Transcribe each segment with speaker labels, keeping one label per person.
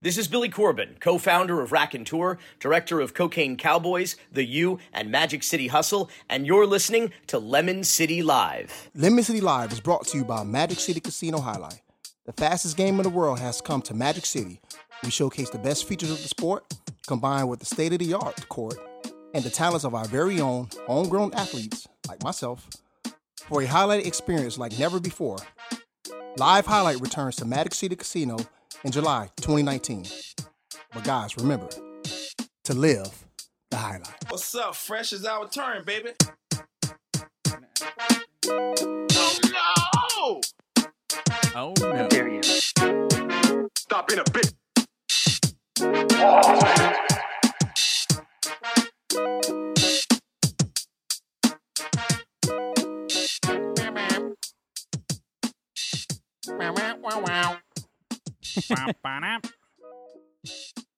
Speaker 1: This is Billy Corbin, co founder of Rack and Tour, director of Cocaine Cowboys, The U, and Magic City Hustle, and you're listening to Lemon City Live.
Speaker 2: Lemon City Live is brought to you by Magic City Casino Highlight. The fastest game in the world has come to Magic City. We showcase the best features of the sport, combined with the state of the art court and the talents of our very own homegrown athletes, like myself, for a highlight experience like never before. Live Highlight returns to Magic City Casino in July 2019. But guys, remember to live the highlight.
Speaker 3: What's up? Fresh is our turn, baby. Oh
Speaker 4: Oh no.
Speaker 3: Stop being a bitch.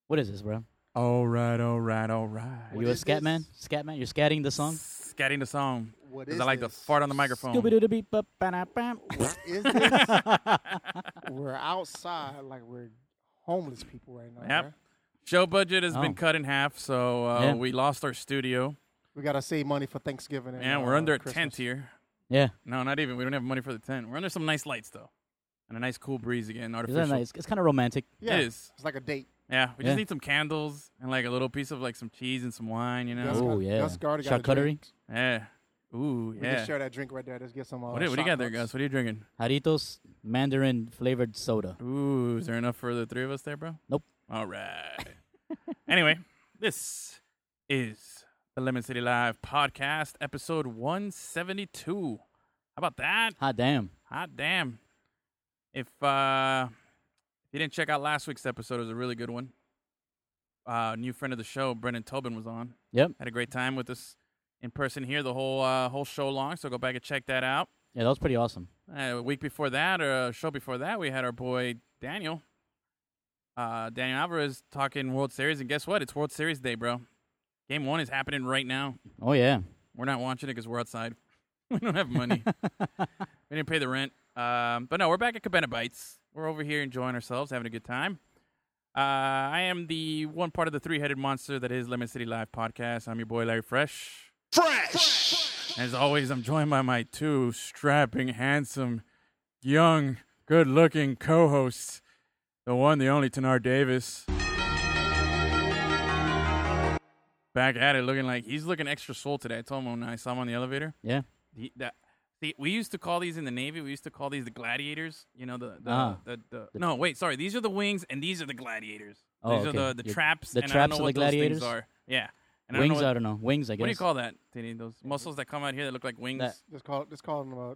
Speaker 5: What is this, bro?
Speaker 4: all right, all right, all
Speaker 5: Are
Speaker 4: right.
Speaker 5: you a scat man? Scat man? You're scatting the song?
Speaker 4: Scatting the song.
Speaker 6: What
Speaker 4: Because
Speaker 6: is
Speaker 4: I like to
Speaker 6: this?
Speaker 4: fart on the microphone.
Speaker 6: What is this? we're outside like we're homeless people right now.
Speaker 4: Yep.
Speaker 6: bruh.
Speaker 4: Show budget has
Speaker 5: Oh.
Speaker 4: been cut in half, so uh,
Speaker 5: Yeah.
Speaker 4: we lost our studio.
Speaker 6: We gotta save money for Thanksgiving. And,
Speaker 4: And we're
Speaker 6: uh,
Speaker 4: under a
Speaker 6: Christmas.
Speaker 4: tent here.
Speaker 5: Yeah.
Speaker 4: No, not even. We don't have money for the tent. We're under some nice lights, though. And a nice cool breeze again.
Speaker 5: Is
Speaker 4: Artificial.
Speaker 5: that nice? It's kind of romantic.
Speaker 6: Yeah,
Speaker 4: It is.
Speaker 6: It's like a date.
Speaker 4: Yeah. We
Speaker 5: Yeah.
Speaker 4: just need some candles and like a little piece of like some cheese and some wine, you know?
Speaker 6: Gus
Speaker 5: Ooh,
Speaker 6: got-
Speaker 5: yeah.
Speaker 6: Gus Gardner got a
Speaker 5: Charcuterie?
Speaker 6: drink.
Speaker 4: Yeah. Ooh,
Speaker 6: We
Speaker 4: yeah.
Speaker 6: can share that drink right there. Let's get some. Uh,
Speaker 4: What, do- what do you got there,
Speaker 6: shotguns.
Speaker 4: Gus? What are you drinking?
Speaker 5: Haritos Mandarin flavored soda.
Speaker 4: Ooh, is there enough for the three of us there, bro?
Speaker 5: Nope.
Speaker 4: All right. anyway, this is the Lemon City Live podcast, episode 172. How about that?
Speaker 5: Hot damn.
Speaker 4: Hot damn. If uh if you didn't check out last week's episode, it was a really good one. Uh new friend of the show, Brendan Tobin was on.
Speaker 5: Yep.
Speaker 4: Had a great time with us in person here the whole uh whole show long, so go back and check that out.
Speaker 5: Yeah, that was pretty awesome.
Speaker 4: Uh, a week before that, or a show before that, we had our boy Daniel. Uh, Daniel Alvarez talking World Series, and guess what? It's World Series day, bro. Game one is happening right now.
Speaker 5: Oh, yeah.
Speaker 4: We're not watching it because we're outside. we don't have money. we didn't pay the rent. Um, but no, we're back at Cabana Bites. We're over here enjoying ourselves, having a good time. Uh, I am the one part of the three-headed monster that is Lemon City Live podcast. I'm your boy Larry Fresh. Fresh. As always, I'm joined by my two strapping, handsome, young, good-looking co-hosts. The one, the only Tanar Davis. Back at it, looking like he's looking extra soul today. I told him when I saw him on the elevator.
Speaker 5: Yeah.
Speaker 4: The, that, see, we used to call these in the Navy. We used to call these the gladiators. You know the the,
Speaker 5: Ah.
Speaker 4: the, the, no wait sorry these are the wings and these are the gladiators.
Speaker 5: Oh,
Speaker 4: these
Speaker 5: okay.
Speaker 4: are the, the
Speaker 5: Your-
Speaker 4: traps.
Speaker 5: the
Speaker 4: and
Speaker 5: traps
Speaker 4: I don't know
Speaker 5: are the
Speaker 4: what those things
Speaker 5: gladiators?
Speaker 4: are. Yeah. And
Speaker 5: wings,
Speaker 4: I don't know what,
Speaker 5: Wings, I guess.
Speaker 4: what do you call that? Tini? Those muscles that come out here that look like wings.
Speaker 5: That-
Speaker 6: Just call. Just call them uh,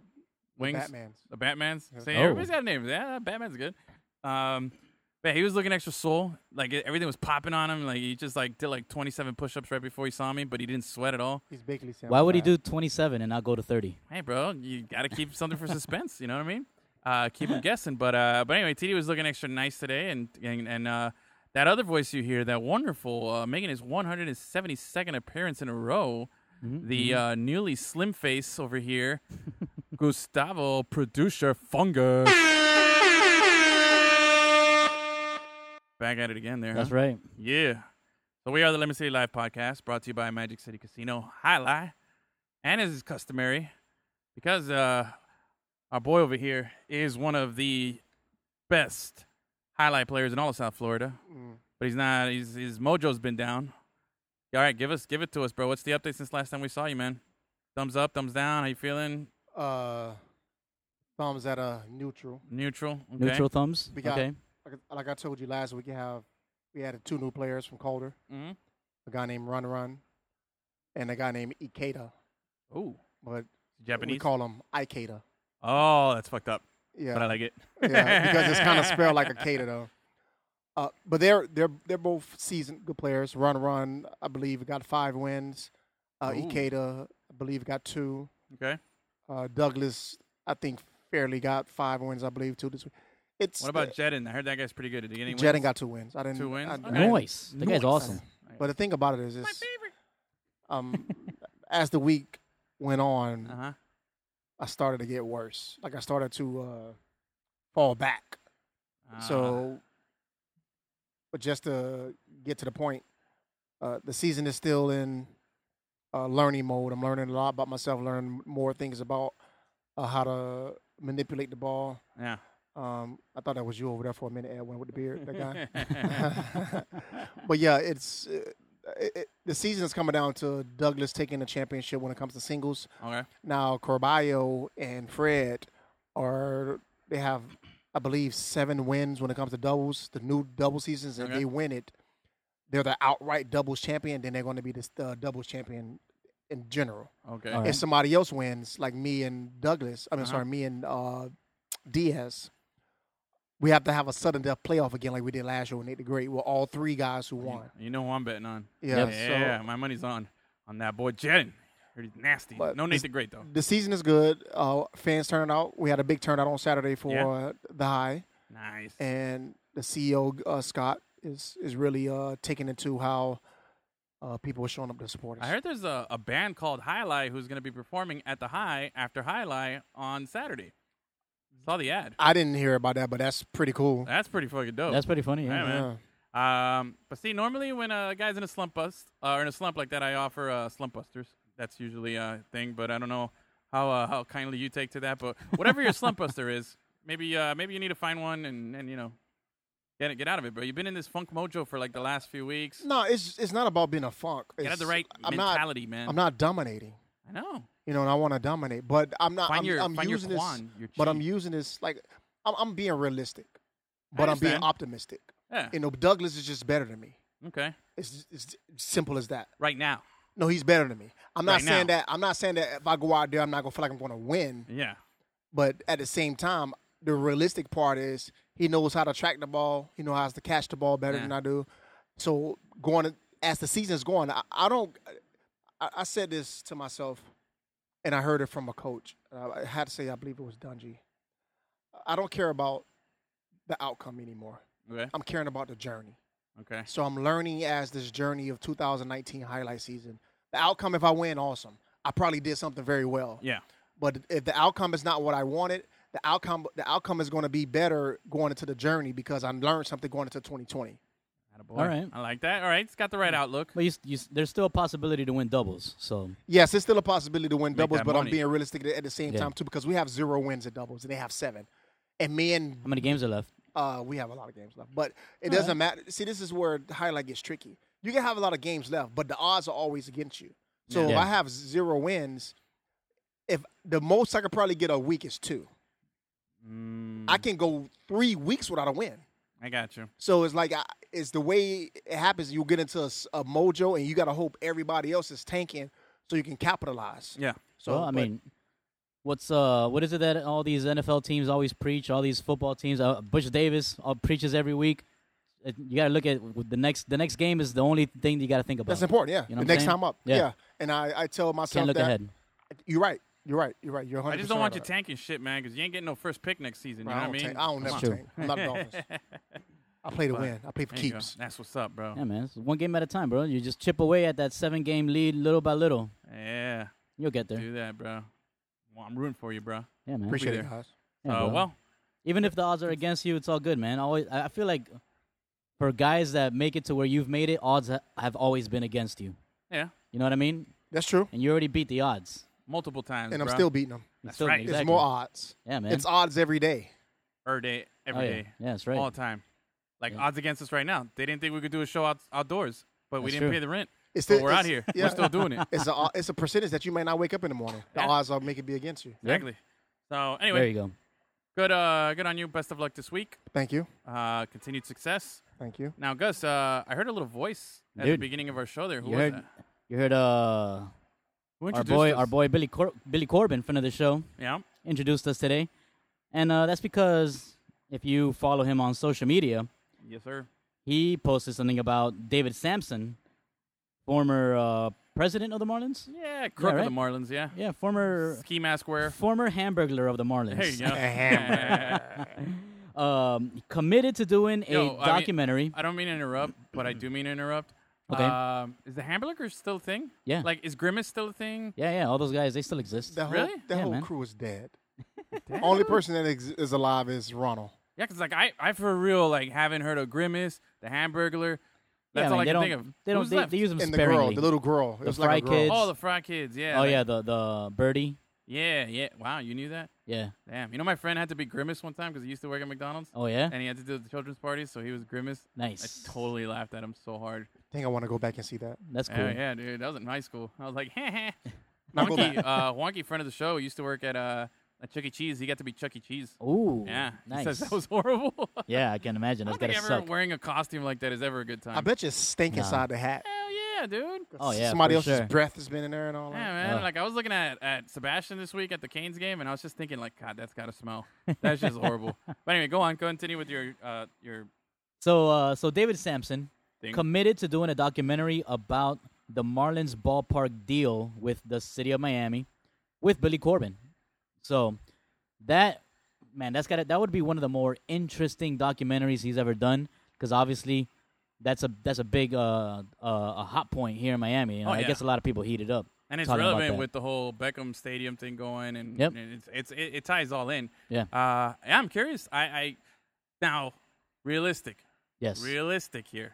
Speaker 4: wings.
Speaker 6: Batman's.
Speaker 4: The Batman's. See,
Speaker 5: Oh.
Speaker 4: everybody's got a name. Yeah, Batman's good. Um, but he was looking extra soul. Like it- everything was popping on him. Like he just like did like 27 push-ups right before he saw me, but he didn't sweat at all.
Speaker 6: He's Bakley sandwich.
Speaker 5: Why would he
Speaker 6: fry.
Speaker 5: do 27 and not go to 30?
Speaker 4: hey, bro, you got to keep something for suspense. You know what I mean? Uh, keep them guessing. But uh, but anyway, TD was looking extra nice today, and and, and uh, that other voice you hear, that wonderful, uh, making his 172nd appearance in a row, the uh, newly slim face over here, Gustavo, producer Fungus. Back at it again there.
Speaker 5: That's
Speaker 4: huh?
Speaker 5: right.
Speaker 4: Yeah. So we are the Lemon City Live podcast brought to you by Magic City Casino Highlight. And as is customary, because uh, our boy over here is one of the best highlight players in all of South Florida,
Speaker 6: Mm.
Speaker 4: but he's not. He's, his mojo's been down. All right, give us, give it to us, bro. What's the update since last time we saw you, man? Thumbs up, thumbs down. How you feeling?
Speaker 6: Uh, thumbs at a neutral.
Speaker 4: Neutral. Okay.
Speaker 5: Neutral thumbs.
Speaker 6: We got-
Speaker 5: okay.
Speaker 6: Like, like I told you last week, you have we added two new players from Calder.
Speaker 4: Mhm.
Speaker 6: A guy named Run Run, and a guy named Ikeda,
Speaker 4: Ooh,
Speaker 6: but we
Speaker 4: Japanese.
Speaker 6: call him Ikeda.
Speaker 4: oh, that's fucked up,
Speaker 6: Yeah,
Speaker 4: but I like it.
Speaker 6: yeah, because it's kind of spelled like a Kata though. Uh, but they're they're they're both seasoned good players. Run Run, I believe, got five wins. Uh,
Speaker 4: Ooh.
Speaker 6: Ikeda, I believe, got two.
Speaker 4: Okay.
Speaker 6: Uh, Douglas, I think, fairly got five wins. I believe two this week. It's
Speaker 4: What about Jedin? I heard that guy's pretty good. Did he get any
Speaker 6: Jedden
Speaker 4: wins?
Speaker 6: got two wins. I didn't
Speaker 4: Two wins?
Speaker 6: I- I
Speaker 4: Okay.
Speaker 6: didn't-
Speaker 5: Noise. That guy's awesome.
Speaker 6: But the thing about it is, it's, um, as the week went on,
Speaker 4: Uh huh.
Speaker 6: I started to get worse. Like I
Speaker 4: Uh-huh.
Speaker 6: started to uh, fall back. so But just to get to the point, uh, the season is still in uh, learning mode. I'm learning a lot about myself, learning more things about uh, how to manipulate the ball.
Speaker 4: Yeah.
Speaker 6: Um, I thought that was you over there for a minute, Edwin, with the beard, that guy. but yeah, it's uh, it, it, the season is coming down to Douglas taking the championship when it comes to singles.
Speaker 4: okay.
Speaker 6: Now Corbayo and Fred are they have I believe seven wins when it comes to doubles. The new double seasons, if
Speaker 4: Okay.
Speaker 6: they win it, they're the outright doubles champion. Then they're going to be the uh, doubles champion in general.
Speaker 4: Okay.
Speaker 5: All right.
Speaker 6: If somebody else wins, like me and Douglas, I mean,
Speaker 4: Uh-huh.
Speaker 6: sorry, me and uh, Diaz, we have to have a sudden death playoff again, like we did last year with Nate the Great, with all three guys who won.
Speaker 4: You know who I'm betting on.
Speaker 6: Yeah,
Speaker 4: Yeah, my money's on on that boy Jaden. Heard he's nasty.
Speaker 6: But
Speaker 4: No
Speaker 6: this-
Speaker 4: Nate the Great though.
Speaker 6: The season is good. Uh, fans turning out. We had a big turnout on Saturday for
Speaker 4: Yeah.
Speaker 6: uh, the high,
Speaker 4: Nice.
Speaker 6: and the CEO uh, Scott is is really uh, taking into how uh, people are showing up to support us.
Speaker 4: I heard there's a, a band called Highlight who's going to be performing at the High after Highlight on Saturday. Saw the ad.
Speaker 6: I didn't hear about that, but that's pretty cool.
Speaker 4: That's pretty fucking dope.
Speaker 5: That's pretty funny.
Speaker 4: Yeah,
Speaker 5: Yeah.
Speaker 4: man. Um, but see, normally when a guy's in a slump bust uh, or in a slump like that, I offer uh, slump busters. That's usually a thing, but I don't know how uh, how kindly you take to that. But whatever your slump buster is, maybe uh, maybe you need to find one and, and you know get it, get out of it, bro. You've been in this funk mojo for like the last few weeks.
Speaker 6: No, it's it's not about being a funk.
Speaker 4: Get out
Speaker 6: It's-
Speaker 4: of the right
Speaker 6: I'm not-
Speaker 4: mentality, man.
Speaker 6: I'm not dominating.
Speaker 4: I know.
Speaker 6: you know, and I want to dominate, but I'm not.
Speaker 4: Find
Speaker 6: I'm,
Speaker 4: your-
Speaker 6: I'm
Speaker 4: find your
Speaker 6: using
Speaker 4: Quan,
Speaker 6: this,
Speaker 4: your
Speaker 6: but I'm
Speaker 4: chi.
Speaker 6: using this like I'm, I'm being realistic, but I'm being
Speaker 4: understand.
Speaker 6: optimistic.
Speaker 4: Yeah.
Speaker 6: You know, Douglas is just better than me.
Speaker 4: Okay.
Speaker 6: It's, it's simple as that.
Speaker 4: Right now.
Speaker 6: No, he's better than me. I'm not
Speaker 4: Right
Speaker 6: saying
Speaker 4: now.
Speaker 6: that. I'm not saying that if I go out there, I'm not gonna feel like I'm gonna win.
Speaker 4: Yeah.
Speaker 6: But at the same time, the realistic part is he knows how to track the ball. He knows how to catch the ball better
Speaker 4: Yeah.
Speaker 6: than I do. So going as the season's going, I, I don't. I, I said this to myself, and I heard it from a coach. Uh, I had to say, I believe it was Dungy. I don't care about the outcome anymore.
Speaker 4: Okay.
Speaker 6: I'm caring about the journey.
Speaker 4: Okay.
Speaker 6: So I'm learning as this journey of 2019 highlight season. The outcome, if I win, awesome. I probably did something very well
Speaker 4: Yeah.
Speaker 6: but if the outcome is not what I wanted, the outcome the outcome is going to be better going into the journey because I learned something going into 2020.
Speaker 4: Attaboy.
Speaker 5: All right.
Speaker 4: I like that. All right. It's got the right outlook.
Speaker 5: But you, s- you, s- there's still a possibility to win doubles. So
Speaker 6: Yes, it's still a possibility to win doubles,
Speaker 4: that
Speaker 6: but
Speaker 4: money.
Speaker 6: I'm being realistic at the same
Speaker 5: Yeah.
Speaker 6: time too because we have zero wins at doubles and they have seven, and me and
Speaker 5: how many games are left?
Speaker 6: uh, we have a lot of games left. But it doesn't matter. See, this is where the highlight gets tricky. You can have a lot of games left, but the odds are always against you. So if
Speaker 5: Yeah.
Speaker 6: I have zero wins, if the most I could probably get a week is two. I can go three weeks without a win.
Speaker 4: Mm, I got you.
Speaker 6: So it's like I, it's the way it happens. You get into a, s- a mojo, and you gotta hope everybody else is tanking so you can capitalize.
Speaker 4: Yeah.
Speaker 6: So
Speaker 5: well, I
Speaker 6: but
Speaker 5: mean, what's uh, what is it that all these NFL teams always preach? All these football teams, uh, Bush Davis all preaches every week. It, you got to look at w- the next. The next game is the only thing you got to think about.
Speaker 6: that's important. Yeah,
Speaker 5: You know what
Speaker 6: the
Speaker 5: I'm
Speaker 6: next
Speaker 5: saying?
Speaker 6: time up. Yeah.
Speaker 5: Yeah.
Speaker 6: and I, I tell myself
Speaker 5: Can't look
Speaker 6: that
Speaker 5: ahead.
Speaker 6: you're right. You're right. You're right. You're 100.
Speaker 4: I just don't want you tanking shit, man, because you ain't getting no first pick next season. You know
Speaker 6: I
Speaker 4: what I
Speaker 6: don't
Speaker 4: mean?
Speaker 6: tank. I don't never
Speaker 5: That's true.
Speaker 6: tank. I'm not a Dolphins. I play to win. I play for
Speaker 4: There you go.
Speaker 6: keeps.
Speaker 4: That's what's up, bro.
Speaker 5: Yeah, man. It's one game at a time, bro. You just chip away at that seven-game lead little by little.
Speaker 4: Yeah,
Speaker 5: You'll get there.
Speaker 4: do that, bro. Well, I'm rooting for you, bro.
Speaker 5: Yeah, man.
Speaker 6: Appreciate
Speaker 4: We
Speaker 6: it,
Speaker 4: there.
Speaker 6: guys.
Speaker 5: Yeah,
Speaker 4: uh,
Speaker 5: bro.
Speaker 4: well,
Speaker 5: even if the odds are against you, it's all good, man. Always, I I feel like for guys that make it to where you've made it, odds ha- have always been against you.
Speaker 4: yeah,
Speaker 5: You know what I mean?
Speaker 6: That's true.
Speaker 5: And you already beat the odds.
Speaker 4: multiple times,
Speaker 6: And I'm
Speaker 4: bro.
Speaker 6: still beating them.
Speaker 5: You
Speaker 4: That's
Speaker 5: still-
Speaker 4: right. It's
Speaker 5: exactly.
Speaker 6: It's more odds.
Speaker 5: Yeah, man.
Speaker 6: It's odds every day.
Speaker 4: every day,
Speaker 5: Oh,
Speaker 4: every
Speaker 5: yeah.
Speaker 4: day,
Speaker 5: yeah, that's right.
Speaker 4: all the time. Like odds against us right now. They didn't think we could do a show out, outdoors, but we
Speaker 5: That's
Speaker 4: didn't
Speaker 5: true.
Speaker 4: pay the rent.
Speaker 6: It's
Speaker 4: But
Speaker 6: the-
Speaker 4: we're out
Speaker 6: it's-
Speaker 4: here.
Speaker 6: yeah.
Speaker 4: We're still doing it.
Speaker 6: It's a it's a percentage that you may not wake up in the morning. The
Speaker 4: Yeah.
Speaker 6: odds will make it be against you.
Speaker 4: Exactly. So
Speaker 5: There
Speaker 4: anyway,
Speaker 5: you go.
Speaker 4: good, uh, good on you. Best of luck this week.
Speaker 6: Thank you.
Speaker 4: Uh, continued success.
Speaker 6: Thank you.
Speaker 4: Now, Gus, uh, I heard a little voice at the
Speaker 5: Dude.
Speaker 4: beginning of our show. There, who
Speaker 5: You
Speaker 4: was
Speaker 5: heard,
Speaker 4: that?
Speaker 5: you heard uh,
Speaker 4: Who
Speaker 5: our
Speaker 4: introduced
Speaker 5: boy,
Speaker 4: us?
Speaker 5: our boy Billy Cor- Billy Corbin, friend of the show,
Speaker 4: Yeah.
Speaker 5: introduced us today, and uh, that's because if you follow him on social media,
Speaker 4: Yes, sir.
Speaker 5: he posted something about David Sampson, former uh, president of the Marlins.
Speaker 4: Yeah, crook
Speaker 5: right?
Speaker 4: of the Marlins. Yeah.
Speaker 5: Yeah, former
Speaker 4: Ski mask wear.
Speaker 5: former Hamburglar of the Marlins.
Speaker 4: There you go.
Speaker 5: Um, committed to doing a
Speaker 4: Yo, I mean-
Speaker 5: documentary.
Speaker 4: I don't mean to interrupt, but I do mean to interrupt.
Speaker 5: Okay.
Speaker 4: Um, is the hamburger still a thing?
Speaker 5: Yeah.
Speaker 4: Like, is Grimace still a thing?
Speaker 5: yeah, yeah, all those guys, they still exist.
Speaker 6: The whole,
Speaker 4: Really?
Speaker 6: The
Speaker 5: Yeah,
Speaker 6: whole
Speaker 5: man.
Speaker 6: crew is dead. The only person that ex- is alive is Ronald.
Speaker 4: Yeah, because like I, I for real like haven't heard of Grimace, the Hamburglar. That's all
Speaker 5: yeah,
Speaker 4: I
Speaker 5: man, they
Speaker 4: can
Speaker 5: don't,
Speaker 4: think of.
Speaker 5: They don't.
Speaker 4: Who's
Speaker 5: They,
Speaker 4: left?
Speaker 5: they use them
Speaker 6: And the
Speaker 5: sparingly.
Speaker 6: girl, the little girl. It
Speaker 5: The
Speaker 6: was like a
Speaker 5: fry
Speaker 6: girl.
Speaker 5: kids.
Speaker 4: oh, the Fry Kids. Yeah.
Speaker 5: oh
Speaker 4: like-
Speaker 5: yeah, the the birdie.
Speaker 4: Yeah. Yeah. Wow, you knew that?
Speaker 5: Yeah.
Speaker 4: Damn. You know, my friend had to be Grimace one time because he used to work at McDonald's.
Speaker 5: Oh yeah.
Speaker 4: And he had to do the children's parties, so he was Grimace.
Speaker 5: nice.
Speaker 4: I totally laughed at him so hard.
Speaker 6: I think I want to go back and see that.
Speaker 5: That's cool.
Speaker 4: Yeah, yeah, dude. That was in high school. I was like, heh heh.
Speaker 6: Not go
Speaker 4: Wonky, uh, Wonky, friend of the show, used to work at uh, a Chuck E. Cheese. He got to be Chuck E. Cheese.
Speaker 5: Ooh.
Speaker 4: yeah. He
Speaker 5: Oh, Nice.
Speaker 4: says that was horrible. I
Speaker 5: yeah, I can imagine. That's
Speaker 4: don't
Speaker 5: gotta
Speaker 4: think ever
Speaker 5: suck.
Speaker 4: wearing a costume like that is ever a good time.
Speaker 6: I bet you stink
Speaker 5: Nah.
Speaker 6: inside the hat.
Speaker 4: Hell yeah, dude.
Speaker 5: Oh yeah.
Speaker 6: Somebody
Speaker 5: for
Speaker 6: else's
Speaker 5: sure.
Speaker 6: breath has been in there and all
Speaker 4: Yeah,
Speaker 6: that.
Speaker 4: man.
Speaker 5: Yeah. Oh.
Speaker 4: Like I was looking at, at Sebastian this week at the Canes game, and I was just thinking, like, God, that's gotta smell. That's just horrible. But anyway, go on, continue with your uh, your
Speaker 5: So uh, so David Sampson
Speaker 4: Thing.
Speaker 5: committed to doing a documentary about the Marlins ballpark deal with the city of Miami with Billy Corbin. So that man, that's got that would be one of the more interesting documentaries he's ever done because obviously that's a that's a big uh, uh a hot point here in Miami. You know,
Speaker 4: Oh,
Speaker 5: I
Speaker 4: yeah.
Speaker 5: guess a lot of people heat it up.
Speaker 4: and it's
Speaker 5: talking about
Speaker 4: relevant
Speaker 5: that.
Speaker 4: with the whole Beckham Stadium thing going, and,
Speaker 5: Yep.
Speaker 4: and it's it's it, it ties all in.
Speaker 5: Yeah.
Speaker 4: Uh, yeah, I'm curious. I, I now realistic,
Speaker 5: yes.
Speaker 4: realistic here.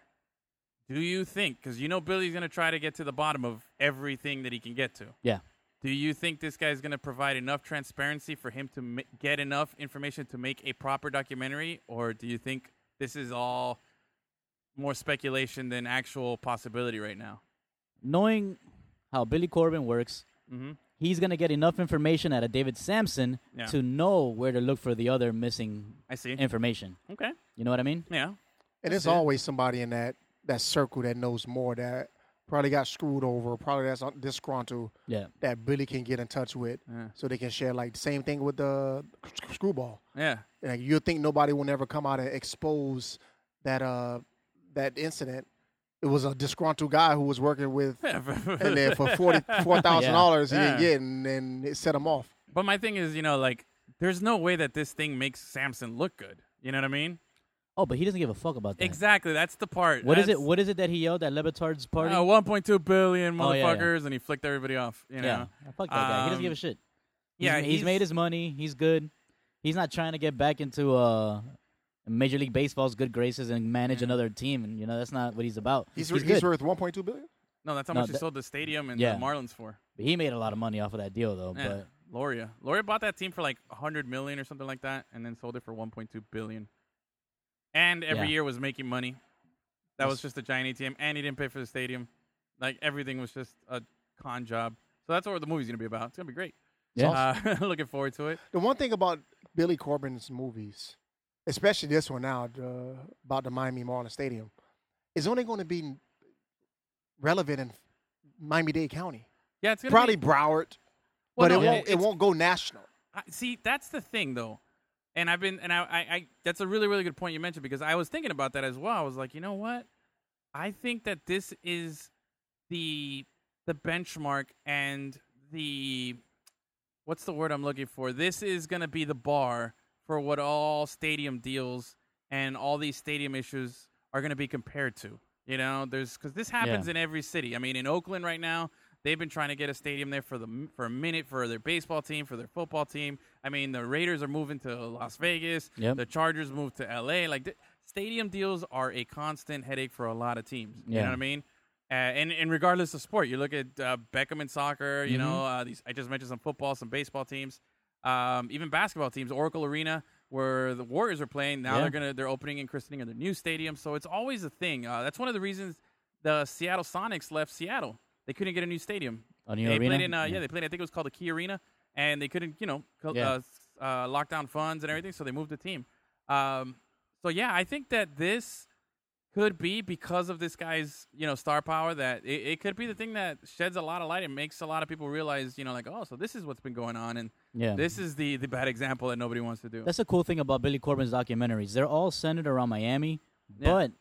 Speaker 4: Do you think? Because you know Billy's gonna try to get to the bottom of everything that he can get to.
Speaker 5: Yeah.
Speaker 4: Do you think this guy's going to provide enough transparency for him to m- get enough information to make a proper documentary, or do you think this is all more speculation than actual possibility right now?
Speaker 5: Knowing how Billy Corbin works,
Speaker 4: Mhm.
Speaker 5: he's gonna get enough information out of David Sampson
Speaker 4: Yeah.
Speaker 5: to know where to look for the other missing
Speaker 4: I see.
Speaker 5: information.
Speaker 4: Okay.
Speaker 5: You know what I mean?
Speaker 4: Yeah.
Speaker 6: And
Speaker 4: That's
Speaker 6: it's
Speaker 4: it.
Speaker 6: always somebody in that that circle that knows more that probably got screwed over, probably that's disgruntled
Speaker 5: Yeah.
Speaker 6: that Billy can get in touch with,
Speaker 4: Yeah.
Speaker 6: so they can share. Like the same thing with the sc- screwball.
Speaker 4: Yeah.
Speaker 6: Like you think nobody will never come out and expose that uh that incident. It was a disgruntled guy who was working with and then for forty four thousand dollars he didn't
Speaker 4: Yeah.
Speaker 6: get, and then it set him off.
Speaker 4: But my thing is, you know, like, there's no way that this thing makes Samson look good. You know what I mean?
Speaker 5: Oh, but he doesn't give a fuck about that.
Speaker 4: Exactly. That's the part.
Speaker 5: What is
Speaker 4: That's-
Speaker 5: it? What is it that he yelled at Levitard's
Speaker 4: Uh,
Speaker 5: party?
Speaker 4: 1.2 billion
Speaker 5: Oh,
Speaker 4: motherfuckers,
Speaker 5: yeah, yeah.
Speaker 4: and he flicked everybody off. You know?
Speaker 5: yeah. Fuck that guy. He doesn't give a
Speaker 4: Um,
Speaker 5: shit. He's-
Speaker 4: Yeah.
Speaker 5: he's, made his money. He's good. He's not trying to get back into uh, Major League Baseball's good graces and manage another team. And you know that's not what he's about.
Speaker 6: He's
Speaker 5: he's
Speaker 6: he's,
Speaker 5: good.
Speaker 6: worth one point two billion.
Speaker 4: No, that's how
Speaker 5: No,
Speaker 4: much he
Speaker 5: that-
Speaker 4: sold the stadium and
Speaker 5: Yeah.
Speaker 4: the Marlins for.
Speaker 5: But he made a lot of money off of that deal, though.
Speaker 4: Yeah.
Speaker 5: But
Speaker 4: Loria. Loria bought that team for like 100 million or something like that and then sold it for 1.2 billion. And every
Speaker 5: Yeah.
Speaker 4: year was making money. That was just a giant ATM and he didn't pay for the stadium. Like everything was just a con job. So that's what the movie's going to be about. It's going to be great.
Speaker 5: yeah,
Speaker 4: Uh, looking forward to it.
Speaker 6: The one thing about Billy Corbin's movies, especially this one now the, about the Miami Marlins Stadium, is only going to be relevant in Miami Dade County,
Speaker 4: Yeah, it's going to
Speaker 6: probably
Speaker 4: be
Speaker 6: Broward,
Speaker 4: Well,
Speaker 6: but
Speaker 4: no,
Speaker 6: it won't it
Speaker 4: it's-
Speaker 6: won't go national.
Speaker 4: I, see, that's the thing, though. And I've been, and I, I, I, that's a really, really good point you mentioned because I was thinking about that as well. I was like, you know what? I think that this is the the benchmark and the what's the word I'm looking for? This is gonna be the bar for what all stadium deals and all these stadium issues are gonna be compared to. You know, there's because this happens in every city. I mean, in Oakland right now, they've been trying to get a stadium there for the m- for a minute for their baseball team, for their football team. I mean, the Raiders are moving to Las Vegas.
Speaker 5: Yep.
Speaker 4: The Chargers moved to L.A. Like th- stadium deals are a constant headache for a lot of teams. You know
Speaker 5: Yeah.
Speaker 4: what I mean? Uh, and, and regardless of sport, you look at uh, Beckham in soccer. You know,
Speaker 5: Mm-hmm.
Speaker 4: uh, these I just mentioned some football, some baseball teams, um, even basketball teams. Oracle Arena, where the Warriors are playing, now
Speaker 5: Yeah.
Speaker 4: they're gonna they're opening and christening of their new stadium. So it's always a thing. Uh, that's one of the reasons the Seattle Sonics left Seattle. They couldn't get a new stadium.
Speaker 5: A new
Speaker 4: they
Speaker 5: arena?
Speaker 4: played in uh, yeah.
Speaker 5: Yeah.
Speaker 4: they played I think it was called the Key Arena, and they couldn't you know co-
Speaker 5: Yeah.
Speaker 4: uh, s- uh, lock down funds and everything, so they moved the team. Um, so yeah, I think that this could be because of this guy's you know star power that it, it could be the thing that sheds a lot of light and makes a lot of people realize you know like oh so this is what's been going on and
Speaker 5: yeah.
Speaker 4: this is the the bad example that nobody wants to do
Speaker 5: That's the cool thing about Billy Corbin's documentaries. They're all centered around Miami,
Speaker 4: Yeah.
Speaker 5: but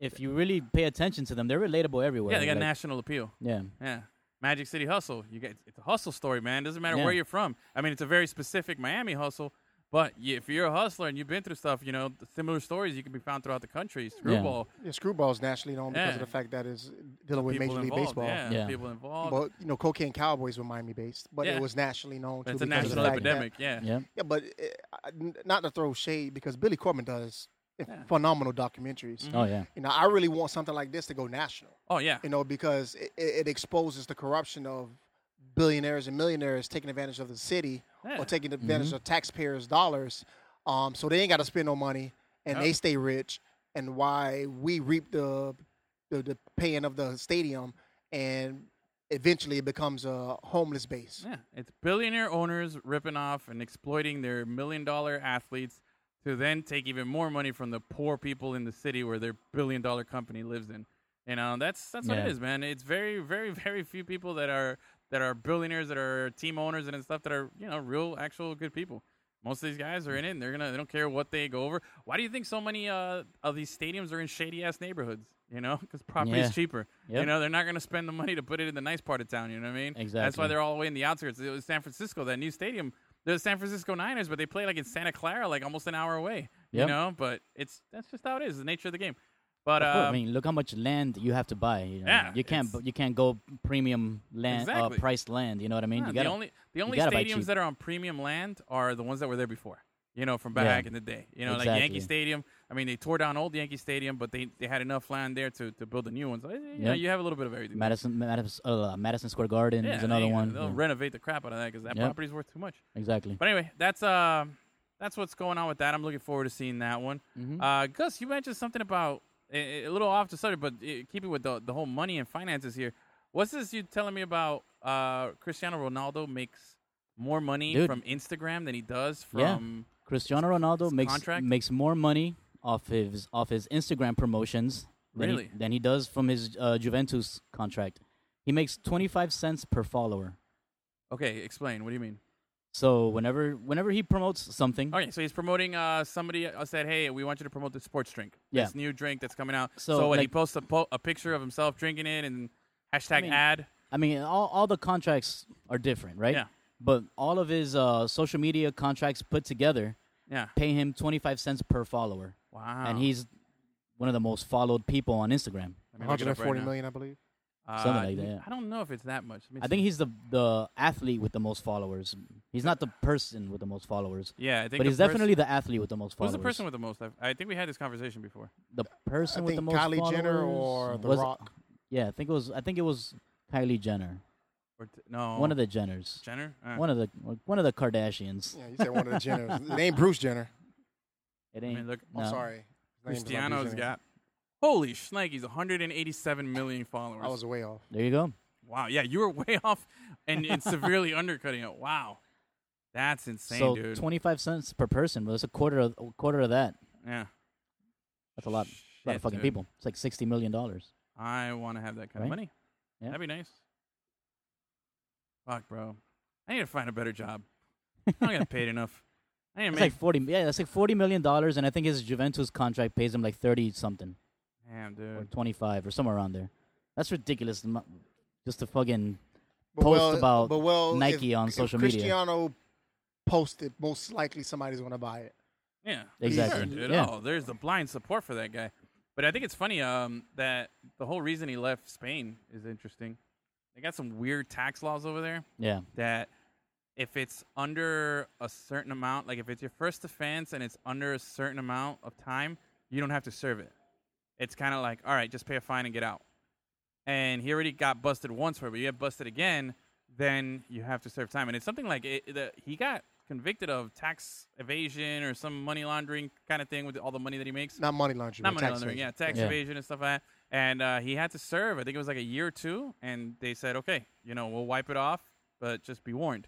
Speaker 5: if you really pay attention to them, they're relatable everywhere.
Speaker 4: yeah they got
Speaker 5: Like,
Speaker 4: national appeal
Speaker 5: Yeah.
Speaker 4: yeah magic city hustle you get it's a hustle story man doesn't matter
Speaker 5: Yeah.
Speaker 4: where you're from i mean it's a very specific miami hustle But y- if you're a hustler and you've been through stuff, you know the similar stories you can be found throughout the country. Screwball,
Speaker 6: Yeah, screwball's nationally known because of
Speaker 4: Yeah.
Speaker 6: the fact that it's dealing with
Speaker 4: people
Speaker 6: Major League
Speaker 4: involved,
Speaker 6: Baseball.
Speaker 4: Yeah,
Speaker 5: Yeah.
Speaker 4: people involved.
Speaker 6: But you know, cocaine cowboys were Miami based, but
Speaker 4: Yeah.
Speaker 6: it was nationally known.
Speaker 4: That's
Speaker 6: too
Speaker 4: a
Speaker 6: because of the
Speaker 4: national
Speaker 6: fact that-
Speaker 4: epidemic. Yeah.
Speaker 5: Yeah.
Speaker 6: yeah, but uh, I- n- not to throw shade because Billy Corbin does phenomenal documentaries.
Speaker 5: Oh yeah.
Speaker 6: You know, I really want something like this to go national.
Speaker 4: Oh yeah.
Speaker 6: You know, because it, it it exposes the corruption of billionaires and millionaires taking advantage of the city
Speaker 4: Yeah.
Speaker 6: or taking advantage of taxpayers' dollars. Um, so they ain't got to spend no money and they stay rich. And why we reap the, the the paying of the stadium, and eventually it becomes a homeless base.
Speaker 4: Yeah, it's billionaire owners ripping off and exploiting their million dollar athletes to then take even more money from the poor people in the city where their billion dollar company lives in. You know, that's that's what
Speaker 5: Yeah.
Speaker 4: it is, man. It's very, very, very few people that are that are billionaires, that are team owners and stuff that are, you know, real actual good people. Most of these guys are in it and they're gonna they don't care what they go over. Why do you think so many uh, of these stadiums are in shady ass neighborhoods? You know, because property
Speaker 5: Yeah.
Speaker 4: is cheaper. You
Speaker 5: Yep.
Speaker 4: know, they're not gonna spend the money to put it in the nice part of town, you know what I mean? That's why
Speaker 5: Exactly.
Speaker 4: they're all the way in the outskirts. It was San Francisco, that new stadium. They're the San Francisco Niners, but they play like in Santa Clara, like almost an hour away. You
Speaker 5: Yep.
Speaker 4: know, but it's that's just how it is. The nature of the game. But
Speaker 5: Of course,
Speaker 4: uh,
Speaker 5: I mean, look how much land you have to buy. You know?
Speaker 4: Yeah,
Speaker 5: you can't
Speaker 4: it's-
Speaker 5: you can't go premium land,
Speaker 4: Exactly.
Speaker 5: uh, priced land. You know what I mean?
Speaker 4: yeah,
Speaker 5: you gotta,
Speaker 4: the only the only
Speaker 5: gotta buy cheap.
Speaker 4: stadiums that are on premium land are the ones that were there before. You know, from back in the day. You know, like Yankee
Speaker 5: Exactly.
Speaker 4: Stadium. I mean, they tore down old Yankee Stadium, but they, they had enough land there to, to build a new one. So you, know,
Speaker 5: Yep.
Speaker 4: you have a little bit of everything.
Speaker 5: Madison Madison, uh, Madison Square Garden
Speaker 4: yeah,
Speaker 5: is another
Speaker 4: they-
Speaker 5: one.
Speaker 4: They'll
Speaker 5: Yeah,
Speaker 4: renovate the crap out of that because that
Speaker 5: Yep.
Speaker 4: property's worth too much.
Speaker 5: exactly.
Speaker 4: But anyway, that's uh, that's what's going on with that. I'm looking forward to seeing that one.
Speaker 5: Mm-hmm.
Speaker 4: Uh, Gus, you mentioned something about a, a little off the subject, but uh keeping with the, the whole money and finances here. What's this you telling me about? Uh, Cristiano Ronaldo makes more money
Speaker 5: Dude.
Speaker 4: from Instagram than he does
Speaker 5: Yeah.
Speaker 4: from.
Speaker 5: Cristiano Ronaldo
Speaker 4: his
Speaker 5: makes
Speaker 4: contract?
Speaker 5: makes more money off his off his Instagram promotions than
Speaker 4: Really?
Speaker 5: he, than he does from his uh, Juventus contract. He makes 25 cents per follower.
Speaker 4: Okay, explain. What do you mean?
Speaker 5: So whenever whenever he promotes something,
Speaker 4: Okay, so he's promoting. Uh, somebody uh, said, "Hey, we want you to promote this sports drink,
Speaker 5: Yeah.
Speaker 4: this new drink that's coming out." So,
Speaker 5: So,
Speaker 4: what, he
Speaker 5: like-
Speaker 4: posts a, po- a picture of himself drinking it and hashtag
Speaker 5: mean,
Speaker 4: ad.
Speaker 5: I mean, all, all the contracts are different, right?
Speaker 4: Yeah.
Speaker 5: But all of his uh, social media contracts put together
Speaker 4: Yeah.
Speaker 5: pay him 25 cents per follower.
Speaker 4: Wow.
Speaker 5: And he's one of the most followed people on Instagram.
Speaker 4: Let me look it up right
Speaker 6: 140
Speaker 4: now.
Speaker 6: million, I believe.
Speaker 5: Something
Speaker 4: Uh,
Speaker 5: like that,
Speaker 4: n-
Speaker 5: yeah.
Speaker 4: I don't know if it's that much. Let me
Speaker 5: I
Speaker 4: see.
Speaker 5: think he's the, the athlete with the most followers. He's not the person with the most followers.
Speaker 4: Yeah, I think.
Speaker 5: But
Speaker 4: the
Speaker 5: he's
Speaker 4: pers-
Speaker 5: definitely the athlete with the most
Speaker 4: Who's
Speaker 5: followers.
Speaker 4: the person with the most? I, I think we had this conversation before.
Speaker 5: the person
Speaker 6: I
Speaker 5: with
Speaker 6: think
Speaker 5: the most
Speaker 6: Kylie
Speaker 5: followers?
Speaker 6: Jenner or The
Speaker 5: was-
Speaker 6: Rock.
Speaker 5: Yeah, I think it was. I think it was Kylie Jenner,
Speaker 4: Or t- no,
Speaker 5: one of the Jenners,
Speaker 4: Oh. Jenner. Uh,
Speaker 5: one of the one of the Kardashians.
Speaker 6: Yeah, you said one of the Jenners. it ain't Bruce Jenner.
Speaker 5: It
Speaker 4: I
Speaker 5: ain't.
Speaker 4: mean, look,
Speaker 5: no.
Speaker 6: I'm sorry. His name is not Bruce
Speaker 4: Cristiano's
Speaker 6: Jenner.
Speaker 4: got. Holy shnikes, 187 million followers.
Speaker 6: I was way off.
Speaker 5: There you go.
Speaker 4: wow, yeah, you were way off, and it's severely undercutting it. Wow, that's insane,
Speaker 5: so
Speaker 4: dude.
Speaker 5: 25 cents per person, but that's a quarter of a quarter of that.
Speaker 4: yeah,
Speaker 5: That's a lot. a lot
Speaker 4: Shit,
Speaker 5: of fucking
Speaker 4: dude.
Speaker 5: people. It's like 60 million dollars.
Speaker 4: I want to have that kind of
Speaker 5: Right?
Speaker 4: money.
Speaker 5: Yeah.
Speaker 4: That'd be nice. Fuck, bro, I need to find a better job. I don't get paid enough. I need to
Speaker 5: It's
Speaker 4: make
Speaker 5: like 40. Yeah, that's like 40 million dollars, and I think his Juventus contract pays him like 30 something
Speaker 4: damn,
Speaker 5: or
Speaker 4: dude.
Speaker 5: 25 or somewhere around there. That's ridiculous. amou- Just to fucking
Speaker 6: But
Speaker 5: Post
Speaker 6: well-
Speaker 5: about
Speaker 6: but well,
Speaker 5: Nike
Speaker 6: if-
Speaker 5: on
Speaker 6: if
Speaker 5: social media.
Speaker 6: Cristiano posted, most likely somebody's going to buy it.
Speaker 4: Yeah,
Speaker 5: Exactly.
Speaker 4: Sure, dude.
Speaker 5: Yeah.
Speaker 4: Oh, there's the blind support for that guy. But I think it's funny um, that the whole reason he left Spain is interesting. They got some weird tax laws over there
Speaker 5: yeah.
Speaker 4: that if it's under a certain amount, like if it's your first offense and it's under a certain amount of time, you don't have to serve it. It's kind of like, all right, just pay a fine and get out. And he already got busted once for it, but you get busted again, then you have to serve time. And it's something like it, the, he got convicted of tax evasion or some money laundering kind of thing with all the money that he makes.
Speaker 6: Not money laundering.
Speaker 4: Not
Speaker 6: but
Speaker 4: money
Speaker 6: tax
Speaker 4: laundering, yeah,
Speaker 6: evasion.
Speaker 4: tax
Speaker 5: Yeah.
Speaker 4: evasion and stuff like that. And uh, he had to serve. I think it was like a year or two, and they said, okay, you know, we'll wipe it off, but just be warned.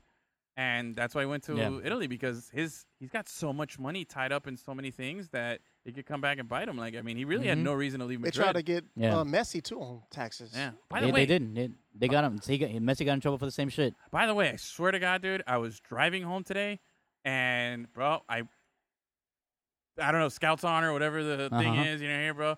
Speaker 4: And that's why he went to
Speaker 5: Yeah.
Speaker 4: Italy because his he's got so much money tied up in so many things that it could come back and bite him. Like I mean, he really
Speaker 5: Mm-hmm.
Speaker 4: had no reason to leave
Speaker 6: They
Speaker 4: Madrid.
Speaker 6: try to get
Speaker 5: Yeah.
Speaker 6: uh, Messi too on taxes.
Speaker 4: yeah. By
Speaker 5: They,
Speaker 4: the
Speaker 5: they
Speaker 4: way,
Speaker 5: didn't. They, they got him. So he got, Messi got in trouble for the same shit.
Speaker 4: By the way, I swear to God, dude, I was driving home today, and bro, I, I don't know, Scouts Honor, whatever the thing
Speaker 5: Uh-huh.
Speaker 4: is, you know, here, bro.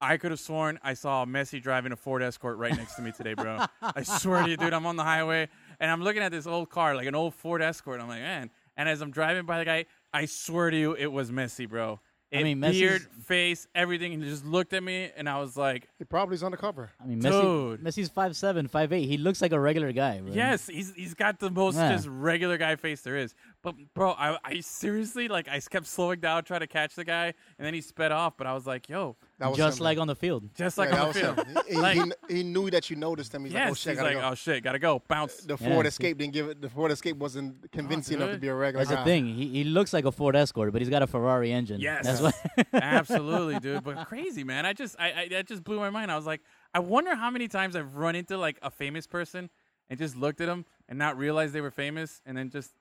Speaker 4: I could have sworn I saw Messi driving a Ford Escort right next to me today, bro. I swear to you, dude, I'm on the highway and I'm looking at this old car, like an old Ford Escort. I'm like, man. And as I'm driving by the guy, I swear to you, it was Messi, bro.
Speaker 5: I
Speaker 4: It
Speaker 5: mean, Messi's-
Speaker 4: beard, face, everything. He just looked at me, and I was like,
Speaker 6: He probably is undercover.
Speaker 5: I mean, Messi,
Speaker 4: Dude.
Speaker 5: Messi's 5'7", 5'8". He looks like a regular guy. Bro.
Speaker 4: "Yes, he's he's got the most
Speaker 5: Yeah.
Speaker 4: just regular guy face there is." But bro, I, I seriously like I kept slowing down trying to catch the guy, and then he sped off. But I was like, "Yo,
Speaker 6: That was
Speaker 5: just
Speaker 6: him.
Speaker 5: like on the field.
Speaker 4: just
Speaker 6: Yeah,
Speaker 4: like
Speaker 6: that
Speaker 4: on
Speaker 6: was
Speaker 4: the field."
Speaker 6: him. He, he-
Speaker 4: Like-
Speaker 6: he kn- he knew that you noticed him. He's like, oh
Speaker 4: yes,
Speaker 6: shit, I
Speaker 4: he's
Speaker 6: gotta
Speaker 4: like,
Speaker 6: go.
Speaker 4: "Oh shit, gotta go, bounce."
Speaker 6: The
Speaker 5: Yeah,
Speaker 6: Ford
Speaker 5: see.
Speaker 6: Escape didn't give it. The Ford Escape
Speaker 4: Oh,
Speaker 6: wasn't convincing enough to
Speaker 4: dude.
Speaker 6: be a regular
Speaker 5: That's the
Speaker 6: guy.
Speaker 5: thing. He, he looks like a Ford Escort, but he's got a Ferrari engine.
Speaker 4: Yes.
Speaker 5: That's why.
Speaker 4: Absolutely, dude. But crazy, man. I just, I, I, that just blew my mind. I was like, I wonder how many times I've run into like a famous person and just looked at them and not realized they were famous and then just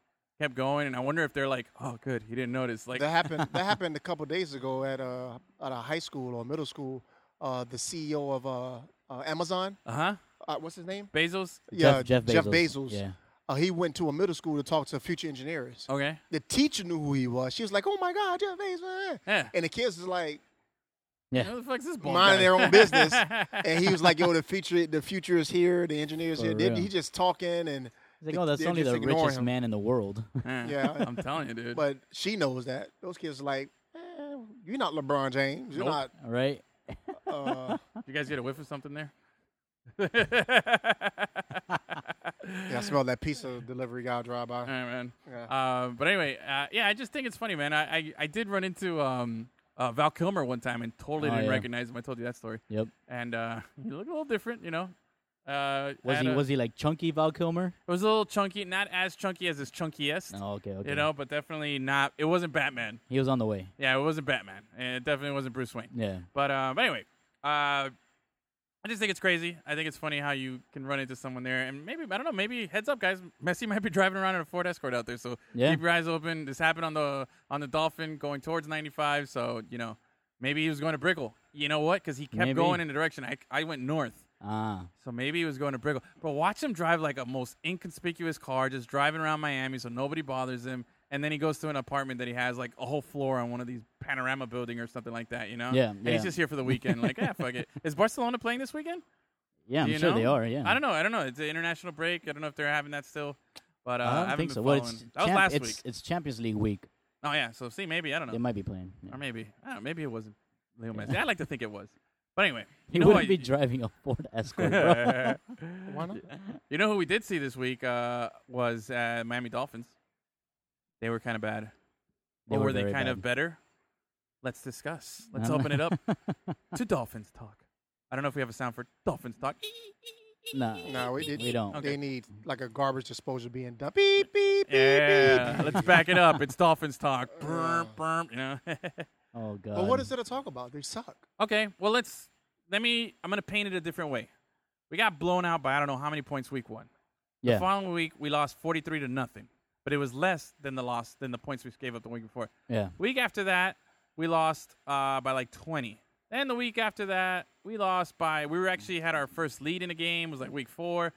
Speaker 4: kept going. And I wonder if they're like, oh, good, he didn't notice. Like,
Speaker 6: That happened. That happened a couple days ago at a at a high school or middle school. Uh, the CEO of uh, uh, Amazon.
Speaker 4: uh huh.
Speaker 6: Uh, what's his name?
Speaker 4: Bezos.
Speaker 6: Yeah,
Speaker 5: Jeff
Speaker 6: Jeff
Speaker 5: Bezos.
Speaker 6: Bezos.
Speaker 5: Yeah. Oh.
Speaker 6: Uh, he went to a middle school to talk to future engineers.
Speaker 4: Okay.
Speaker 6: The teacher knew who he was. She was like, "Oh my God, Jeff Bezos!"
Speaker 4: Yeah.
Speaker 6: And the kids is like
Speaker 4: Who the fuck's this bald
Speaker 6: minding
Speaker 4: guy?
Speaker 6: their own business, and he was like, "Yo, the future, the future is here. The engineers
Speaker 5: For
Speaker 6: here." Then
Speaker 5: real.
Speaker 6: he just talking, and
Speaker 5: He's like,
Speaker 6: They-
Speaker 5: oh, that's
Speaker 6: they're
Speaker 5: only
Speaker 6: just
Speaker 5: the
Speaker 6: ignoring
Speaker 5: richest
Speaker 6: him.
Speaker 5: man in the world.
Speaker 4: Yeah.
Speaker 6: Yeah.
Speaker 4: I'm telling you, dude.
Speaker 6: but she knows that those kids are like, eh, "You're not LeBron James. You're
Speaker 4: Nope.
Speaker 5: All right.
Speaker 6: not." Uh,
Speaker 4: you guys get a whiff of something there?
Speaker 6: yeah, I smelled that piece of delivery guy drive by.
Speaker 4: All right, man.
Speaker 6: Yeah.
Speaker 4: Uh, but anyway, uh, yeah, I just think it's funny, man. I I, I did run into um, uh, Val Kilmer one time and totally
Speaker 5: Oh,
Speaker 4: didn't
Speaker 5: yeah.
Speaker 4: recognize him. I told you that story,
Speaker 5: Yep.
Speaker 4: and uh, he looked a little different, you know. Uh,
Speaker 5: Was
Speaker 4: had
Speaker 5: he
Speaker 4: a-
Speaker 5: was he like chunky Val Kilmer?
Speaker 4: it was a little chunky, not as chunky as his chunkiest,
Speaker 5: Oh, okay, okay.
Speaker 4: you know, but definitely not. It wasn't Batman.
Speaker 5: he was on the way.
Speaker 4: Yeah, it wasn't Batman, and it definitely wasn't Bruce Wayne.
Speaker 5: Yeah.
Speaker 4: But um, anyway, uh, I just think it's crazy. I think it's funny how you can run into someone there, and maybe I don't know. Maybe heads up, guys. Messi might be driving around in a Ford Escort out there, so
Speaker 5: Yeah.
Speaker 4: keep your eyes open. This happened on the on the Dolphin going towards 95, so you know maybe he was going to Brickle. You know what? Because he kept
Speaker 5: Maybe.
Speaker 4: going in the direction I I went north.
Speaker 5: Ah,
Speaker 4: So maybe he was going to Brickle. But watch him drive like a most inconspicuous car, just driving around Miami so nobody bothers him. And then he goes to an apartment that he has like a whole floor on one of these panorama building or something like that, you know?
Speaker 5: Yeah,
Speaker 4: And
Speaker 5: yeah.
Speaker 4: he's just here for the weekend. Like, yeah, fuck it. Is Barcelona playing this weekend?
Speaker 5: yeah. I'm
Speaker 4: Do you
Speaker 5: sure
Speaker 4: know?
Speaker 5: they are. Yeah.
Speaker 4: I don't know. I don't know. It's an international break. I don't know if they're having that still. But uh,
Speaker 5: I don't
Speaker 4: haven't
Speaker 5: think
Speaker 4: been
Speaker 5: so. Well, it's
Speaker 4: following. that was
Speaker 5: champ-
Speaker 4: last
Speaker 5: it's,
Speaker 4: week.
Speaker 5: It's Champions League week.
Speaker 4: Oh yeah. So see, maybe I don't know,
Speaker 5: They might be playing. Yeah.
Speaker 4: or maybe I don't know. Maybe it wasn't Leo Messi. I like to think it was. But anyway,
Speaker 5: he
Speaker 4: you know
Speaker 5: wouldn't
Speaker 4: what-
Speaker 5: be driving a Ford Escort, bro.
Speaker 6: Why not?
Speaker 4: You know who we did see this week uh, was uh, Miami Dolphins. They were kind of bad.
Speaker 5: They
Speaker 4: or
Speaker 5: were
Speaker 4: were they
Speaker 5: very
Speaker 4: kind of
Speaker 5: bad.
Speaker 4: better? Let's discuss. Let's
Speaker 5: I'm-
Speaker 4: open it up to Dolphins talk. I don't know if we have a sound for Dolphins talk.
Speaker 5: nah.
Speaker 6: No, we, did
Speaker 5: We don't.
Speaker 4: Okay.
Speaker 6: They need like a garbage disposal being done. Beep beep beep.
Speaker 4: Yeah,
Speaker 6: beep.
Speaker 4: let's back it up. It's Dolphins talk. Brr, brr, you know.
Speaker 5: Oh god.
Speaker 6: But what is there to talk about? They suck.
Speaker 4: okay, well let's let me. I'm gonna paint it a different way. We got blown out by I don't know how many points week one.
Speaker 5: Yeah.
Speaker 4: The following week we lost 43 to nothing, but it was less than the loss than the points we gave up the week before.
Speaker 5: yeah.
Speaker 4: Week after that, we lost uh, by like 20. Then the week after that, we lost by. We were actually had our first lead in a game. Was like week four.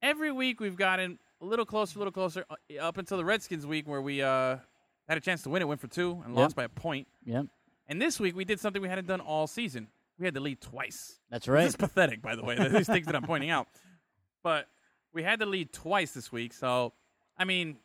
Speaker 4: Every week we've gotten a little closer, a little closer, uh, up until the Redskins week where we uh, had a chance to win it, went for two, and
Speaker 5: Yeah.
Speaker 4: lost by a point.
Speaker 5: Yep.
Speaker 4: And this week we did something we hadn't done all season. We had to lead twice.
Speaker 5: That's
Speaker 4: This
Speaker 5: right.
Speaker 4: is pathetic, by the way. These things that I'm pointing out, but we had to lead twice this week. So, I mean,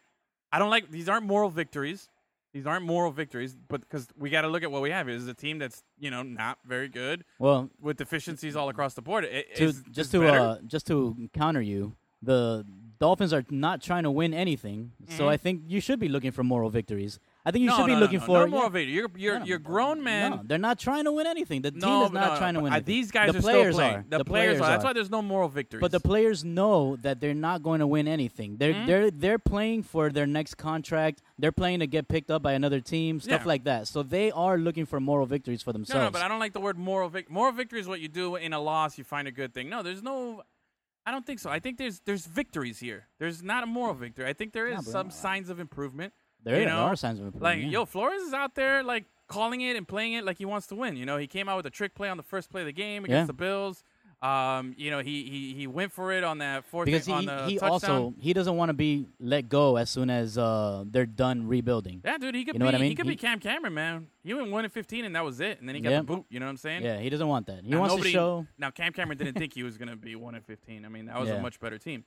Speaker 4: I don't like these aren't moral victories. These aren't moral victories, but because we got to look at what we have. It is a team that's you know not very good
Speaker 5: Well,
Speaker 4: with deficiencies all across the board. I-
Speaker 5: to
Speaker 4: is this
Speaker 5: just to
Speaker 4: better?
Speaker 5: uh, just to counter you, the Dolphins are not trying to win anything, so I think you should be looking for moral victories. I think you
Speaker 4: Mm-hmm. no,
Speaker 5: should be
Speaker 4: no, no,
Speaker 5: looking
Speaker 4: no,
Speaker 5: for
Speaker 4: no moral
Speaker 5: yeah,
Speaker 4: victory. You're you're,
Speaker 5: no,
Speaker 4: you're grown men.
Speaker 5: No, they're not trying to win anything. The team
Speaker 4: No,
Speaker 5: is
Speaker 4: but
Speaker 5: not
Speaker 4: no,
Speaker 5: trying to
Speaker 4: but,
Speaker 5: win.
Speaker 4: uh,
Speaker 5: anything.
Speaker 4: These guys
Speaker 5: the
Speaker 4: are
Speaker 5: players
Speaker 4: still playing.
Speaker 5: Are.
Speaker 4: The, players are. That's why there's no moral victories.
Speaker 5: But the players know that they're not going to win anything. They're
Speaker 4: Mm-hmm.
Speaker 5: they're they're playing for their next contract. They're playing to get picked up by another team, stuff
Speaker 4: Yeah.
Speaker 5: like that. So they are looking for moral victories for
Speaker 4: No,
Speaker 5: themselves.
Speaker 4: no, but I don't like the word moral victory. Moral victory is what you do in a loss. You find a good thing. No, there's no. I don't think so. I think there's there's victories here. There's not a moral victory. I think there is
Speaker 5: bro.
Speaker 4: some signs of improvement.
Speaker 5: There
Speaker 4: you know?
Speaker 5: are signs of improvement,
Speaker 4: Like
Speaker 5: yeah.
Speaker 4: yo, Flores is out there like calling it and playing it like he wants to win. You know, he came out with a trick play on the first play of the game against
Speaker 5: Yeah.
Speaker 4: the Bills. Um, you know, he, he he went for it on that fourth
Speaker 5: because
Speaker 4: on
Speaker 5: he,
Speaker 4: the
Speaker 5: he
Speaker 4: touchdown.
Speaker 5: also he doesn't want to be let go as soon as uh, they're done rebuilding.
Speaker 4: yeah, dude, he could
Speaker 5: You know
Speaker 4: be
Speaker 5: what I mean?
Speaker 4: he could
Speaker 5: He-
Speaker 4: be Cam Cameron, man. He went one and fifteen, and that was it. And then he got
Speaker 5: Yeah.
Speaker 4: the boot. You know what I'm saying?
Speaker 5: Yeah, he doesn't want that. He
Speaker 4: Now,
Speaker 5: wants
Speaker 4: nobody-
Speaker 5: to show.
Speaker 4: Now Cam Cameron didn't think he was going to be one and fifteen. I mean, that was
Speaker 5: Yeah.
Speaker 4: a much better team,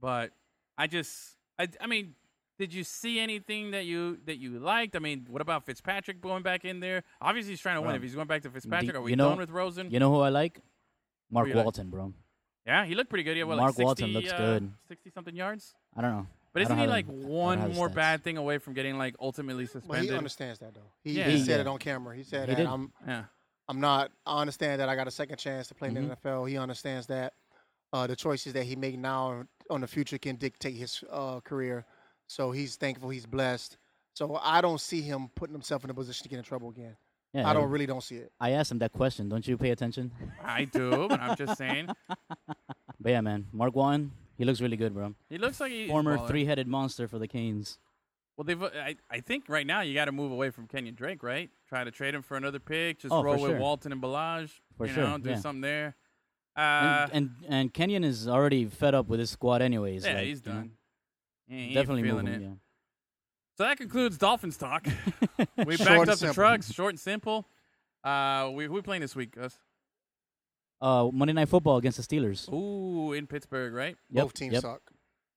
Speaker 4: but I just, I, I mean, Did you see anything that you that you liked? I mean, what about Fitzpatrick going back in there? Obviously, he's trying to win.
Speaker 5: Bro.
Speaker 4: If he's going back to Fitzpatrick,
Speaker 5: Do-
Speaker 4: are we
Speaker 5: you know-
Speaker 4: done with Rosen?
Speaker 5: You know who I like? Mark
Speaker 4: you like?
Speaker 5: Walton, bro.
Speaker 4: yeah, he looked pretty good. He had, what,
Speaker 5: Mark
Speaker 4: like 60,
Speaker 5: Walton looks
Speaker 4: uh,
Speaker 5: good.
Speaker 4: Sixty something yards.
Speaker 5: I don't know.
Speaker 4: But
Speaker 5: I
Speaker 4: isn't
Speaker 5: don't
Speaker 4: he
Speaker 5: have
Speaker 4: like
Speaker 5: him- I don't
Speaker 4: one
Speaker 5: have his
Speaker 4: more
Speaker 5: stats.
Speaker 4: bad thing away from getting like ultimately
Speaker 6: But he
Speaker 4: suspended?
Speaker 6: understands that though. He,
Speaker 4: Yeah.
Speaker 6: he said
Speaker 5: Yeah.
Speaker 6: it on camera. He said
Speaker 5: He
Speaker 6: that
Speaker 5: did.
Speaker 6: I'm
Speaker 4: yeah.
Speaker 6: I'm not. I understand that I got a second chance to play
Speaker 5: Mm-hmm.
Speaker 6: in the NFL. He understands that uh, the choices that he make now on the future can dictate his uh, career. So he's thankful. He's blessed. So I don't see him putting himself in a position to get in trouble again.
Speaker 5: Yeah,
Speaker 6: I don't really don't see it.
Speaker 5: I asked him that question. Don't you pay attention?
Speaker 4: I do, but I'm just saying.
Speaker 5: but yeah, man, Mark Walton, he looks really good, bro.
Speaker 4: He looks like he's
Speaker 5: Former
Speaker 4: balling.
Speaker 5: three-headed monster for the Canes.
Speaker 4: Well, they've. uh, I, I think right now you got to move away from Kenyon Drake, right? Try to trade him for another pick. Just
Speaker 5: Oh,
Speaker 4: roll
Speaker 5: for
Speaker 4: with
Speaker 5: sure.
Speaker 4: Walton and Balaj.
Speaker 5: For
Speaker 4: you
Speaker 5: sure,
Speaker 4: know, do
Speaker 5: yeah.
Speaker 4: something there. Uh,
Speaker 5: and, and and Kenyon is already fed up with his squad, anyways.
Speaker 4: yeah,
Speaker 5: like,
Speaker 4: he's
Speaker 5: you know,
Speaker 4: done. He ain't
Speaker 5: definitely
Speaker 4: feeling
Speaker 5: moving.
Speaker 4: it.
Speaker 5: Yeah.
Speaker 4: So that concludes Dolphins talk. we backed
Speaker 6: Short and
Speaker 4: up the
Speaker 6: simple.
Speaker 4: trucks, short and simple. Uh, we who we playing this week, Gus?
Speaker 5: Uh, Monday Night Football against the Steelers.
Speaker 4: Ooh, in Pittsburgh, right?
Speaker 5: Yep,
Speaker 6: Both teams
Speaker 5: yep.
Speaker 6: suck.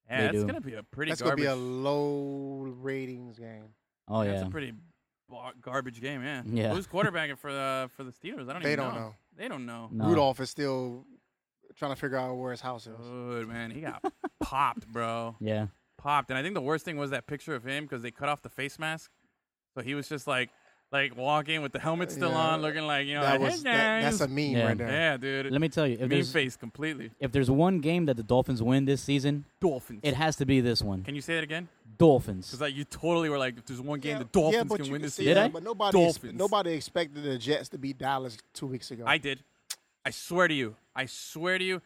Speaker 4: Yeah,
Speaker 5: They
Speaker 4: it's
Speaker 5: do.
Speaker 4: gonna be a pretty
Speaker 6: That's
Speaker 4: garbage.
Speaker 6: gonna be a low ratings game.
Speaker 5: Oh
Speaker 4: That's
Speaker 5: yeah,
Speaker 4: a pretty bar- garbage game. Yeah.
Speaker 5: Yeah.
Speaker 4: Who's quarterbacking for the for the Steelers? I don't
Speaker 6: They
Speaker 4: even
Speaker 6: don't
Speaker 4: know.
Speaker 6: know.
Speaker 4: They don't know.
Speaker 5: No.
Speaker 6: Rudolph is still trying to figure out where his house is.
Speaker 4: Dude, man, he got popped, bro.
Speaker 5: Yeah,
Speaker 4: popped. And I think the worst thing was that picture of him because they cut off the face mask, so he was just like, like walking with the helmet still
Speaker 6: Yeah.
Speaker 4: on, looking like you know,
Speaker 6: that
Speaker 4: like,
Speaker 6: was
Speaker 4: "Hey,
Speaker 6: that,
Speaker 4: guys."
Speaker 6: that's a meme
Speaker 5: Yeah.
Speaker 6: right there.
Speaker 4: yeah, dude.
Speaker 5: let me tell you, if
Speaker 4: mean
Speaker 5: there's
Speaker 4: face completely.
Speaker 5: if there's one game that the Dolphins win this season,
Speaker 4: Dolphins.
Speaker 5: it has to be this one.
Speaker 4: can you say that again?
Speaker 5: Dolphins.
Speaker 4: Because like you totally were like, if there's one game the Dolphins
Speaker 6: but
Speaker 4: can
Speaker 6: you
Speaker 4: win this
Speaker 6: see
Speaker 4: season.
Speaker 5: Did I?
Speaker 6: But nobody, ex-
Speaker 4: Dolphins.
Speaker 6: nobody expected the Jets to beat Dallas two weeks ago.
Speaker 4: I did. I swear to you. I swear to you.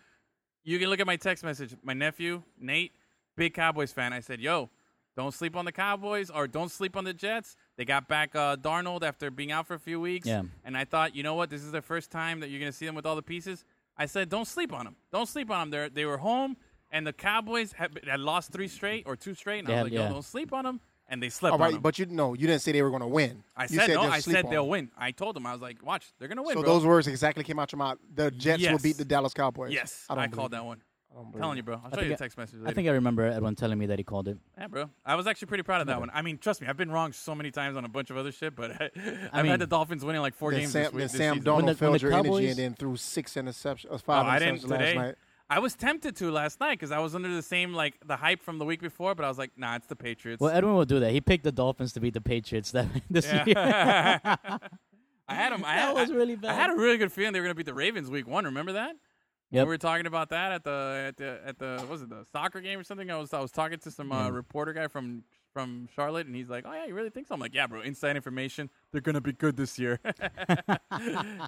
Speaker 4: You can look at my text message. My nephew, Nate, big Cowboys fan. I said, yo, don't sleep on the Cowboys or don't sleep on the Jets. They got back uh, Darnold after being out for a few weeks.
Speaker 5: Yeah.
Speaker 4: And I thought, you know what? This is the first time that you're going to see them with all the pieces. I said, don't sleep on them. Don't sleep on them. They're, they were home, and the Cowboys had, had lost three straight or two straight. And I
Speaker 5: They
Speaker 4: was
Speaker 5: had-
Speaker 4: like,
Speaker 5: yeah.
Speaker 4: yo, don't sleep on them. And they slept
Speaker 6: All
Speaker 4: on
Speaker 6: right,
Speaker 4: them.
Speaker 6: but you no, you didn't say they were going to win.
Speaker 4: I
Speaker 6: You
Speaker 4: said, no,
Speaker 6: they'll
Speaker 4: I
Speaker 6: sleep
Speaker 4: said
Speaker 6: on
Speaker 4: they'll
Speaker 6: them.
Speaker 4: win. I told them, I was like, watch, they're going to win,
Speaker 6: So
Speaker 4: bro.
Speaker 6: those words exactly came out your mouth. The Jets will
Speaker 4: Yes.
Speaker 6: beat the Dallas Cowboys.
Speaker 4: Yes,
Speaker 6: I, don't
Speaker 4: I,
Speaker 6: believe
Speaker 4: called
Speaker 6: it.
Speaker 4: that one.
Speaker 6: I don't
Speaker 4: I'm
Speaker 6: believe
Speaker 4: telling
Speaker 6: it.
Speaker 4: you, bro. I'll show you
Speaker 5: think
Speaker 4: the
Speaker 5: I-
Speaker 4: text message later.
Speaker 5: I think I remember Edwin telling me that he called it.
Speaker 4: yeah, bro. I was actually pretty proud of that one. I mean, trust me, I've been wrong so many times on a bunch of other shit, but I, have
Speaker 5: mean-
Speaker 4: had the Dolphins winning like four
Speaker 6: Then
Speaker 4: games
Speaker 6: Sam,
Speaker 4: this week.
Speaker 6: then
Speaker 4: this season.
Speaker 6: Sam
Speaker 5: When
Speaker 6: Donald
Speaker 5: the- when the
Speaker 6: failed your energy
Speaker 5: Cowboys-
Speaker 6: and then threw six interceptions, uh,
Speaker 4: Oh,
Speaker 6: five
Speaker 4: I
Speaker 6: interceptions
Speaker 4: didn't
Speaker 6: last
Speaker 4: today.
Speaker 6: night.
Speaker 4: I was tempted to last night because I was under the same like the hype from the week before, but I was like, nah, it's the Patriots.
Speaker 5: Well, Edwin will do that. He picked the Dolphins to beat the Patriots that this year.
Speaker 4: I had them. I
Speaker 5: That
Speaker 4: had,
Speaker 5: was
Speaker 4: I-
Speaker 5: really
Speaker 4: I
Speaker 5: bad.
Speaker 4: had a really good feeling they were going to beat the Ravens week one. Remember that? When
Speaker 5: Yep.
Speaker 4: We were talking about that at the at the at the what was it the soccer game or something. I was I was talking to some
Speaker 5: Mm-hmm.
Speaker 4: uh, reporter guy from from Charlotte, and he's like, "Oh yeah, you really think so?" I'm like, "Yeah, bro. Inside information. They're going to be good this year."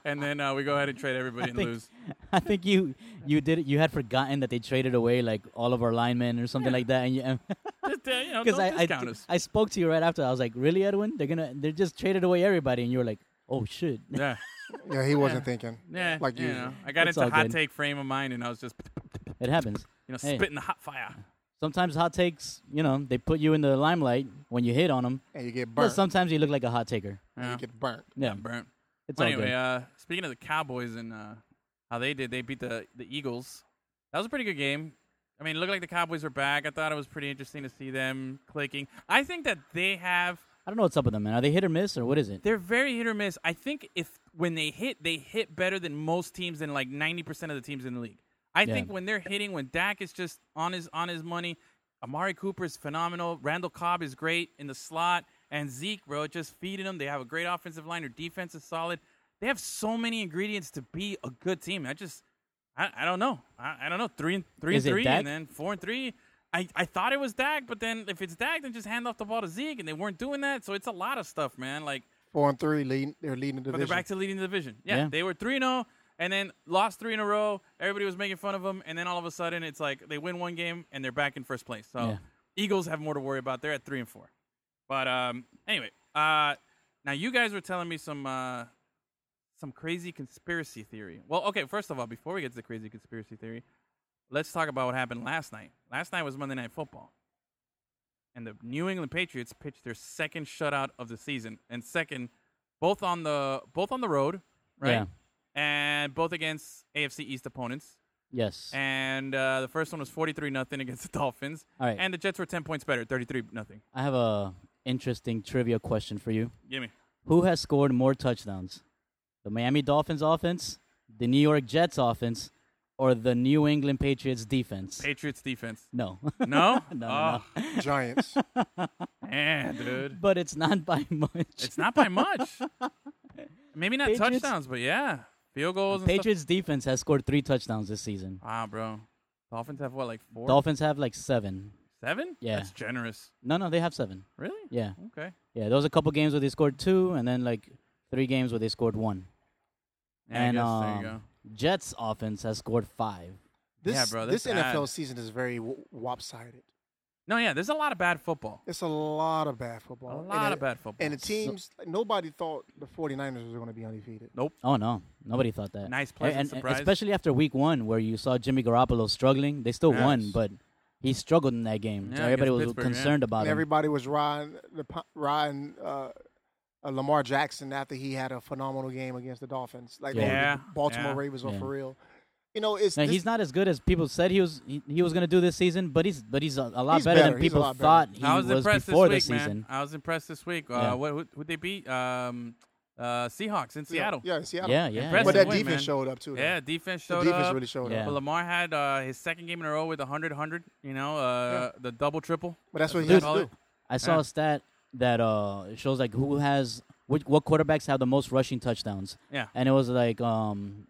Speaker 4: and then uh, we go ahead and trade everybody and
Speaker 5: think-
Speaker 4: lose.
Speaker 5: I think you you did you had forgotten that they traded away like all of our linemen or something like that, and you,
Speaker 4: Just, uh, you know,
Speaker 5: because
Speaker 4: don't
Speaker 5: I I,
Speaker 4: discount
Speaker 5: d-
Speaker 4: us.
Speaker 5: I spoke to you right after. I was like, really, Edwin? They're gonna they just traded away everybody, and you were like, oh shit.
Speaker 4: Yeah,
Speaker 6: Yeah, he wasn't thinking.
Speaker 4: yeah.
Speaker 6: like
Speaker 4: you
Speaker 6: usual.
Speaker 4: know, I got
Speaker 5: It's
Speaker 4: into
Speaker 5: all
Speaker 4: hot
Speaker 5: good.
Speaker 4: take frame of mind, and I was just
Speaker 5: It happens.
Speaker 4: you know
Speaker 5: Hey.
Speaker 4: spitting the hot fire.
Speaker 5: Sometimes hot takes, you know, they put you in the limelight when you hit on them.
Speaker 6: and you get
Speaker 5: But
Speaker 6: burnt.
Speaker 5: sometimes you look like a hot taker.
Speaker 6: and
Speaker 4: Yeah.
Speaker 6: you get burnt.
Speaker 5: Yeah,
Speaker 4: Burnt.
Speaker 5: it's
Speaker 4: Well,
Speaker 5: all
Speaker 4: anyway,
Speaker 5: good.
Speaker 4: uh, speaking of the Cowboys and uh, how they did, they beat the, the Eagles. That was a pretty good game. I mean, it looked like the Cowboys were back. I thought it was pretty interesting to see them clicking. I think that they have
Speaker 5: I don't know what's up with them, man. Are they hit or miss or what is it?
Speaker 4: they're very hit or miss. I think if when they hit, they hit better than most teams than like ninety percent of the teams in the league. I
Speaker 5: Yeah.
Speaker 4: think when they're hitting, when Dak is just on his on his money, Amari Cooper is phenomenal. Randall Cobb is great in the slot, and Zeke, bro, just feeding them. They have a great offensive line. Their defense is solid. They have so many ingredients to be a good team. I just, I, I don't know. I, I don't know. Three and three
Speaker 5: Is
Speaker 4: and
Speaker 5: it
Speaker 4: three,
Speaker 5: Dak?
Speaker 4: and then four and three. I, I thought it was Dak, but then if it's Dak, then just hand off the ball to Zeke, and they weren't doing that. So it's a lot of stuff, man. Like
Speaker 6: Four and three, leading, they're leading the
Speaker 4: but they're
Speaker 6: division.
Speaker 4: back to leading the division. Yeah,
Speaker 5: Yeah.
Speaker 4: they were three zero, and then lost three in a row. Everybody was making fun of them, and then all of a sudden, it's like they win one game and they're back in first place. So
Speaker 5: Yeah.
Speaker 4: Eagles have more to worry about. They're at three and four. But um, anyway, uh, now you guys were telling me some uh, some crazy conspiracy theory. Well, okay, first of all, before we get to the crazy conspiracy theory, let's talk about what happened last night. Last night was Monday Night Football. And the New England Patriots pitched their second shutout of the season and second both on the both on the road, right?
Speaker 5: Yeah.
Speaker 4: And both against AFC East opponents.
Speaker 5: Yes.
Speaker 4: and uh, the first one was 43 nothing against the Dolphins.
Speaker 5: All right.
Speaker 4: And the Jets were 10 points better, 33 nothing.
Speaker 5: I have a interesting trivia question for you.
Speaker 4: Give me.
Speaker 5: Who has scored more touchdowns? The Miami Dolphins offense, the New York Jets offense, or the New England Patriots defense?
Speaker 4: Patriots defense.
Speaker 5: no.
Speaker 4: No?
Speaker 5: No,
Speaker 4: oh,
Speaker 6: Giants.
Speaker 4: Man, dude.
Speaker 5: but it's not by much.
Speaker 4: It's not by much. Maybe not
Speaker 5: Patriots-
Speaker 4: touchdowns, but yeah. Field goals and
Speaker 5: Patriots defense has scored 3 touchdowns this season.
Speaker 4: stuff. Wow, bro. Dolphins have what, like four?
Speaker 5: Dolphins have like 7.
Speaker 4: Seven?
Speaker 5: Yeah.
Speaker 4: That's generous.
Speaker 5: No, no, they have 7.
Speaker 4: Really?
Speaker 5: Yeah.
Speaker 4: Okay.
Speaker 5: Yeah, there was a couple games where they scored 2 and then like 3 games where they scored 1.
Speaker 4: Yeah,
Speaker 5: and
Speaker 4: I guess,
Speaker 5: um,
Speaker 4: there you go.
Speaker 5: Jets offense has scored 5.
Speaker 6: This,
Speaker 4: Yeah, bro,
Speaker 6: This
Speaker 4: that's bad.
Speaker 6: NFL season is very w- lopsided.
Speaker 4: No, yeah, there's a lot of bad football.
Speaker 6: It's a lot of bad
Speaker 4: A
Speaker 6: football.
Speaker 4: lot
Speaker 6: and
Speaker 4: of bad football.
Speaker 6: And the teams, like, nobody thought the 49ers was going to be undefeated.
Speaker 5: Oh no, nobody thought that.
Speaker 4: Nice,
Speaker 5: A-
Speaker 4: pleasant
Speaker 5: and, and
Speaker 4: surprise.
Speaker 5: especially after week one, where you saw Jimmy Garoppolo struggling. They still won,
Speaker 4: Yes.
Speaker 5: but he struggled in that game. so
Speaker 4: Yeah, against
Speaker 5: everybody was
Speaker 4: Pittsburgh, yeah.
Speaker 5: concerned about
Speaker 6: And
Speaker 5: him.
Speaker 6: everybody was riding, the, po- riding uh, uh, Lamar Jackson after he had a phenomenal game against the Dolphins. Like, oh, the
Speaker 4: Yeah,
Speaker 6: Baltimore
Speaker 4: yeah.
Speaker 6: Ravens are
Speaker 5: Yeah.
Speaker 6: for real. You know, it's
Speaker 5: Now,
Speaker 6: this-
Speaker 5: he's not as good as people said he was. He, he was going to do this season, but he's but he's a, a lot
Speaker 6: He's
Speaker 5: better,
Speaker 6: better.
Speaker 5: than
Speaker 6: He's a
Speaker 5: people
Speaker 6: lot better.
Speaker 5: thought he
Speaker 4: I was, impressed this
Speaker 5: before
Speaker 4: week,
Speaker 5: the season.
Speaker 4: man. I was impressed this week. Uh,
Speaker 5: Yeah.
Speaker 4: What who, who'd they beat? Um, uh, Seahawks in Seattle.
Speaker 6: Yeah, Seattle.
Speaker 5: Yeah, yeah,
Speaker 4: Impressive
Speaker 6: But that
Speaker 4: win,
Speaker 6: defense
Speaker 4: man.
Speaker 6: showed up, too. though.
Speaker 4: Yeah, defense
Speaker 6: The
Speaker 4: showed
Speaker 6: defense
Speaker 4: up.
Speaker 6: really showed
Speaker 5: Yeah.
Speaker 6: up.
Speaker 4: But Lamar had uh, his second game in a row with 100 100, you know, uh, the double triple.
Speaker 6: But that's what he
Speaker 4: Dude.
Speaker 6: has to do.
Speaker 5: I saw
Speaker 4: Yeah.
Speaker 5: a stat that uh it shows like who has which, what quarterbacks have the most rushing touchdowns.
Speaker 4: Yeah.
Speaker 5: and it was like um,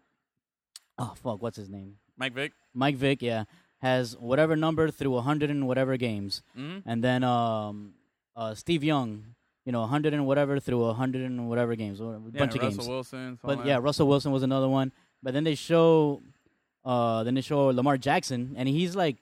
Speaker 5: oh fuck, what's his name?
Speaker 4: Mike Vick.
Speaker 5: Mike Vick, yeah, has whatever number through 100 and whatever games.
Speaker 4: Mhm.
Speaker 5: And then um, uh, Steve Young, you know, 100 and whatever through 100 and whatever games, a
Speaker 4: Yeah,
Speaker 5: bunch
Speaker 4: Russell
Speaker 5: of games.
Speaker 4: Wilson.
Speaker 5: but
Speaker 4: all
Speaker 5: yeah,
Speaker 4: that.
Speaker 5: Russell Wilson was another one. But then they show uh, then they show Lamar Jackson and he's like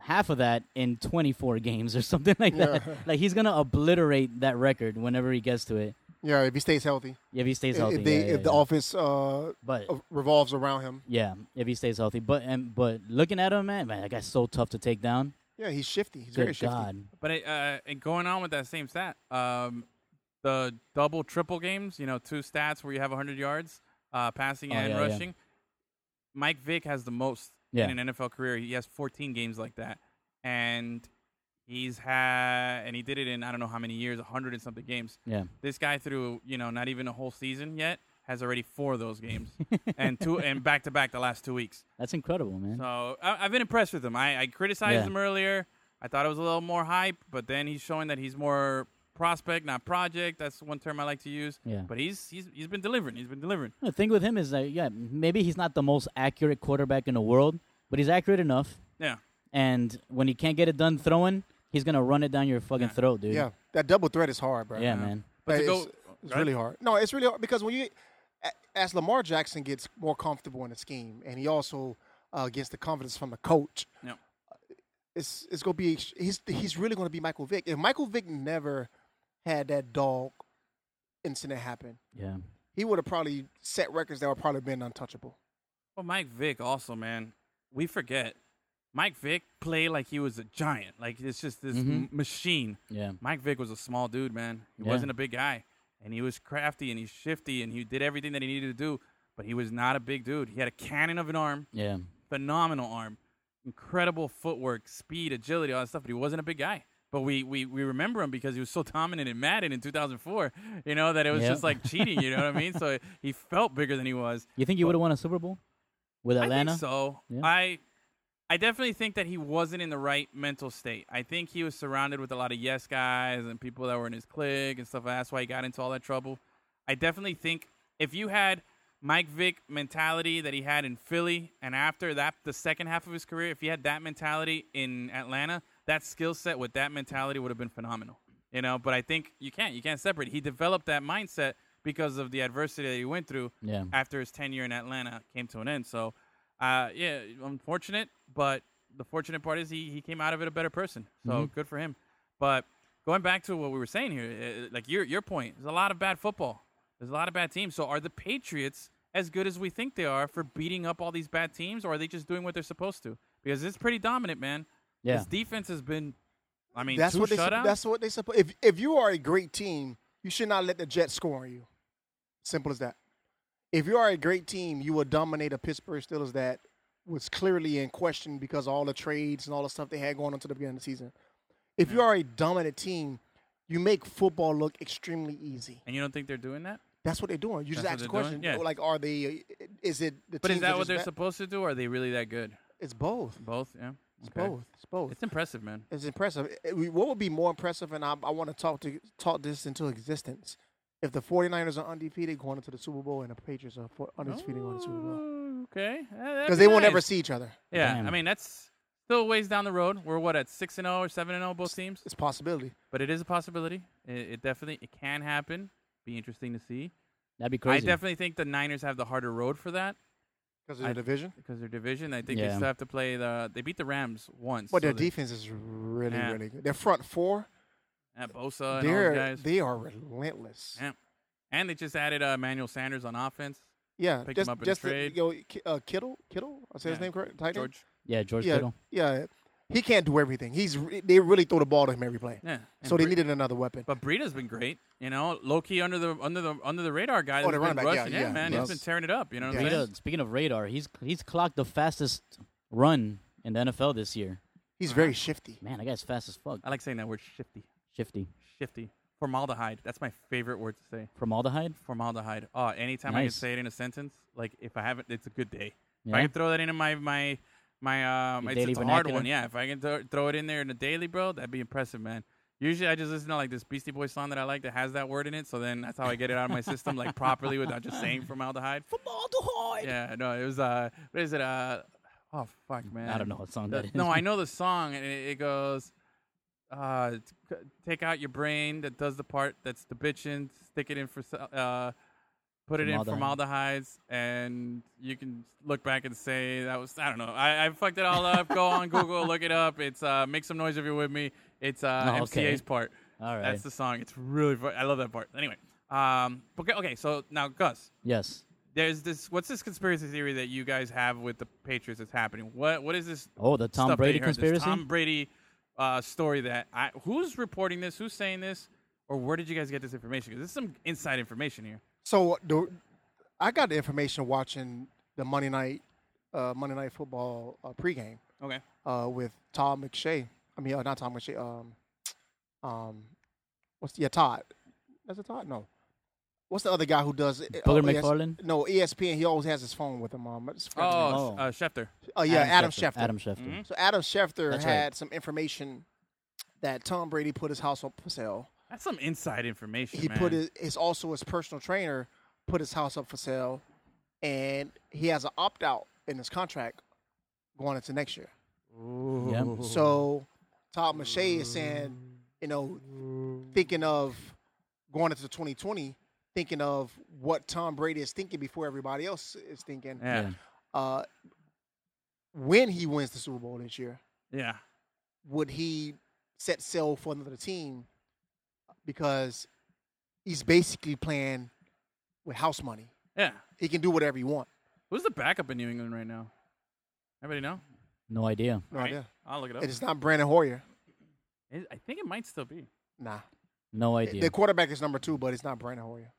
Speaker 5: half of that in 24 games or something like that. like he's going to obliterate that record whenever he gets to it.
Speaker 6: Yeah, if he stays healthy.
Speaker 5: If he stays
Speaker 6: If-
Speaker 5: healthy.
Speaker 6: if they,
Speaker 5: yeah, yeah,
Speaker 6: if the
Speaker 5: yeah.
Speaker 6: offense uh,
Speaker 5: but
Speaker 6: revolves around him.
Speaker 5: yeah, if he stays healthy. But and but looking at him, man, man, that guy's so tough to take down.
Speaker 6: Yeah, he's shifty. He's very
Speaker 5: Good
Speaker 6: shifty.
Speaker 5: God.
Speaker 4: But it, uh, and going on with that same stat, um, the double triple games, you know, two stats where you have 100 yards, uh, passing
Speaker 5: Oh,
Speaker 4: and
Speaker 5: yeah, yeah.
Speaker 4: rushing. Mike Vick has the most
Speaker 5: Yeah.
Speaker 4: in an NFL career. He has 14 games like that, and he's had and he did it in I don't know how many years, 100 and something games.
Speaker 5: Yeah.
Speaker 4: This guy through you know not even a whole season yet has already four of those games and two and back to back the last two weeks.
Speaker 5: That's incredible, man.
Speaker 4: So I, I've been impressed with him. I, I criticized
Speaker 5: Yeah.
Speaker 4: him earlier. I thought it was a little more hype, but then he's showing that he's more prospect, not project. That's one term I like to use.
Speaker 5: Yeah.
Speaker 4: But he's he's he's been delivering. He's been delivering.
Speaker 5: the thing with him is that yeah, maybe he's not the most accurate quarterback in the world, but he's accurate enough.
Speaker 4: Yeah.
Speaker 5: And when he can't get it done throwing, he's gonna run it down your fucking throat, dude.
Speaker 6: Yeah, that double threat is hard, bro.
Speaker 5: Yeah, man.
Speaker 4: But to
Speaker 6: it's,
Speaker 4: go
Speaker 6: it's
Speaker 4: right?
Speaker 6: really hard. No, it's really hard because when you, a- as Lamar Jackson gets more comfortable in the scheme, and he also uh, gets the confidence from the coach. uh,
Speaker 4: Yeah.
Speaker 6: It's it's gonna be he's he's really gonna be Michael Vick. If Michael Vick never had that dog incident happen,
Speaker 5: Yeah.
Speaker 6: he would have probably set records that would probably been untouchable.
Speaker 4: Well, Oh, Mike Vick also, man. We forget. Mike Vick played like he was a giant. Like it's just this m- machine.
Speaker 5: Yeah.
Speaker 4: Mike Vick was a small dude, man. He
Speaker 5: Mm-hmm. Yeah.
Speaker 4: wasn't a big guy, and he was crafty and he's shifty and he did everything that he needed to do. But he was not a big dude. He had a cannon of an arm.
Speaker 5: Yeah.
Speaker 4: phenomenal arm, incredible footwork, speed, agility, all that stuff. But he wasn't a big guy. But we, we, we remember him because he was so dominant in Madden in 2004, you know, that it was
Speaker 5: Yeah.
Speaker 4: just like cheating, you know what I mean? So he felt bigger than he was.
Speaker 5: You think you would have won a Super Bowl with Atlanta?
Speaker 4: I think so.
Speaker 5: Yeah.
Speaker 4: I I definitely think that he wasn't in the right mental state. I think he was surrounded with a lot of yes guys and people that were in his clique and stuff. That's why he got into all that trouble. I definitely think if you had Mike Vick mentality that he had in Philly and after that the second half of his career, if he had that mentality in Atlanta, that skill set with that mentality would have been phenomenal. You know, but I think you can't. You can't separate. He developed that mindset because of the adversity that he went through
Speaker 5: Yeah.
Speaker 4: after his tenure in Atlanta came to an end. So, uh, yeah, unfortunate, but the fortunate part is he, he came out of it a better person. So good for him. But going back to what we were saying here, uh, like your your point, there's a lot of bad football. There's a lot of bad teams. So are the Patriots as good as we think they are for beating up all these bad teams, or are they just doing what they're supposed to? Because it's pretty dominant, man.
Speaker 5: Yeah.
Speaker 4: His defense has been, I mean,
Speaker 6: that's
Speaker 4: two
Speaker 6: what they sup-
Speaker 4: shutouts.
Speaker 6: that's what they suppose. If if you are a great team, you should not let the Jets score on you. Simple as that. If you are a great team, you will dominate a Pittsburgh Steelers that was clearly in question because of all the trades and all the stuff they had going on to the beginning of the season. If you are a dominant team, you make football look extremely easy.
Speaker 4: And you don't think they're doing that?
Speaker 6: That's what they're doing. You just
Speaker 4: That's
Speaker 6: ask the
Speaker 4: what they're
Speaker 6: question,
Speaker 4: doing? Yeah.
Speaker 6: like, are they? Is it the?
Speaker 4: But is
Speaker 6: teams are
Speaker 4: that what
Speaker 6: just
Speaker 4: they're
Speaker 6: bad?
Speaker 4: supposed to do? Or are they really that good?
Speaker 6: It's both.
Speaker 4: Both, yeah.
Speaker 6: It's
Speaker 4: Okay.
Speaker 6: both. It's both.
Speaker 4: It's impressive, man.
Speaker 6: It's impressive. It- it- we- what would be more impressive, and I, I want to talk to talk this into existence, if the 49ers are undefeated going into the Super Bowl and the Patriots are for, undefeated going to the Super Bowl.
Speaker 4: Ooh, Okay,
Speaker 6: Because they won't
Speaker 4: ever
Speaker 6: ever see each other.
Speaker 4: Yeah, I
Speaker 5: Damn.
Speaker 4: mean that's still a ways down the road. We're what at six and zero or seven and zero both teams,
Speaker 6: It's a possibility.
Speaker 4: but it is a possibility. It, it definitely it can happen. Be interesting to see.
Speaker 5: That'd be crazy.
Speaker 4: I definitely think the Niners have the harder road for that
Speaker 6: Because
Speaker 4: of their I-
Speaker 6: division?
Speaker 4: because their division. I think they
Speaker 5: Yeah.
Speaker 4: still have to play the. They beat the Rams once.
Speaker 6: But
Speaker 4: so
Speaker 6: their
Speaker 4: they-
Speaker 6: defense is really,
Speaker 4: Yeah.
Speaker 6: really good. Their front four,
Speaker 4: at Bosa and all those
Speaker 6: they're,
Speaker 4: guys,
Speaker 6: they are relentless.
Speaker 4: Yeah. and they just added uh, Manuel Sanders on offense.
Speaker 6: Yeah.
Speaker 4: Picked
Speaker 6: just
Speaker 4: him up in a
Speaker 6: just the-
Speaker 4: trade.
Speaker 6: yo, Ki- uh, Kittle? Kittle? I say his
Speaker 4: Yeah.
Speaker 6: name correct? Tight end?
Speaker 4: George.
Speaker 5: yeah, George
Speaker 6: yeah,
Speaker 5: Kittle.
Speaker 6: Yeah. He can't do everything. He's re- They really throw the ball to him every play.
Speaker 4: Yeah. and
Speaker 6: So they
Speaker 4: Bre-
Speaker 6: needed another weapon.
Speaker 4: But Breida's been great, you know, low key under the under the under the radar guy.
Speaker 6: Oh,
Speaker 4: that's
Speaker 6: the
Speaker 4: been
Speaker 6: running back, yeah,
Speaker 4: rushing. Yeah,
Speaker 6: yeah,
Speaker 4: man,
Speaker 6: yes.
Speaker 4: he's been tearing it up. You know what I'm
Speaker 6: Yeah.
Speaker 4: saying?
Speaker 5: Rita, speaking of radar, he's he's clocked the fastest run in the NFL this year.
Speaker 6: He's very shifty.
Speaker 5: Man, that guy's fast as fuck.
Speaker 4: I like saying that word shifty.
Speaker 5: Shifty.
Speaker 4: Shifty. Formaldehyde. That's my favorite word to say.
Speaker 5: Formaldehyde?
Speaker 4: Formaldehyde. Oh, anytime I can
Speaker 5: Nice.
Speaker 4: say it in a sentence, like if I haven't, it's a good day. If I
Speaker 5: Yeah.
Speaker 4: can throw that into my my my um,
Speaker 5: Your
Speaker 4: it's,
Speaker 5: daily
Speaker 4: it's a hard
Speaker 5: vernacular?
Speaker 4: one. Yeah, if I can th- throw it in there in a daily, bro, that'd be impressive, man. Usually I just listen to like this Beastie Boy song that I like that has that word in it, so then that's how I get it out of my system like properly without just saying formaldehyde.
Speaker 5: Formaldehyde!
Speaker 4: Yeah, no, it was uh, what is it? Uh, oh fuck, man,
Speaker 5: I don't know what song
Speaker 4: The-
Speaker 5: that is.
Speaker 4: No, I know the song, and it, it goes, uh, t- c- take out your brain that does the part that's the bitching, stick it in for, se- uh, put it in
Speaker 5: Formaldehyde.
Speaker 4: formaldehydes, and you can look back and say that was I don't know. I, I fucked it all up. Go on Google, look it up. It's uh, make some noise if you're with me. It's uh,
Speaker 5: Oh, okay.
Speaker 4: MCA's part.
Speaker 5: All right.
Speaker 4: That's the song. It's really fu- I love that part. Anyway, um, okay, okay. So now Gus,
Speaker 5: yes.
Speaker 4: there's this what's this conspiracy theory that you guys have with the Patriots that's happening? What what is this
Speaker 5: Oh, the
Speaker 4: stuff
Speaker 5: Tom
Speaker 4: that
Speaker 5: Brady
Speaker 4: you heard, this
Speaker 5: conspiracy?
Speaker 4: Tom Brady uh, story that I who's reporting this? Who's saying this? Or where did you guys get this information? Because this is some inside information here.
Speaker 6: So the, I got the information watching the Monday night, uh, Monday night football uh, pregame
Speaker 4: Okay.
Speaker 6: uh, with Tom McShay. I mean, uh, not Tom McShay. Um, um, what's yeah Todd? That's it Todd? No. What's the other guy who does? it? Oh, E
Speaker 5: Booger
Speaker 6: ES
Speaker 5: McFarlane?
Speaker 6: no, ESPN. He always has his phone with him. Um, I just
Speaker 4: Oh,
Speaker 6: forgot his name.
Speaker 5: Oh.
Speaker 4: Uh, Schefter. Mm-hmm.
Speaker 6: Oh, yeah, Adam, Schefter.
Speaker 5: Adam Schefter.
Speaker 6: So Adam Schefter
Speaker 5: That's right.
Speaker 6: had some information that Tom Brady put his house up for sale.
Speaker 4: That's some inside information.
Speaker 6: he
Speaker 4: man.
Speaker 6: put his, his also his personal trainer put his house up for sale, and he has an opt out in his contract going into next year. Mm-hmm.
Speaker 5: Yeah.
Speaker 6: So Todd Mache is saying, you know, thinking of going into 2020, thinking of what Tom Brady is thinking before everybody else is thinking.
Speaker 4: Yeah.
Speaker 5: Yeah.
Speaker 6: Uh, when he wins the Super Bowl this year,
Speaker 4: Yeah.
Speaker 6: would he set sail for another team because he's basically playing with house money.
Speaker 4: Yeah.
Speaker 6: He can do whatever he want.
Speaker 4: Who's the backup in New England right now? Everybody know?
Speaker 5: No idea.
Speaker 6: No
Speaker 4: Right.
Speaker 6: idea.
Speaker 4: I'll look it up.
Speaker 6: And it's not Brandon Hoyer.
Speaker 4: It- I think it might still be.
Speaker 6: Nah.
Speaker 5: No idea.
Speaker 6: The quarterback is number two, but it's not Brandon Hoyer.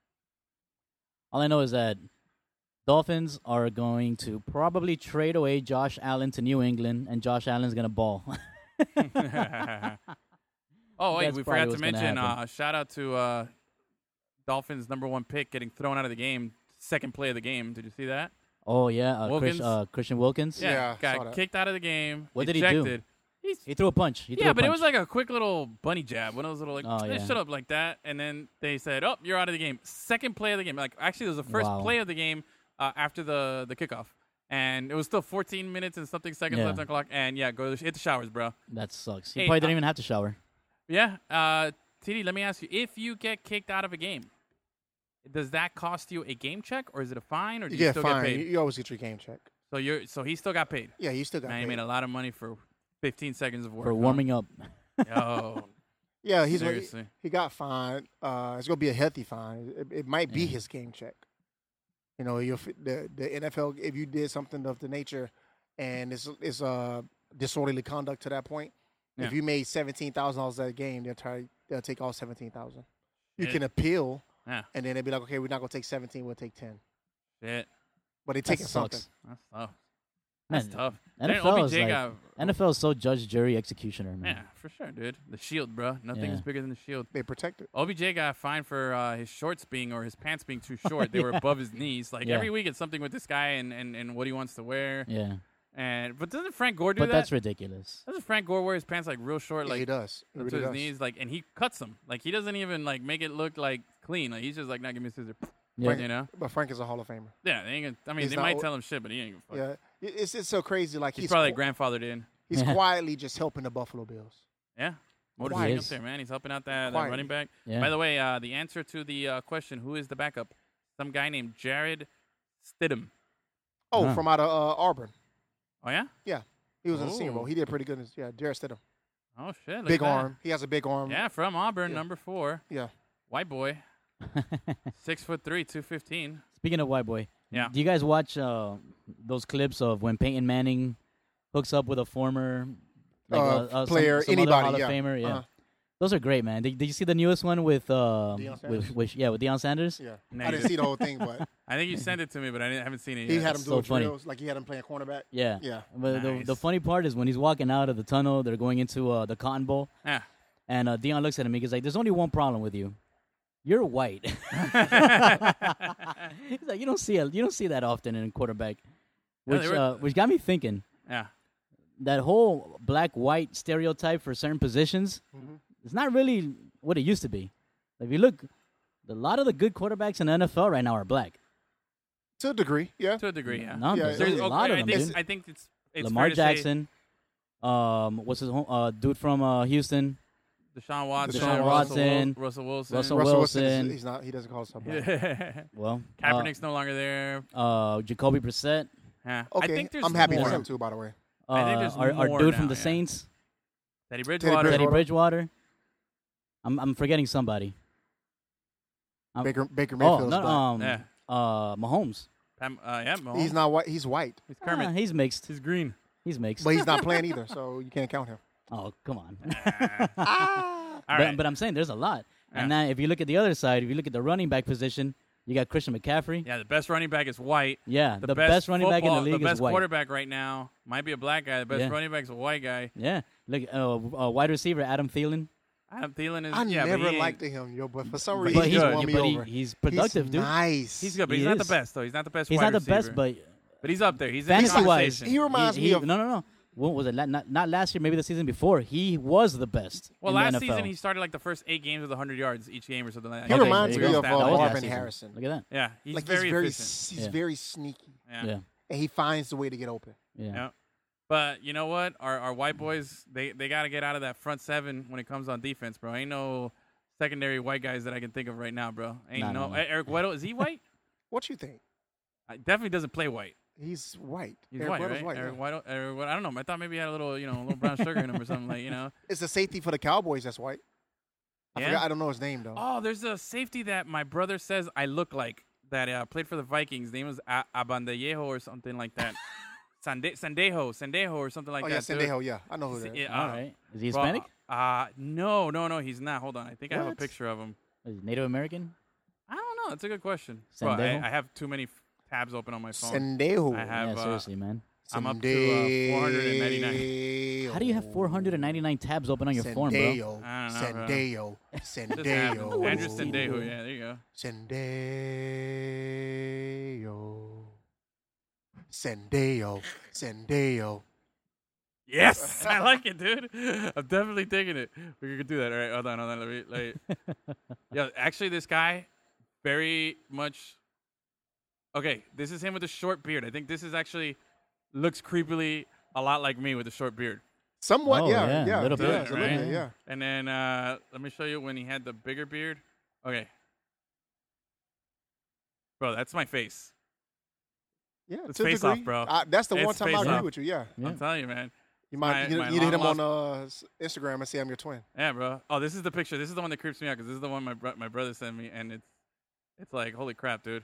Speaker 5: All I know is that Dolphins are going to probably trade away Josh Allen to New England, and Josh Allen's going to ball.
Speaker 4: oh, wait,
Speaker 5: That's
Speaker 4: we
Speaker 5: probably
Speaker 4: forgot to
Speaker 5: what's gonna
Speaker 4: mention
Speaker 5: happen.
Speaker 4: uh, shout out to uh, Dolphins' number one pick getting thrown out of the game, second play of the game. Did you see that?
Speaker 5: oh, yeah. Uh, Chris,
Speaker 4: Wilkins?
Speaker 5: uh, Christian Wilkins.
Speaker 6: Yeah, saw
Speaker 4: got
Speaker 6: that.
Speaker 4: kicked out of the game.
Speaker 5: What did he do?
Speaker 4: ejected. He's,
Speaker 5: He threw a punch. He threw
Speaker 4: yeah,
Speaker 5: a
Speaker 4: but it was
Speaker 5: punch.
Speaker 4: like a quick little bunny jab. One of those little like,
Speaker 5: Oh,
Speaker 4: "Hey,
Speaker 5: yeah.
Speaker 4: shut up like that, and then they said, "Oh, you're out of the game." Second play of the game. Like actually, it was the first
Speaker 5: Wow.
Speaker 4: play of the game uh, after the the kickoff, and it was still 14 minutes and something seconds
Speaker 5: Yeah.
Speaker 4: left on the clock. And yeah, go to the sh- hit the showers, bro.
Speaker 5: That sucks. He
Speaker 4: Hey,
Speaker 5: probably didn't
Speaker 4: I-
Speaker 5: even have to shower.
Speaker 4: Yeah, uh, TD. Let me ask you: If you get kicked out of a game, does that cost you a game check, or is it a fine, or do
Speaker 6: You
Speaker 4: you
Speaker 6: get
Speaker 4: still
Speaker 6: fined.
Speaker 4: get
Speaker 6: You,
Speaker 4: paid?
Speaker 6: you always get your game check.
Speaker 4: So you're so he still got paid.
Speaker 6: Yeah, you still got
Speaker 4: Man, he
Speaker 6: paid.
Speaker 4: made a lot of money for 15 seconds of work.
Speaker 5: for warming up.
Speaker 4: Oh,
Speaker 6: yeah, he's
Speaker 4: Seriously.
Speaker 6: he, he got fined. Uh, it's gonna be a healthy fine. It, it might
Speaker 4: Mm.
Speaker 6: be his game check. You know, your f- the the NFL if you did something of the nature, and it's it's uh, disorderly conduct to that point. If
Speaker 4: Yeah.
Speaker 6: you made seventeen thousand dollars that game, they'll try they'll take all seventeen thousand. You
Speaker 4: Shit.
Speaker 6: can appeal,
Speaker 4: yeah,
Speaker 6: and then they'd be like, okay, we're not gonna take seventeen, we'll take ten.
Speaker 4: shit.
Speaker 6: But they're
Speaker 5: That
Speaker 6: taking something.
Speaker 5: sucks.
Speaker 4: That's tough. That's tough. And
Speaker 5: Man, NFL is
Speaker 4: OBJ
Speaker 5: like,
Speaker 4: got-
Speaker 5: NFL is so judge, jury, executioner, man.
Speaker 4: yeah, for sure, dude. The shield, bro. Nothing
Speaker 5: Yeah.
Speaker 4: is bigger than the shield.
Speaker 6: They protect it.
Speaker 4: OBJ got fined for uh, his shorts being or his pants being too short. They were above his knees. Like
Speaker 5: Yeah.
Speaker 4: every week, it's something with this guy and, and, and what he wants to wear.
Speaker 5: Yeah,
Speaker 4: And but doesn't Frank Gore do
Speaker 5: but
Speaker 4: that?
Speaker 5: that's ridiculous.
Speaker 4: doesn't Frank Gore wear his pants like real short,
Speaker 6: Like,
Speaker 4: like
Speaker 6: he does. He
Speaker 4: up
Speaker 6: really
Speaker 4: to his
Speaker 6: does.
Speaker 4: knees, like and he cuts them. Like he doesn't even like make it look like clean. Like he's just like, not give me a scissor.
Speaker 5: Yeah.
Speaker 4: You know?
Speaker 6: But Frank is a Hall of Famer.
Speaker 4: Yeah, they ain't gonna, I mean,
Speaker 6: He's
Speaker 4: they
Speaker 6: not
Speaker 4: might
Speaker 6: o-
Speaker 4: tell him shit, but he ain't gonna fuck.
Speaker 6: Yeah, It- it's it's so crazy. Like
Speaker 4: He's,
Speaker 6: he's
Speaker 4: probably
Speaker 6: qui-
Speaker 4: grandfathered in.
Speaker 6: he's quietly just helping the Buffalo Bills.
Speaker 4: Yeah.
Speaker 5: He
Speaker 4: Motivating up
Speaker 5: is.
Speaker 4: there, man. He's helping out that, that
Speaker 6: Quietly.
Speaker 4: running back.
Speaker 5: Yeah.
Speaker 4: By the way, uh, the answer to the uh, question, who is the backup? Some guy named Jared Stidham.
Speaker 6: Oh,
Speaker 5: Huh.
Speaker 6: from out of uh, Auburn.
Speaker 4: Oh, yeah?
Speaker 6: He was in the senior
Speaker 4: Oh.
Speaker 6: bowl. He did pretty good. in his- Yeah, Jared Stidham.
Speaker 4: Oh, shit. look at
Speaker 6: Big
Speaker 4: that.
Speaker 6: arm. He has a big arm.
Speaker 4: Yeah, from Auburn,
Speaker 6: Yeah.
Speaker 4: number four.
Speaker 6: Yeah.
Speaker 4: White boy. Six foot three, 215.
Speaker 5: Speaking of white boy,
Speaker 4: Yeah.
Speaker 5: do you guys watch uh, those clips of when Peyton Manning hooks up with a former
Speaker 6: Uh,
Speaker 5: some-
Speaker 6: player,
Speaker 5: some other
Speaker 6: anybody,
Speaker 5: Hall of
Speaker 6: yeah.
Speaker 5: Famer? Yeah,
Speaker 6: Uh-huh.
Speaker 5: those are great, man. Did, did you see the newest one with uh,
Speaker 6: Deion
Speaker 5: with,
Speaker 6: Sanders?
Speaker 5: with yeah with Deion Sanders?
Speaker 6: Yeah.
Speaker 4: No,
Speaker 6: I
Speaker 4: you
Speaker 6: didn't
Speaker 4: didn't.
Speaker 6: see the whole thing, but
Speaker 4: I think you sent it to me, but I didn't, haven't seen it yet.
Speaker 6: he had him
Speaker 5: That's
Speaker 6: doing
Speaker 5: so funny.
Speaker 6: drills. Like he had him playing cornerback.
Speaker 5: Yeah.
Speaker 6: Yeah.
Speaker 5: But the, the
Speaker 4: Nice.
Speaker 5: funny part is when he's walking out of the tunnel, they're going into uh, the Cotton Bowl,
Speaker 4: Yeah.
Speaker 5: and uh, Dion looks at him. He's like, "There's only one problem with you. You're white." he's like, "You don't see a, you don't see that often in a quarterback,"
Speaker 4: Yeah,
Speaker 5: which
Speaker 4: they were-
Speaker 5: uh, which got me thinking
Speaker 4: Yeah.
Speaker 5: that whole black white stereotype for certain positions
Speaker 6: Mm-hmm.
Speaker 5: it's not really what it used to be. If you look, a lot of the good quarterbacks in the NFL right now are black.
Speaker 6: To a degree. Yeah.
Speaker 4: To a degree, yeah.
Speaker 5: No,
Speaker 6: Yeah,
Speaker 5: there's,
Speaker 6: there's
Speaker 5: a
Speaker 4: okay,
Speaker 5: lot of
Speaker 4: I
Speaker 5: them,
Speaker 4: think,
Speaker 5: dude.
Speaker 4: I think it's, it's
Speaker 5: Lamar
Speaker 4: fair to say
Speaker 5: Jackson, um, what's his home, uh, dude from uh, Houston?
Speaker 4: Deshaun Watson.
Speaker 6: Deshaun
Speaker 4: Russell Wil-
Speaker 5: Watson.
Speaker 4: Russell Wilson.
Speaker 5: Russell
Speaker 6: Russell Wilson. is-
Speaker 5: Wilson.
Speaker 6: He's not. He doesn't call himself. black.
Speaker 5: Well, uh,
Speaker 4: Kaepernick's no longer there.
Speaker 5: uh, Jacoby Brissett,
Speaker 4: Yeah.
Speaker 6: Okay.
Speaker 4: I think there's
Speaker 6: am happy
Speaker 4: more.
Speaker 6: for him too. By the way.
Speaker 5: uh,
Speaker 4: I think there's
Speaker 5: our, our
Speaker 4: more
Speaker 5: dude
Speaker 4: now,
Speaker 5: from the
Speaker 4: yeah.
Speaker 5: Saints,
Speaker 4: Teddy Bridgewater.
Speaker 5: Teddy
Speaker 6: Bridgewater.
Speaker 5: Bridgewater. I'm I'm forgetting somebody. Um,
Speaker 6: Baker Baker
Speaker 5: Oh
Speaker 6: Mayfield's
Speaker 5: no, um,
Speaker 4: Yeah.
Speaker 5: uh, Mahomes.
Speaker 4: Pam- uh, yeah, Mahomes.
Speaker 6: black. He's not white. He's white,
Speaker 4: He's Kermit.
Speaker 5: Ah, he's mixed.
Speaker 4: he's green.
Speaker 5: He's mixed.
Speaker 6: but he's not playing either, so you can't count him.
Speaker 5: Oh come on.
Speaker 4: All
Speaker 5: but,
Speaker 4: right.
Speaker 5: but I'm saying there's a lot. And
Speaker 4: Yeah.
Speaker 5: now if you look at the other side, if you look at the running back position, you got Christian McCaffrey.
Speaker 4: yeah, the best running back is white.
Speaker 5: Yeah, the, best, running back in the
Speaker 4: football-
Speaker 5: league
Speaker 4: The best
Speaker 5: is white.
Speaker 4: quarterback right now might be a black guy. The best
Speaker 5: Yeah.
Speaker 4: running back's a white guy.
Speaker 5: Yeah, look, uh, uh, wide receiver Adam Thielen.
Speaker 4: Adam Thielen is.
Speaker 6: I
Speaker 4: yeah, but
Speaker 6: never
Speaker 4: he ain't-
Speaker 6: liked him, yo. But for some
Speaker 4: But
Speaker 6: reason,
Speaker 4: he's
Speaker 6: he's
Speaker 4: good.
Speaker 6: won me
Speaker 5: But he-
Speaker 6: over.
Speaker 5: he's productive, dude.
Speaker 6: Nice.
Speaker 4: He's good, but
Speaker 5: He
Speaker 4: he's not
Speaker 5: is.
Speaker 4: the best though. He's not the best.
Speaker 5: He's
Speaker 4: wide
Speaker 5: not the best,
Speaker 4: receiver.
Speaker 5: but
Speaker 4: but he's up there. He's in the
Speaker 5: fantasy-wise,
Speaker 4: conversation.
Speaker 6: he reminds
Speaker 5: he-
Speaker 6: me of
Speaker 5: no, no, no. What was it? La- Not, not last year, maybe the season before. He was the best.
Speaker 4: Well,
Speaker 5: in the
Speaker 4: last
Speaker 5: NFL.
Speaker 4: season he started like the first eight games with 100 yards each game or something like that.
Speaker 6: He
Speaker 4: Okay,
Speaker 6: reminds
Speaker 4: weird
Speaker 6: me of,
Speaker 4: stat
Speaker 6: uh,
Speaker 4: line.
Speaker 5: That was last
Speaker 6: Marvin
Speaker 5: season.
Speaker 6: Harrison.
Speaker 5: Look at that.
Speaker 4: Yeah, he's
Speaker 6: like
Speaker 4: very
Speaker 6: he's very
Speaker 4: efficient.
Speaker 6: s- he's
Speaker 5: Yeah.
Speaker 6: very sneaky,
Speaker 4: Yeah.
Speaker 5: Yeah,
Speaker 6: and he finds the way to get open.
Speaker 5: yeah.
Speaker 4: Yeah. But you know what? Our our white boys, they they got to get out of that front seven when it comes on defense, bro. Ain't no secondary white guys that I can think of right now, bro. Ain't
Speaker 5: Nah,
Speaker 4: no,
Speaker 5: nah, nah.
Speaker 4: Eh, Eric Weddle is he white?
Speaker 6: What you think?
Speaker 4: Uh, definitely doesn't play white.
Speaker 6: He's white.
Speaker 4: He's
Speaker 6: Eric
Speaker 4: white,
Speaker 6: Weddle's
Speaker 4: right? Eric
Speaker 6: yeah.
Speaker 4: Weddle, Eric Weddle- I don't know. I thought maybe he had a little, you know, a little brown sugar in him or something like, you know.
Speaker 6: It's the safety for the Cowboys that's white. I
Speaker 4: Yeah?
Speaker 6: forgot. I don't know his name though.
Speaker 4: Oh, there's a safety that my brother says I look like that uh, played for the Vikings. Name was a- Abandejo or something like that. Sande- Sandejo, Sandejo or something like
Speaker 6: oh yeah,
Speaker 4: that. dude.
Speaker 6: Sendejo. Yeah, I know who that is.
Speaker 4: Yeah,
Speaker 5: All
Speaker 4: uh,
Speaker 5: right. Is he
Speaker 4: Well,
Speaker 5: Hispanic?
Speaker 4: Uh, no, no, no, he's not. Hold on. I think I have a
Speaker 5: What?
Speaker 4: picture of him.
Speaker 5: Is he Native American?
Speaker 4: I don't know. That's a good question. Bro, I,
Speaker 5: Sandejo?
Speaker 4: I have too many f- tabs open on my phone.
Speaker 6: Sendejo.
Speaker 4: I have.
Speaker 5: yeah,
Speaker 4: uh,
Speaker 5: seriously, man.
Speaker 4: I'm up to, uh, 499.
Speaker 5: How do you have 499 tabs open on your phone, bro?
Speaker 6: Sendejo.
Speaker 4: I don't know, bro.
Speaker 6: Sendejo.
Speaker 4: just happened.
Speaker 6: Sendejo.
Speaker 4: Andrew Sandejo. Yeah, there you go.
Speaker 6: Sendejo. Sendejo. Sendejo.
Speaker 4: Yes, I like it, dude. I'm definitely digging it. We could do that. All right, hold on, hold on. Let me, let me- Yeah, actually, this guy, very much. Okay, this is him with a short beard. I think this is actually looks creepily a lot like me with a short beard.
Speaker 6: Somewhat,
Speaker 5: Oh,
Speaker 6: yeah,
Speaker 5: yeah, a
Speaker 6: yeah,
Speaker 5: little
Speaker 6: yeah,
Speaker 5: bit,
Speaker 6: it's a
Speaker 4: right?
Speaker 6: little bit, yeah.
Speaker 4: And then uh, let me show you when he had the bigger beard. Okay, bro, that's my face.
Speaker 6: Yeah,
Speaker 4: It's
Speaker 6: to a
Speaker 4: face off,
Speaker 6: degree.
Speaker 4: bro.
Speaker 6: I, that's the one
Speaker 4: It's
Speaker 6: time I
Speaker 4: face
Speaker 6: agree
Speaker 4: off.
Speaker 6: with you. Yeah,
Speaker 5: Yeah.
Speaker 4: I'm telling you, man.
Speaker 6: you might
Speaker 4: my-
Speaker 6: you,
Speaker 4: my
Speaker 6: you hit him
Speaker 4: long-lost-
Speaker 6: on uh, s- Instagram and say I'm your twin.
Speaker 4: Yeah, bro. Oh, this is the picture. This is the one that creeps me out because this is the one my bro- my brother sent me, and it's it's like holy crap, dude.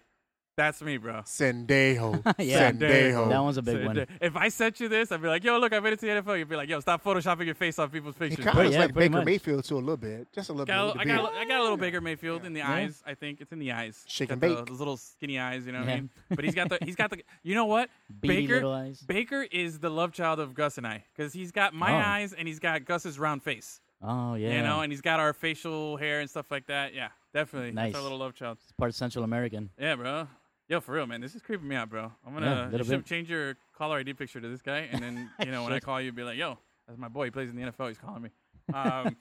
Speaker 4: That's me, bro.
Speaker 6: Sendejo.
Speaker 5: Yeah.
Speaker 6: Sendejo.
Speaker 5: That one's a big
Speaker 4: So,
Speaker 5: one.
Speaker 4: If I sent you this, I'd be like, yo, look, I made it to the NFL. You'd be like, yo, stop photoshopping your face off people's
Speaker 6: He
Speaker 4: pictures.
Speaker 6: kind of looks
Speaker 5: yeah,
Speaker 6: like
Speaker 5: pretty
Speaker 6: Baker
Speaker 5: much.
Speaker 6: Mayfield too a little bit, just a little
Speaker 4: Got a,
Speaker 6: bit.
Speaker 4: I,
Speaker 6: with the
Speaker 4: got a,
Speaker 6: beard.
Speaker 4: li- I got a little Baker Mayfield in the eyes. I think it's in the eyes.
Speaker 6: Shake
Speaker 4: Got
Speaker 6: and
Speaker 4: the-
Speaker 6: bake.
Speaker 4: Those little skinny eyes, you know what
Speaker 5: Yeah.
Speaker 4: I mean? But he's got the he's got the you know what?
Speaker 5: Beady
Speaker 4: Baker
Speaker 5: little eyes.
Speaker 4: Baker is the love child of Gus and I because he's got my
Speaker 5: Oh.
Speaker 4: eyes and he's got Gus's round face,
Speaker 5: Oh yeah.
Speaker 4: you know, and he's got our facial hair and stuff like that. Yeah, definitely.
Speaker 5: Nice.
Speaker 4: That's our little love child.
Speaker 5: part Central American.
Speaker 4: Yeah, bro. Yo, for real, man, this is creeping me out, bro. I'm
Speaker 5: Yeah,
Speaker 4: gonna
Speaker 5: little
Speaker 4: you should
Speaker 5: bit.
Speaker 4: change your caller ID picture to this guy, and then you know when I call you, be like, "Yo, that's my boy. He plays in the NFL. He's calling me." Um,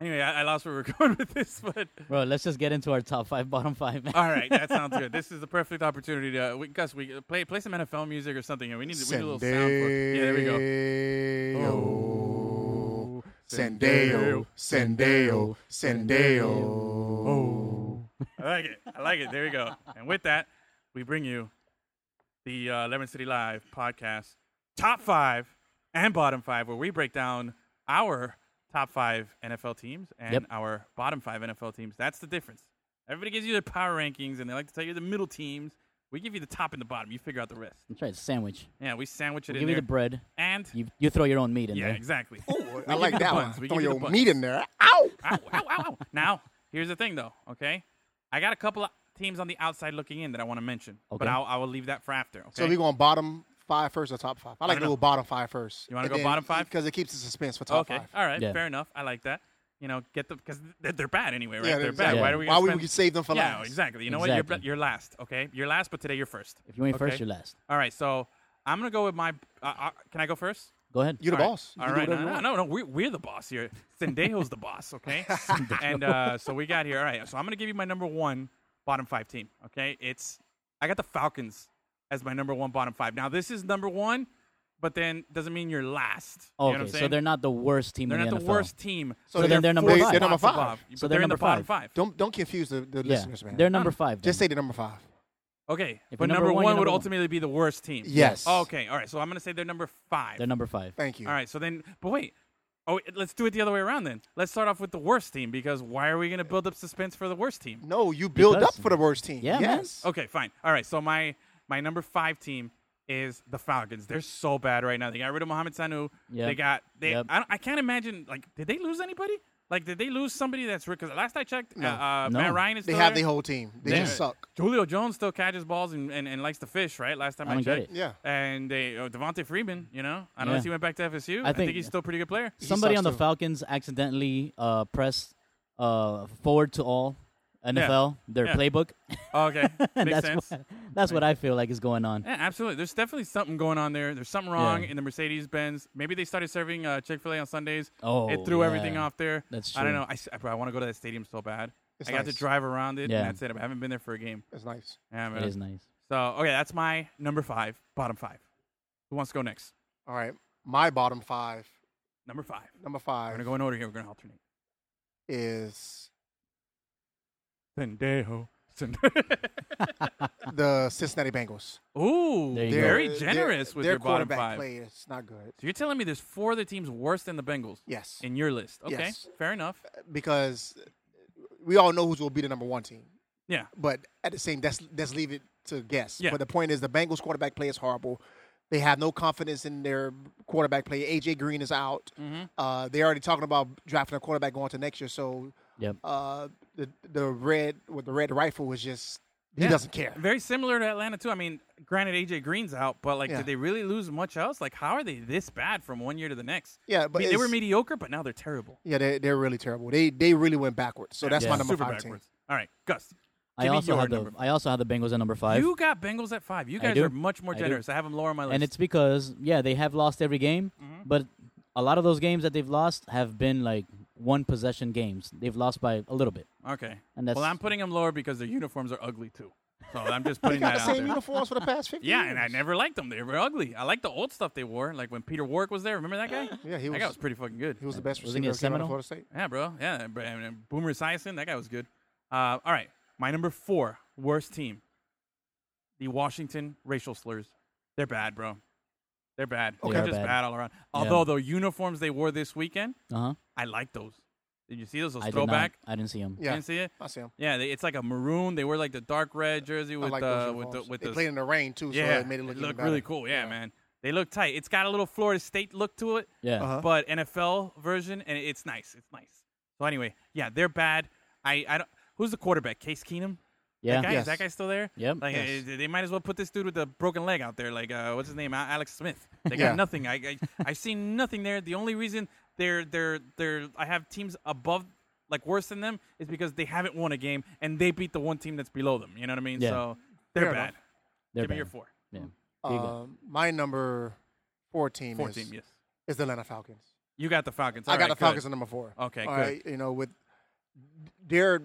Speaker 4: anyway, I, I lost where we we're going with this, but
Speaker 5: Bro, let's just get into our top five, bottom five. Man.
Speaker 4: all right, that sounds good. This is the perfect opportunity to we, Gus. We uh, play play some NFL music or something, and we need to, we need a little sound. For, yeah, there we go. Oh.
Speaker 6: Sendejo. Sendejo. Sendejo. Sendejo.
Speaker 4: I like it. I like it. There we go. And with that, we bring you the uh, Lemon City Live podcast top five and bottom five, where we break down our top five NFL teams and
Speaker 5: Yep.
Speaker 4: our bottom five NFL teams. That's the difference. Everybody gives you their power rankings, and they like to tell you the middle teams. We give you the top and the bottom. You figure out the rest.
Speaker 5: That's right, sandwich.
Speaker 4: Yeah, we sandwich it
Speaker 5: Give
Speaker 4: in
Speaker 5: me
Speaker 4: there.
Speaker 5: the bread.
Speaker 4: and
Speaker 5: You you throw your own meat in
Speaker 4: yeah,
Speaker 5: there.
Speaker 4: exactly.
Speaker 6: I like
Speaker 4: you the
Speaker 6: that one.
Speaker 4: buns. We
Speaker 6: Throw
Speaker 4: give you the
Speaker 6: your
Speaker 4: buns.
Speaker 6: meat in there. Ow!
Speaker 4: ow, ow, ow, ow. Now, here's the thing, though. Okay, I got a couple of teams on the outside looking in that I want to mention,
Speaker 5: Okay.
Speaker 4: but I'll, I will leave that for after. Okay.
Speaker 6: So we going bottom five first or top five? I like
Speaker 4: don't
Speaker 6: to go
Speaker 4: know.
Speaker 6: bottom five first.
Speaker 4: You wanna
Speaker 6: And
Speaker 4: go
Speaker 6: then-
Speaker 4: bottom five?
Speaker 6: Because it keeps the suspense for top
Speaker 4: okay.
Speaker 6: five.
Speaker 4: All right.
Speaker 5: Yeah.
Speaker 4: Fair enough. I like that. You know, get the because they're, they're bad anyway, right?
Speaker 6: Yeah,
Speaker 4: they're
Speaker 6: exactly.
Speaker 4: bad. Why
Speaker 5: Yeah.
Speaker 4: do we?
Speaker 6: Why
Speaker 4: spend,
Speaker 6: would we save them for
Speaker 4: yeah,
Speaker 6: last?
Speaker 4: exactly. You know what? You're,
Speaker 5: Exactly.
Speaker 4: be- you're last. Okay, you're last, but today you're first.
Speaker 5: If you went
Speaker 4: Okay.
Speaker 5: first, you're last.
Speaker 4: All right. So I'm gonna go with my. Uh, uh, can I go first?
Speaker 5: Go ahead.
Speaker 6: You're the
Speaker 4: All right.
Speaker 6: boss. You
Speaker 4: All
Speaker 6: can do
Speaker 4: right,
Speaker 6: whatever you
Speaker 4: no, no,
Speaker 6: want.
Speaker 4: no, no, we're, we're the boss here. Sendejo's the boss, okay? and uh, so we got here. All right, so I'm gonna give you my number one bottom five team. Okay, it's I got the Falcons as my number one bottom five. Now this is number one, but then doesn't mean you're last. You know what
Speaker 5: okay,
Speaker 4: I'm
Speaker 5: so
Speaker 4: saying?
Speaker 5: they're not the worst team
Speaker 4: They're
Speaker 5: in
Speaker 4: not
Speaker 5: the
Speaker 4: the,
Speaker 5: NFL.
Speaker 4: worst team.
Speaker 5: So then they're number
Speaker 4: four
Speaker 5: five. They're
Speaker 6: number
Speaker 4: spots
Speaker 6: five.
Speaker 4: above,
Speaker 5: So
Speaker 4: but
Speaker 5: they're
Speaker 4: they're, in
Speaker 5: number
Speaker 4: the bottom
Speaker 5: five.
Speaker 4: five.
Speaker 6: Don't don't confuse the, the
Speaker 5: Yeah.
Speaker 6: listeners, man.
Speaker 5: They're number five.
Speaker 6: Just
Speaker 5: then.
Speaker 6: say the number five.
Speaker 4: Okay,
Speaker 5: If
Speaker 4: but
Speaker 5: you're number
Speaker 4: number one,
Speaker 5: one, you're
Speaker 4: would
Speaker 5: number one.
Speaker 4: ultimately be the worst team.
Speaker 6: Yes.
Speaker 4: Okay, all right. So I'm gonna say they're number five.
Speaker 5: They're number five.
Speaker 6: Thank you.
Speaker 4: All right, so then, but wait. Oh, wait, let's do it the other way around then. Let's start off with the worst team because why are we going to build up suspense for the worst team?
Speaker 6: No, you build
Speaker 5: Because-
Speaker 6: up for the worst team.
Speaker 5: Yeah, man.
Speaker 6: yes.
Speaker 4: Okay, fine. All right, so my my number five team is the Falcons. They're so bad right now. They got rid of Mohamed Sanu.
Speaker 5: Yep.
Speaker 4: They got they.
Speaker 5: Yep.
Speaker 4: I, don't, I can't imagine. Like, did they lose anybody? Like, did they lose somebody that's because last I checked, uh, uh,
Speaker 5: No.
Speaker 4: Matt Ryan is
Speaker 6: They
Speaker 4: still
Speaker 6: have
Speaker 4: there.
Speaker 6: their whole team. They
Speaker 5: Yeah.
Speaker 6: just suck.
Speaker 4: Julio Jones still catches balls and, and, and likes to fish, right? Last time
Speaker 5: I
Speaker 4: I,
Speaker 5: don't get
Speaker 4: checked,
Speaker 5: it.
Speaker 6: Yeah.
Speaker 4: And they oh, Devontae Freeman, you know, unless
Speaker 5: Yeah.
Speaker 4: he went back to FSU,
Speaker 5: I
Speaker 4: I,
Speaker 5: think-
Speaker 4: think he's still a pretty good player.
Speaker 5: Somebody
Speaker 6: sucks
Speaker 5: on the
Speaker 6: too.
Speaker 5: Falcons accidentally uh, pressed uh, forward to all NFL their
Speaker 4: Yeah.
Speaker 5: playbook.
Speaker 4: Okay,
Speaker 5: And
Speaker 4: makes
Speaker 5: that's
Speaker 4: sense.
Speaker 5: what that's what I feel like is going on.
Speaker 4: Yeah, absolutely. There's definitely something going on there. There's something wrong
Speaker 5: Yeah.
Speaker 4: in the Mercedes Benz. Maybe they started serving uh, Chick Fil A on Sundays.
Speaker 5: Oh,
Speaker 4: it threw everything
Speaker 5: yeah.
Speaker 4: off there.
Speaker 5: That's
Speaker 4: I don't
Speaker 5: true.
Speaker 4: know. I, s- bro, I want to go to that stadium so bad.
Speaker 6: It's
Speaker 4: I got
Speaker 6: nice.
Speaker 4: to drive around it.
Speaker 5: Yeah.
Speaker 4: and That's it. I haven't been there for a game.
Speaker 6: It's nice.
Speaker 4: Yeah, man.
Speaker 5: It is nice.
Speaker 4: So okay, that's my number five, bottom five. Who wants to go next?
Speaker 6: All right. My bottom five,
Speaker 4: Number five.
Speaker 6: number
Speaker 4: We're
Speaker 6: five
Speaker 4: gonna go in order here. We're gonna alternate.
Speaker 6: is
Speaker 4: Sendejo. Send-
Speaker 6: the Cincinnati Bengals.
Speaker 4: Ooh,
Speaker 5: There you go.
Speaker 4: very
Speaker 6: Their-
Speaker 4: generous
Speaker 6: their,
Speaker 4: with
Speaker 6: their
Speaker 4: your bottom
Speaker 6: quarterback
Speaker 4: five.
Speaker 6: play is not good
Speaker 4: So you're telling me there's four other teams worse than the Bengals
Speaker 6: Yes.
Speaker 4: in your list? Okay,
Speaker 6: Yes.
Speaker 4: fair enough.
Speaker 6: because we all know who's will be the number one team.
Speaker 4: Yeah.
Speaker 6: But at the same, that's that's leave it to guess.
Speaker 4: Yeah.
Speaker 6: But the point is, the Bengals quarterback play is horrible. They have no confidence in their quarterback play. AJ Green is out.
Speaker 4: Mm-hmm.
Speaker 6: Uh, they're already talking about drafting a quarterback going to next year. So
Speaker 5: Yep.
Speaker 6: uh, the the red with the red rifle is just he
Speaker 4: Yeah.
Speaker 6: doesn't care.
Speaker 4: Very similar to Atlanta too. I mean, granted AJ Green's out, but like,
Speaker 6: Yeah.
Speaker 4: did they really lose much else? Like, how are they this bad from one year to the next?
Speaker 6: Yeah, but
Speaker 4: I mean, they were
Speaker 6: it's-
Speaker 4: mediocre, but now they're terrible.
Speaker 6: Yeah, they they're really terrible. They they really went backwards. So that's
Speaker 5: Yeah.
Speaker 6: my number
Speaker 4: Super
Speaker 6: five
Speaker 4: backwards. All right, Gus.
Speaker 5: I
Speaker 4: give me
Speaker 5: also
Speaker 4: your
Speaker 5: have the
Speaker 4: number
Speaker 5: I also have the Bengals at number five.
Speaker 4: You got Bengals at five. You guys
Speaker 5: do.
Speaker 4: are much more
Speaker 5: I do.
Speaker 4: generous. I, have them lower on my list.
Speaker 5: and it's because yeah they have lost every game
Speaker 4: Mm-hmm.
Speaker 5: but a lot of those games that they've lost have been like one possession games they've lost by a little bit
Speaker 4: okay.
Speaker 5: and that's-
Speaker 4: well, I'm putting them lower because their uniforms are ugly too. So I'm just putting
Speaker 6: team. Got
Speaker 4: that
Speaker 6: the
Speaker 4: out
Speaker 6: same
Speaker 4: there.
Speaker 6: uniforms for the past fifty.
Speaker 4: Yeah, and I
Speaker 6: years.
Speaker 4: never liked them. They were ugly. I like the old stuff they wore, like when Peter Warwick was there. Remember that guy?
Speaker 6: Yeah, he
Speaker 4: that
Speaker 6: was-
Speaker 4: guy was pretty fucking good.
Speaker 6: He was the best
Speaker 5: Wasn't he
Speaker 6: receiver
Speaker 5: a
Speaker 6: that came out
Speaker 5: Seminole?
Speaker 6: of Florida State.
Speaker 4: Yeah, bro. Yeah, br- and- and Boomer Esiason, that guy was good. Uh, all right, my number four worst team, the Washington racial slurs. They're bad, bro. They're bad.
Speaker 5: Okay.
Speaker 4: They're
Speaker 5: They are
Speaker 4: just
Speaker 5: bad.
Speaker 4: bad. all around. Although the uniforms they wore this weekend,
Speaker 5: uh-huh
Speaker 4: I like those. Did you see those? Those
Speaker 5: I did not.
Speaker 4: throwback.
Speaker 5: I didn't see him.
Speaker 4: You
Speaker 6: Yeah,
Speaker 4: didn't see it?
Speaker 6: I see him.
Speaker 4: Yeah, they, it's like a maroon. They wear like the dark red jersey
Speaker 6: I
Speaker 4: with
Speaker 6: like
Speaker 4: the
Speaker 6: those
Speaker 4: with the
Speaker 6: uniforms.
Speaker 4: with
Speaker 6: they
Speaker 4: the
Speaker 6: played in the rain too, so
Speaker 4: yeah.
Speaker 6: it made it look, even
Speaker 4: looked
Speaker 6: better.
Speaker 4: really cool. Yeah, man, they look tight. It's got a little Florida State look to it,
Speaker 5: Yeah.
Speaker 6: Uh-huh.
Speaker 4: but NFL version, and it's nice. It's nice. So anyway, yeah, they're bad. I I don't. Who's the quarterback? Case Keenum.
Speaker 5: Yeah.
Speaker 4: That guy,
Speaker 6: Yes.
Speaker 4: Is that guy still there?
Speaker 5: Yep.
Speaker 4: Like
Speaker 6: Yes.
Speaker 4: uh, they might as well put this dude with the broken leg out there. Like uh, what's his name? Al- Alex Smith. They got
Speaker 6: Yeah.
Speaker 4: nothing. I, I I've seen nothing there. The only reason they're they're they're I have teams above like worse than them is because they haven't won a game and they beat the one team that's below them. You know what I mean?
Speaker 5: Yeah.
Speaker 4: So they're
Speaker 6: Fair
Speaker 4: bad.
Speaker 6: enough.
Speaker 5: They're
Speaker 4: Give me your
Speaker 5: bad.
Speaker 4: four.
Speaker 5: Yeah. Here you go.
Speaker 6: Um, my number four team,
Speaker 4: Four
Speaker 6: is,
Speaker 4: team. Yes.
Speaker 6: is the Atlanta Falcons.
Speaker 4: You got the Falcons.
Speaker 6: I got the
Speaker 4: Alright, good.
Speaker 6: Falcons at number four.
Speaker 4: Okay,
Speaker 6: All
Speaker 4: good.
Speaker 6: right, you know, with they're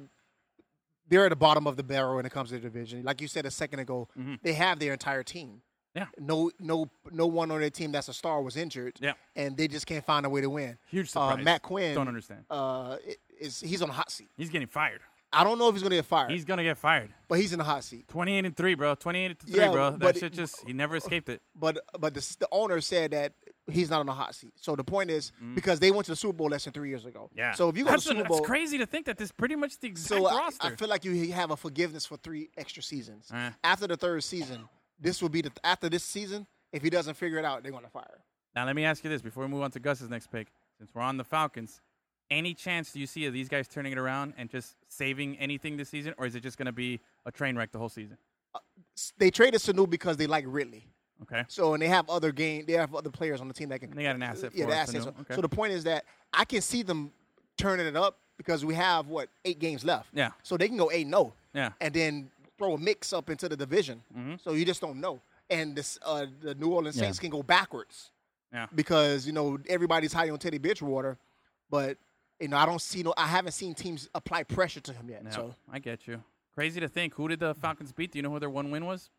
Speaker 6: they're at the bottom of the barrel when it comes to the division. Like you said a second ago, they have their entire team.
Speaker 4: Mm-hmm. Yeah.
Speaker 6: No, no, no one on their team that's a star was injured.
Speaker 4: Yeah.
Speaker 6: And they just can't find a way to win.
Speaker 4: Huge
Speaker 6: Uh,
Speaker 4: surprise.
Speaker 6: Matt Quinn.
Speaker 4: Don't understand.
Speaker 6: Uh, i- is he's on a hot seat.
Speaker 4: He's getting fired.
Speaker 6: I don't know if he's going to get fired,
Speaker 4: He's gonna get fired.
Speaker 6: but he's in a hot seat.
Speaker 4: Twenty-eight and three, bro. Twenty-eight and three,
Speaker 6: Yeah,
Speaker 4: bro. That
Speaker 6: but
Speaker 4: shit
Speaker 6: it-
Speaker 4: just he never escaped it.
Speaker 6: But but the, the owner said that he's not on a hot seat. So the point is because they went to the Super Bowl less than three years ago.
Speaker 4: Mm. Yeah.
Speaker 6: So if you go
Speaker 4: that's,
Speaker 6: to the Super
Speaker 4: that's
Speaker 6: Bowl,
Speaker 4: crazy to think that this is pretty much the exact
Speaker 6: So I,
Speaker 4: roster.
Speaker 6: I feel like you have a forgiveness for three extra seasons.
Speaker 4: Eh.
Speaker 6: After the third season, this will be the after this season. If he doesn't figure it out, they're gonna fire. him.
Speaker 4: now let me ask you this before we move on to Gus's next pick. Since we're on the Falcons, any chance do you see of these guys turning it around and just saving anything this season, or is it just going to be a train wreck the whole season?
Speaker 6: S- They traded Sanu because they like Ridley.
Speaker 4: Okay.
Speaker 6: So and they have other game. They have other players on the team that can.
Speaker 4: They got an asset
Speaker 6: Yeah,
Speaker 4: for
Speaker 6: the
Speaker 4: us,
Speaker 6: assets.
Speaker 4: Sanu.
Speaker 6: So,
Speaker 4: Okay.
Speaker 6: so the point is that I can see them turning it up because we have what eight games left.
Speaker 4: Yeah.
Speaker 6: So they can go eight no.
Speaker 4: Yeah.
Speaker 6: And oh. then throw a mix up into the division. So you just don't know. And this, uh, the New Orleans
Speaker 5: Yeah.
Speaker 6: Saints can go backwards.
Speaker 4: Yeah.
Speaker 6: Because you know everybody's high on Teddy Bridgewater, but you know I don't see no. I haven't seen teams apply pressure to him yet.
Speaker 4: Yeah,
Speaker 6: So
Speaker 4: I get you. Crazy to think. Who did the Falcons beat? Do you know who their one win was?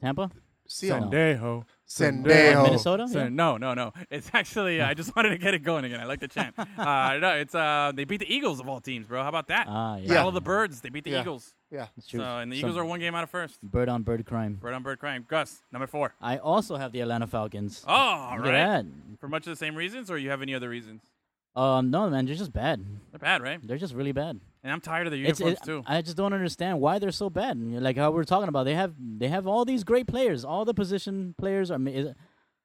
Speaker 5: Tampa.
Speaker 6: see him.
Speaker 4: Sandejo.
Speaker 6: Sandejo.
Speaker 5: Minnesota?
Speaker 4: San-
Speaker 5: Yeah.
Speaker 4: No, no, no. It's actually uh, I just wanted to get it going again. I like the chant. uh, no, it's uh, they beat the Eagles of all teams, bro. How about that?
Speaker 5: Ah, yeah.
Speaker 4: Battle of the Birds. They beat the
Speaker 6: Yeah.
Speaker 4: Eagles.
Speaker 6: Yeah.
Speaker 5: It's
Speaker 4: So
Speaker 5: true.
Speaker 4: and the Eagles
Speaker 5: Some
Speaker 4: are one game out of first.
Speaker 5: bird on bird crime.
Speaker 4: Bird on bird crime. Gus, number four.
Speaker 5: I also have the Atlanta Falcons.
Speaker 4: Oh, all
Speaker 5: Look
Speaker 4: right.
Speaker 5: at
Speaker 4: For much of the same reasons, or you have any other reasons?
Speaker 5: that. Um, no man, they're just bad.
Speaker 4: They're bad, right?
Speaker 5: They're just really bad.
Speaker 4: And I'm tired of the
Speaker 5: It's,
Speaker 4: uniforms
Speaker 5: it-
Speaker 4: too.
Speaker 5: I just don't understand why they're so bad. And Like how we we're talking about, they have they have all these great players. All the position players are. ma- is-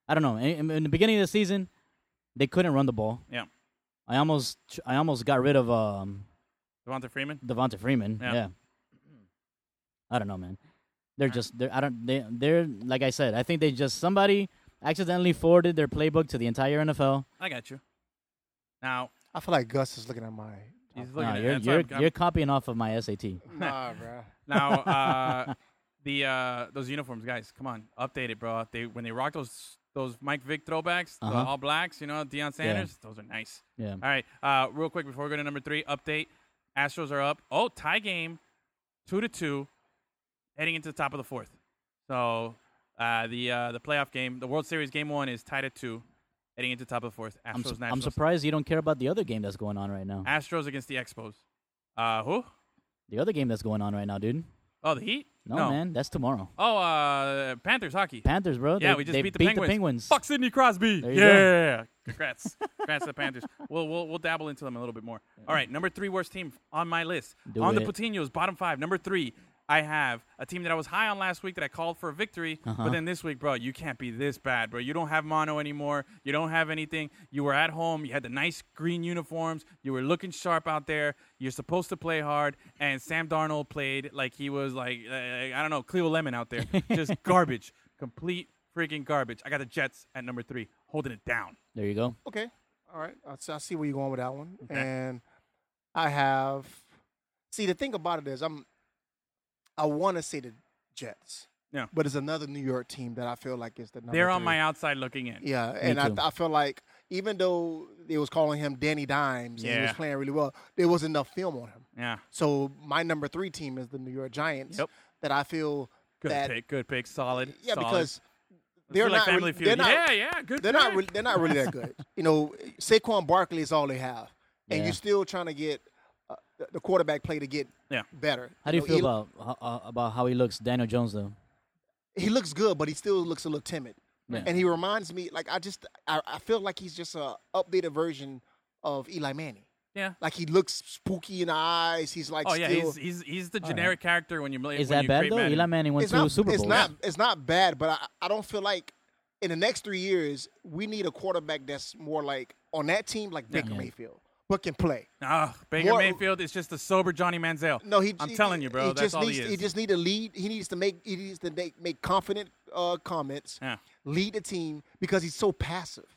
Speaker 5: I don't know. In, in the beginning of the season, they couldn't run the ball.
Speaker 4: yeah.
Speaker 5: I almost I almost got rid of um
Speaker 4: Devonta Freeman.
Speaker 5: Devonta Freeman.
Speaker 4: Yeah.
Speaker 5: Yeah. I don't know, man. They're just they're I don't they they're like I said, I think they just somebody accidentally forwarded their playbook to the entire NFL.
Speaker 4: I got you. Now
Speaker 6: I feel like Gus is looking at my.
Speaker 4: he's looking
Speaker 5: No,
Speaker 4: at
Speaker 5: Oh, you're
Speaker 4: that's why
Speaker 5: you're,
Speaker 4: I'm- I'm-
Speaker 5: you're copying off of my SAT.
Speaker 6: Nah, bro.
Speaker 4: Now uh, the uh, those uniforms, guys, come on, update it, bro. They when they rock those those Mike Vick throwbacks, the
Speaker 5: Uh-huh.
Speaker 4: all blacks, you know, Deion Sanders, those are nice.
Speaker 5: Yeah.
Speaker 4: All right. Uh, real quick before we go to number three, update. Astros are up. Oh, tie game, two to two, heading into the top of the fourth. So uh, the uh, the playoff game, the World Series game one is tied at two, heading into the top of the fourth. Astros
Speaker 5: I'm, su-
Speaker 4: Nationals.
Speaker 5: I'm surprised you don't care about the other game that's going on right now.
Speaker 4: Astros against the Expos. Uh, who?
Speaker 5: The other game that's going on right now, dude.
Speaker 4: Oh, the Heat.
Speaker 5: No, man, that's tomorrow.
Speaker 4: Oh, uh, Panthers hockey.
Speaker 5: Panthers, bro.
Speaker 4: yeah,
Speaker 5: they,
Speaker 4: we just
Speaker 5: they
Speaker 4: beat, the,
Speaker 5: the
Speaker 4: Penguins.
Speaker 5: Penguins.
Speaker 4: Fuck Sidney Crosby.
Speaker 5: There you
Speaker 4: yeah. Congrats. Congrats to the Panthers. We'll, we'll we'll dabble into them a little bit more. All right, number three worst team on my list.
Speaker 5: Do
Speaker 4: on
Speaker 5: it.
Speaker 4: the Patinos, bottom five. Number three, I have a team that I was high on last week that I called for a victory.
Speaker 6: Uh-huh.
Speaker 4: But then this week, bro, you can't be this bad, bro. You don't have mono anymore. You don't have anything. You were at home. You had the nice green uniforms. You were looking sharp out there. You're supposed to play hard. And Sam Darnold played like he was like, uh, I don't know, Cleo Lemon out there. Just garbage. Complete freaking garbage. I got the Jets at number three, holding it down.
Speaker 5: There you go.
Speaker 6: Okay. All right. I s- I see where you're going with that one. And I have. See, the thing about it is, I'm. I want to say the Jets.
Speaker 4: Yeah.
Speaker 6: But it's another New York team that I feel like is the number.
Speaker 4: They're on
Speaker 6: three.
Speaker 4: my outside looking in.
Speaker 6: Yeah, and I,
Speaker 5: too.
Speaker 6: I feel like even though they was calling him Danny Dimes and he was
Speaker 4: Yeah.
Speaker 6: playing really well, there wasn't enough film on him.
Speaker 4: Yeah.
Speaker 6: So my number three team is the New York Giants.
Speaker 4: Yep.
Speaker 6: That I feel
Speaker 4: Good
Speaker 6: that
Speaker 4: pick. Good pick. Solid.
Speaker 6: yeah
Speaker 4: solid.
Speaker 6: because
Speaker 4: Let's
Speaker 6: they're
Speaker 4: do like
Speaker 6: not,
Speaker 4: family
Speaker 6: really,
Speaker 4: feud.
Speaker 6: they're not
Speaker 4: yeah, yeah. Good.
Speaker 6: they're not
Speaker 4: pick.
Speaker 6: really, they're not really that good. You know, Saquon Barkley is all they have, and
Speaker 5: Yeah.
Speaker 6: you're still trying to get uh, the- the quarterback play to get
Speaker 4: Yeah.
Speaker 6: better.
Speaker 5: How do you
Speaker 6: know,
Speaker 5: feel
Speaker 6: he,
Speaker 5: about ho- uh, about how he looks, Daniel Jones though?
Speaker 6: He looks good, but he still looks a little timid,
Speaker 5: Yeah.
Speaker 6: and he reminds me like I just I, I feel like he's just a updated version of Eli Manning.
Speaker 4: Yeah.
Speaker 6: Like he looks spooky in the eyes. He's like
Speaker 4: Oh
Speaker 6: still
Speaker 4: yeah, he's he's, he's the
Speaker 5: All right.
Speaker 4: generic character when you
Speaker 5: Is
Speaker 4: when
Speaker 5: that
Speaker 4: you
Speaker 5: bad
Speaker 4: create
Speaker 5: though?
Speaker 4: Madden.
Speaker 5: Eli Manning went
Speaker 6: it's
Speaker 5: to
Speaker 6: not,
Speaker 5: a Super Bowl.
Speaker 6: It's not it's not bad, but I, I don't feel like in the next three years we need a quarterback that's more like on that team like Baker Mayfield, but can play.
Speaker 4: Ah, Baker
Speaker 6: More-
Speaker 4: Mayfield is just a sober Johnny Manziel.
Speaker 6: No, he.
Speaker 4: I'm
Speaker 6: he-
Speaker 4: telling you, bro,
Speaker 6: He
Speaker 4: that's
Speaker 6: just
Speaker 4: all
Speaker 6: needs.
Speaker 4: he is.
Speaker 6: just need to lead. He needs to make. He needs to make, make confident uh, comments.
Speaker 4: Yeah.
Speaker 6: Lead the team because he's so passive,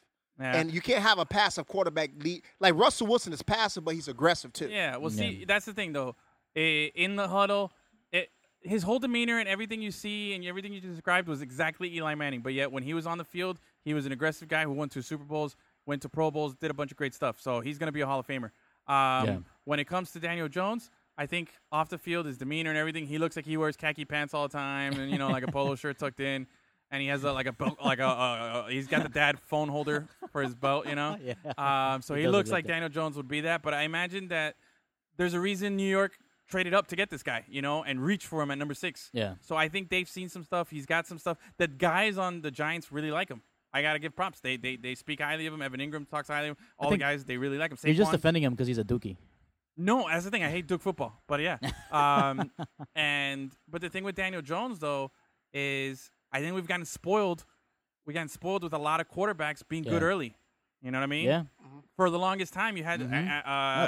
Speaker 4: Yeah.
Speaker 6: and you can't have a passive quarterback lead. Like Russell Wilson is passive, but he's aggressive too.
Speaker 4: Yeah, well, see, that's the thing though. Eh, In the huddle, it, his whole demeanor and everything you see and everything you just described was exactly Eli Manning. But yet, when he was on the field, he was an aggressive guy who won two Super Bowls, went to Pro Bowls, did a bunch of great stuff. So he's going to be a Hall of Famer. Um,
Speaker 5: Yeah.
Speaker 4: When it comes to Daniel Jones, I think off the field, his demeanor and everything, he looks like he wears khaki pants all the time, and you know, like a polo shirt tucked in. And he has a, like a belt, like a, a, a he's got the dad phone holder for his belt, you know.
Speaker 5: Yeah.
Speaker 4: Um, so he
Speaker 5: does look
Speaker 4: looks
Speaker 5: like
Speaker 4: like
Speaker 5: that.
Speaker 4: Daniel Jones would be that, but I imagine that there's a reason New York traded up to get this guy, you know, and reach for him at number six.
Speaker 5: Yeah.
Speaker 4: So I think they've seen some stuff. He's got some stuff. The guys on the Giants really like him. I gotta give props. They they, they speak highly of him. Evan Ingram talks highly of him. All the
Speaker 5: think
Speaker 4: guys they really like him.
Speaker 5: You're just
Speaker 4: Saquon-
Speaker 5: defending him because he's a dookie.
Speaker 4: no, that's the thing. I hate Duke football, but yeah. Um, and but the thing with Daniel Jones though is I think we've gotten spoiled. We gotten spoiled with a lot of quarterbacks being good
Speaker 5: Yeah.
Speaker 4: early. You know what I mean?
Speaker 5: Yeah.
Speaker 4: For the longest time, you had uh, uh,
Speaker 5: No,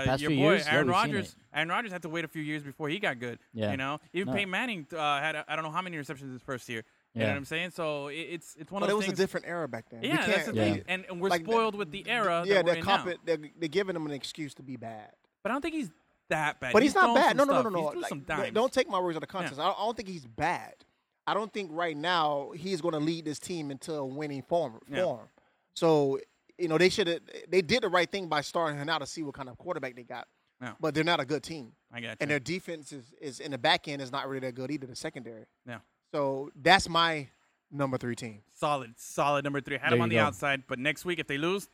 Speaker 5: past
Speaker 4: your
Speaker 5: few
Speaker 4: boy
Speaker 5: years, yeah,
Speaker 4: Aaron
Speaker 5: we've seen
Speaker 4: Rodgers. Aaron Rodgers had to wait a few years before he got good.
Speaker 5: Yeah.
Speaker 4: You know, even
Speaker 5: No.
Speaker 4: Peyton Manning uh, had I I don't know how many receptions his first year. You know
Speaker 5: Yeah.
Speaker 4: what I'm saying? So it, it's it's one
Speaker 6: But
Speaker 4: of
Speaker 6: it
Speaker 4: those
Speaker 6: was a
Speaker 4: things.
Speaker 6: different era back then. We
Speaker 4: yeah, that's the
Speaker 6: can't-
Speaker 4: thing.
Speaker 5: Yeah.
Speaker 4: And, and we're
Speaker 6: Like the-
Speaker 4: spoiled with the era.
Speaker 6: Yeah,
Speaker 4: that we're
Speaker 6: they're
Speaker 4: in now.
Speaker 6: comp- they're, they're giving him an excuse to be bad.
Speaker 4: But I don't think he's that bad.
Speaker 6: But he's, not
Speaker 4: thrown
Speaker 6: bad.
Speaker 4: some
Speaker 6: No, no, no, no,
Speaker 4: stuff. He's
Speaker 6: no.
Speaker 4: threw
Speaker 6: Like,
Speaker 4: some
Speaker 6: don't-
Speaker 4: dimes.
Speaker 6: don't take my words out of context. I, don't, I don't think he's bad. I don't think right now he's going to lead this team into a winning form.
Speaker 4: Yeah.
Speaker 6: form. So you know they should have. They did the right thing by starting him out to see what kind of quarterback they got.
Speaker 4: Yeah.
Speaker 6: But they're not a good team,
Speaker 4: I got you.
Speaker 6: and their defense is, is in the back end is not really that good either. The secondary.
Speaker 4: Yeah.
Speaker 6: So that's my number three team.
Speaker 4: solid, solid number three. Had
Speaker 5: There
Speaker 4: them on
Speaker 5: you
Speaker 4: the
Speaker 5: go.
Speaker 4: outside, but next week if they lose,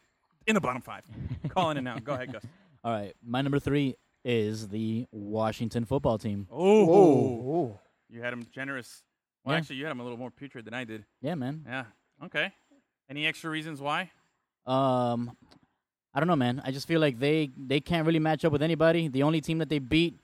Speaker 4: in the bottom five. Calling it now. Go ahead, Gus.
Speaker 5: All right. My number three is the Washington football team.
Speaker 4: Oh,
Speaker 6: Ooh.
Speaker 4: you had him generous. Well,
Speaker 5: Yeah.
Speaker 4: actually, you had him a little more putrid than I did.
Speaker 5: Yeah, man.
Speaker 4: Yeah. Okay. Any extra reasons why?
Speaker 5: Um, I don't know, man. I just feel like they they can't really match up with anybody. The only team that they beat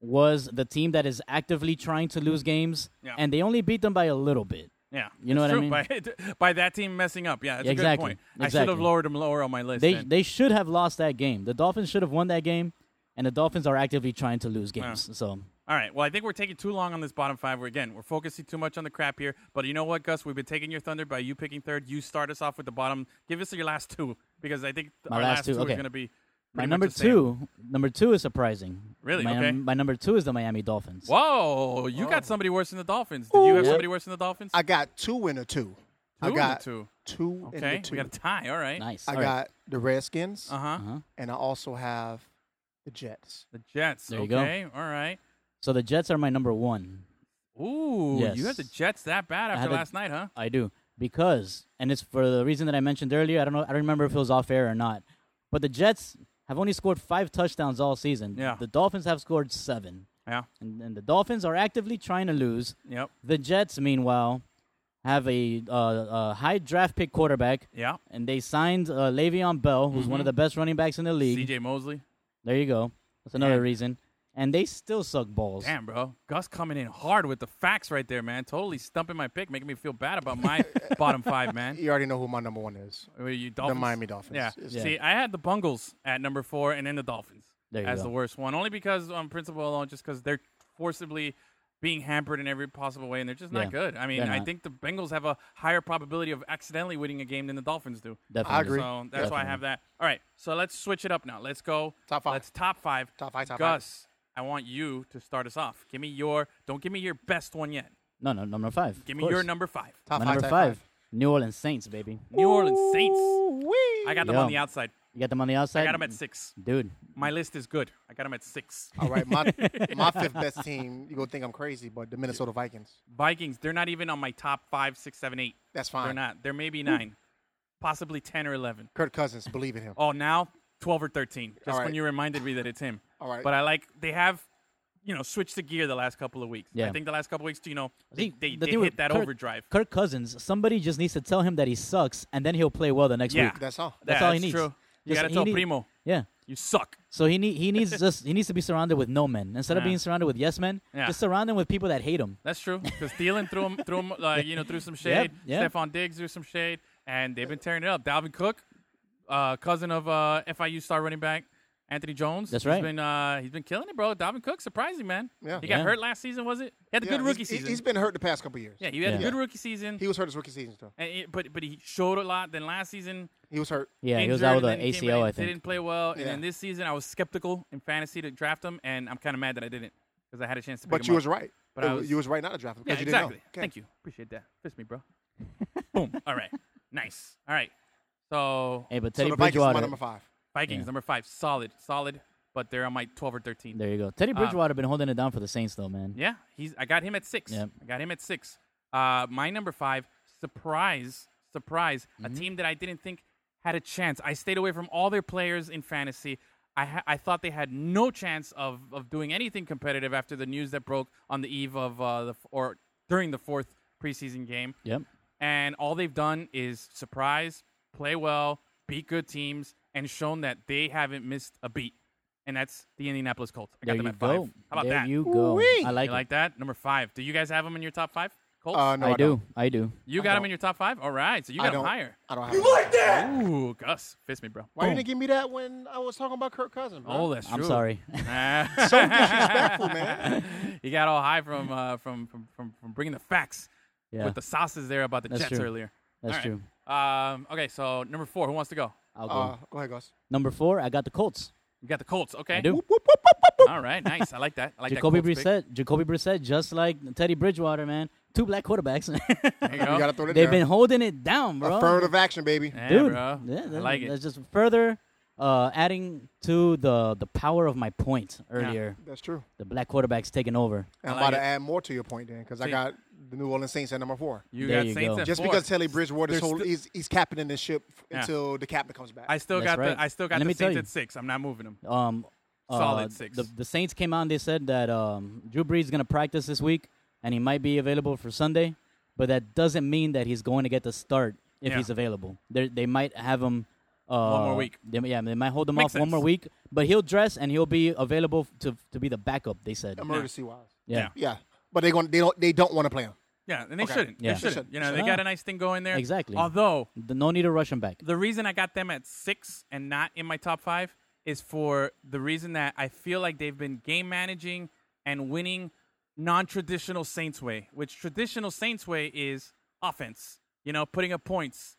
Speaker 5: was the team that is actively trying to lose games,
Speaker 4: Yeah.
Speaker 5: and they only beat them by a little bit.
Speaker 4: Yeah.
Speaker 5: You know
Speaker 4: it's
Speaker 5: what I
Speaker 4: true. By, by that team messing up. Yeah, that's
Speaker 5: Yeah,
Speaker 4: a good
Speaker 5: exactly.
Speaker 4: point. I should have
Speaker 5: Exactly.
Speaker 4: lowered him lower on my list.
Speaker 5: They
Speaker 4: then.
Speaker 5: they should have lost that game. The Dolphins should have won that game, and the Dolphins are actively trying to lose games. So
Speaker 4: All right. Well, I think we're taking too long on this bottom five. We're again, we're focusing too much on the crap here. But you know what, Gus? We've been taking your thunder by you picking third. You start us off with the bottom. Give us your last two because I think
Speaker 5: My
Speaker 4: our
Speaker 5: last
Speaker 4: last
Speaker 5: two,
Speaker 4: two, is
Speaker 5: okay.
Speaker 4: going to be
Speaker 5: my
Speaker 4: pretty
Speaker 5: number
Speaker 4: much the same.
Speaker 5: two, number two is surprising.
Speaker 4: Really?
Speaker 5: My,
Speaker 4: Okay.
Speaker 5: my number two is the Miami Dolphins.
Speaker 4: Whoa, you
Speaker 5: Oh.
Speaker 4: got somebody worse than the Dolphins. Did you have somebody worse than the Dolphins?
Speaker 6: I got two in a
Speaker 4: Two
Speaker 6: two. I
Speaker 4: and a
Speaker 6: got
Speaker 4: two.
Speaker 6: Two in
Speaker 4: okay,
Speaker 6: a two.
Speaker 4: we got a tie. All right.
Speaker 5: Nice. Uh-huh.
Speaker 6: I
Speaker 5: All right.
Speaker 6: got the Redskins,
Speaker 4: Uh huh.
Speaker 6: and I also have the Jets.
Speaker 4: The Jets.
Speaker 5: There you go.
Speaker 4: okay. All right.
Speaker 5: So the Jets are my number one.
Speaker 4: Ooh,
Speaker 5: Yes.
Speaker 4: you had the Jets that bad
Speaker 5: had
Speaker 4: after
Speaker 5: the-
Speaker 4: last night, huh?
Speaker 5: I do because, and it's for the reason that I mentioned earlier. I don't know. I don't remember if it was off air or not. But the Jets have only scored five touchdowns all season.
Speaker 4: Yeah.
Speaker 5: The Dolphins have scored seven,
Speaker 4: Yeah.
Speaker 5: and, and the Dolphins are actively trying to lose.
Speaker 4: Yep.
Speaker 5: The Jets, meanwhile, have a, uh, a high draft pick quarterback,
Speaker 4: Yeah.
Speaker 5: and they signed uh, Le'Veon Bell, who's
Speaker 4: Mm-hmm.
Speaker 5: one of the best running backs in the league.
Speaker 4: C.J. Mosley.
Speaker 5: There you go. That's another
Speaker 4: Damn.
Speaker 5: reason. And they still suck balls.
Speaker 4: Damn, bro. Gus coming in hard with the facts right there, man. Totally stumping my pick, making me feel bad about my bottom five, man.
Speaker 6: You already know who my number one is.
Speaker 4: Were you Dolphins?
Speaker 6: Miami Dolphins.
Speaker 4: Yeah.
Speaker 6: It's-
Speaker 4: See, I had the Bungles at number four and then the Dolphins
Speaker 5: There you
Speaker 4: as
Speaker 5: go.
Speaker 4: the worst one, only because on principle alone, just because they're forcibly being hampered in every possible way, and they're just not
Speaker 5: Yeah,
Speaker 4: good. I mean,
Speaker 5: they're
Speaker 4: I
Speaker 5: not.
Speaker 4: think the Bengals have a higher probability of accidentally winning a game than the Dolphins do.
Speaker 5: Definitely.
Speaker 6: I agree.
Speaker 4: So that's why I
Speaker 5: Definitely.
Speaker 4: have that. All right, so let's switch it up now. Let's go
Speaker 6: Top five.
Speaker 4: Let's top five.
Speaker 6: Top five, top five.
Speaker 4: Gus, I want you to start us off. Give me your. Don't give me your best one yet.
Speaker 5: No, no, number five. of
Speaker 4: Give me your
Speaker 5: course.
Speaker 4: number five.
Speaker 6: Top
Speaker 5: My
Speaker 6: five,
Speaker 5: number
Speaker 6: top
Speaker 5: five, New Orleans Saints, baby.
Speaker 4: New Orleans Saints. I got them on
Speaker 5: Yeah.
Speaker 4: the outside.
Speaker 5: You got them on the outside.
Speaker 4: I got them at six.
Speaker 5: Dude,
Speaker 4: My list is good. I got them at six.
Speaker 6: All right, my my fifth best team. You gonna think I'm crazy, but the Minnesota Vikings.
Speaker 4: Vikings. They're not even on my top five, six, seven, eight.
Speaker 6: That's
Speaker 4: They're
Speaker 6: fine.
Speaker 4: not. They're maybe nine, possibly ten or eleven.
Speaker 6: Kurt Cousins, believe in him.
Speaker 4: Oh, now twelve or thirteen. Just
Speaker 6: All right.
Speaker 4: when you reminded me that it's him.
Speaker 6: All right.
Speaker 4: But I like they have, you know, switched the gear the last couple of weeks. I
Speaker 5: Yeah.
Speaker 4: think the last couple of weeks, you know, they
Speaker 5: See,
Speaker 4: they,
Speaker 5: the
Speaker 4: they
Speaker 5: thing with
Speaker 4: hit that
Speaker 5: Kirk-
Speaker 4: overdrive.
Speaker 5: Kirk Cousins, somebody just needs to tell him that he sucks, and then he'll play well the next
Speaker 4: Yeah.
Speaker 5: week.
Speaker 6: That's all.
Speaker 5: That's
Speaker 4: yeah,
Speaker 5: all he
Speaker 4: that's
Speaker 5: needs.
Speaker 4: True. You
Speaker 5: Just-
Speaker 4: gotta
Speaker 5: he
Speaker 4: tell
Speaker 5: need-
Speaker 4: Primo.
Speaker 5: Yeah.
Speaker 4: You suck.
Speaker 5: So he need, he needs just he needs to be surrounded with no men instead of
Speaker 4: Yeah.
Speaker 5: being surrounded with yes men.
Speaker 4: Yeah.
Speaker 5: Just surround him with people that hate him.
Speaker 4: That's true. Because Thielen threw him, threw him, like you know, threw some shade.
Speaker 5: yeah.
Speaker 4: Stephon Diggs threw some shade, and they've been tearing it up. Dalvin Cook, uh, cousin of uh, FIU star running back Anthony Jones.
Speaker 5: That's
Speaker 4: He's
Speaker 5: right.
Speaker 4: been uh, he's been killing it, bro. Dalvin Cook, surprising man.
Speaker 6: Yeah.
Speaker 4: He got
Speaker 5: Yeah.
Speaker 4: hurt last season, was it? He had a
Speaker 6: Yeah,
Speaker 4: good
Speaker 6: he's-
Speaker 4: rookie
Speaker 6: he-
Speaker 4: season.
Speaker 6: He's been hurt the past couple years.
Speaker 4: yeah, he had a
Speaker 5: Yeah.
Speaker 4: good rookie season.
Speaker 6: He was hurt his rookie season though.
Speaker 4: and it- but but he showed a lot. Then last season,
Speaker 6: He was hurt.
Speaker 5: Yeah, he was
Speaker 4: injured,
Speaker 5: out with
Speaker 4: and
Speaker 5: an
Speaker 4: then he came
Speaker 5: ACL,
Speaker 4: in,
Speaker 5: I think.
Speaker 4: Didn't play well, and
Speaker 6: Yeah.
Speaker 4: then this season I was skeptical in fantasy to draft him, and I'm kind of mad that I didn't because I had a chance to. Pick
Speaker 6: But
Speaker 4: him
Speaker 6: you
Speaker 4: up.
Speaker 6: was right. Uh,
Speaker 4: But I was-
Speaker 6: you was right not to draft him
Speaker 4: Yeah,
Speaker 6: because you
Speaker 4: exactly.
Speaker 6: didn't know.
Speaker 4: Thank you. Appreciate that. Fist me, bro. Boom. All right. Nice. All right. So
Speaker 5: Hey, but
Speaker 6: So
Speaker 5: Teddy
Speaker 6: the Vikings is my
Speaker 5: Bridgewater.
Speaker 6: number five.
Speaker 4: Vikings
Speaker 5: Yeah.
Speaker 4: number five, solid, solid, but they're on my twelve or thirteen.
Speaker 5: There you go. Teddy
Speaker 4: Ah.
Speaker 5: Bridgewater been holding it down for the Saints though, man.
Speaker 4: Yeah, he's. I got him at six.
Speaker 5: Yep.
Speaker 4: I got him at six. Uh, my number five, surprise, surprise,
Speaker 5: Mm-hmm.
Speaker 4: a team that I didn't think had a chance. I stayed away from all their players in fantasy. I ha- I thought they had no chance of of doing anything competitive after the news that broke on the eve of uh, the f- or during the fourth preseason game.
Speaker 5: Yep.
Speaker 4: and all they've done is surprise, play well, beat good teams, and shown that they haven't missed a beat. And that's the Indianapolis Colts. I
Speaker 5: There
Speaker 4: got them
Speaker 5: you
Speaker 4: at five.
Speaker 5: go.
Speaker 4: How about
Speaker 5: there
Speaker 4: that?
Speaker 5: you go. I like
Speaker 4: you
Speaker 5: it.
Speaker 4: like that? Number five. Do you guys have them in your top five? Colts?
Speaker 6: Uh, no, I,
Speaker 5: I
Speaker 6: don't.
Speaker 5: do. I do.
Speaker 4: you got them in your top five? All right. So you
Speaker 6: I
Speaker 4: got them
Speaker 6: don't-
Speaker 4: higher.
Speaker 6: I don't have. You like that?
Speaker 4: Ooh, Gus. Fist me, bro.
Speaker 6: Why didn't you give me that when I was talking about Kirk Cousins? Bro?
Speaker 4: Oh, that's true.
Speaker 5: I'm sorry.
Speaker 4: so disrespectful,
Speaker 6: man.
Speaker 4: you got all high from, uh, from, from, from, from bringing the facts
Speaker 5: yeah.
Speaker 4: with the sauces there about the
Speaker 5: That's
Speaker 4: Jets
Speaker 5: true.
Speaker 4: earlier.
Speaker 5: That's
Speaker 4: All
Speaker 5: true.
Speaker 4: right. Um, okay, so number four. Who wants to go?
Speaker 5: I'll go.
Speaker 6: Uh, go ahead, Gus.
Speaker 5: Number four, I got the Colts.
Speaker 4: You got the Colts. Okay.
Speaker 5: I do.
Speaker 4: All right, nice. I like that. I like
Speaker 5: Jacoby
Speaker 4: that. Colts pick.
Speaker 5: Brissett. Jacoby Brissett, just like Teddy Bridgewater, man. Two black quarterbacks.
Speaker 4: There you go.
Speaker 6: You gotta throw that
Speaker 5: They've been
Speaker 6: down.
Speaker 5: holding it down, bro.
Speaker 6: affirmative action, baby.
Speaker 4: yeah,
Speaker 5: Dude,
Speaker 4: bro.
Speaker 5: yeah,
Speaker 4: I
Speaker 5: that-
Speaker 4: like it.
Speaker 5: That's just further uh, adding to the the power of my point earlier.
Speaker 6: That's true.
Speaker 5: The black quarterbacks taking over.
Speaker 6: And I'm
Speaker 4: I like
Speaker 6: about
Speaker 4: it.
Speaker 6: to add more to your point then, because I
Speaker 4: See-
Speaker 6: got the New Orleans Saints at number four.
Speaker 4: You
Speaker 5: There
Speaker 4: got
Speaker 5: you
Speaker 4: Saints
Speaker 5: go.
Speaker 4: at
Speaker 6: Just
Speaker 4: four.
Speaker 6: because Telly Bridgewater's
Speaker 4: There's
Speaker 6: whole,
Speaker 4: sti-
Speaker 6: he's he's captaining this ship f-
Speaker 4: Yeah.
Speaker 6: until the captain comes back.
Speaker 4: I still
Speaker 5: That's
Speaker 4: got
Speaker 5: right.
Speaker 4: the I still got
Speaker 5: And let
Speaker 4: the
Speaker 5: me tell
Speaker 4: Saints
Speaker 5: you.
Speaker 4: at six. I'm not moving them.
Speaker 5: Um, uh,
Speaker 4: Solid six.
Speaker 5: The, the Saints came out and they said that um, Drew Brees is going to practice this week and he might be available for Sunday, but that doesn't mean that he's going to get the start if
Speaker 4: Yeah.
Speaker 5: he's available. they they might have him. Uh,
Speaker 4: more week.
Speaker 5: They, yeah, they might hold him off
Speaker 4: Makes
Speaker 5: one more
Speaker 4: sense.
Speaker 5: week, but he'll dress and he'll be available to to be the backup. They said.
Speaker 6: emergency wise.
Speaker 5: Yeah.
Speaker 6: Yeah, but they going they don't they don't want to play him.
Speaker 4: Yeah, and they
Speaker 6: Okay.
Speaker 4: shouldn't.
Speaker 5: Yeah.
Speaker 4: They shouldn't.
Speaker 6: Should-
Speaker 4: You know, they
Speaker 5: should.
Speaker 4: got a nice thing going there.
Speaker 5: Exactly.
Speaker 4: Although
Speaker 5: The- no need to rush him back.
Speaker 4: the reason I got them at six and not in my top five is for the reason that I feel like they've been game managing and winning non-traditional Saints way, which traditional Saints way is offense. You know, putting up points.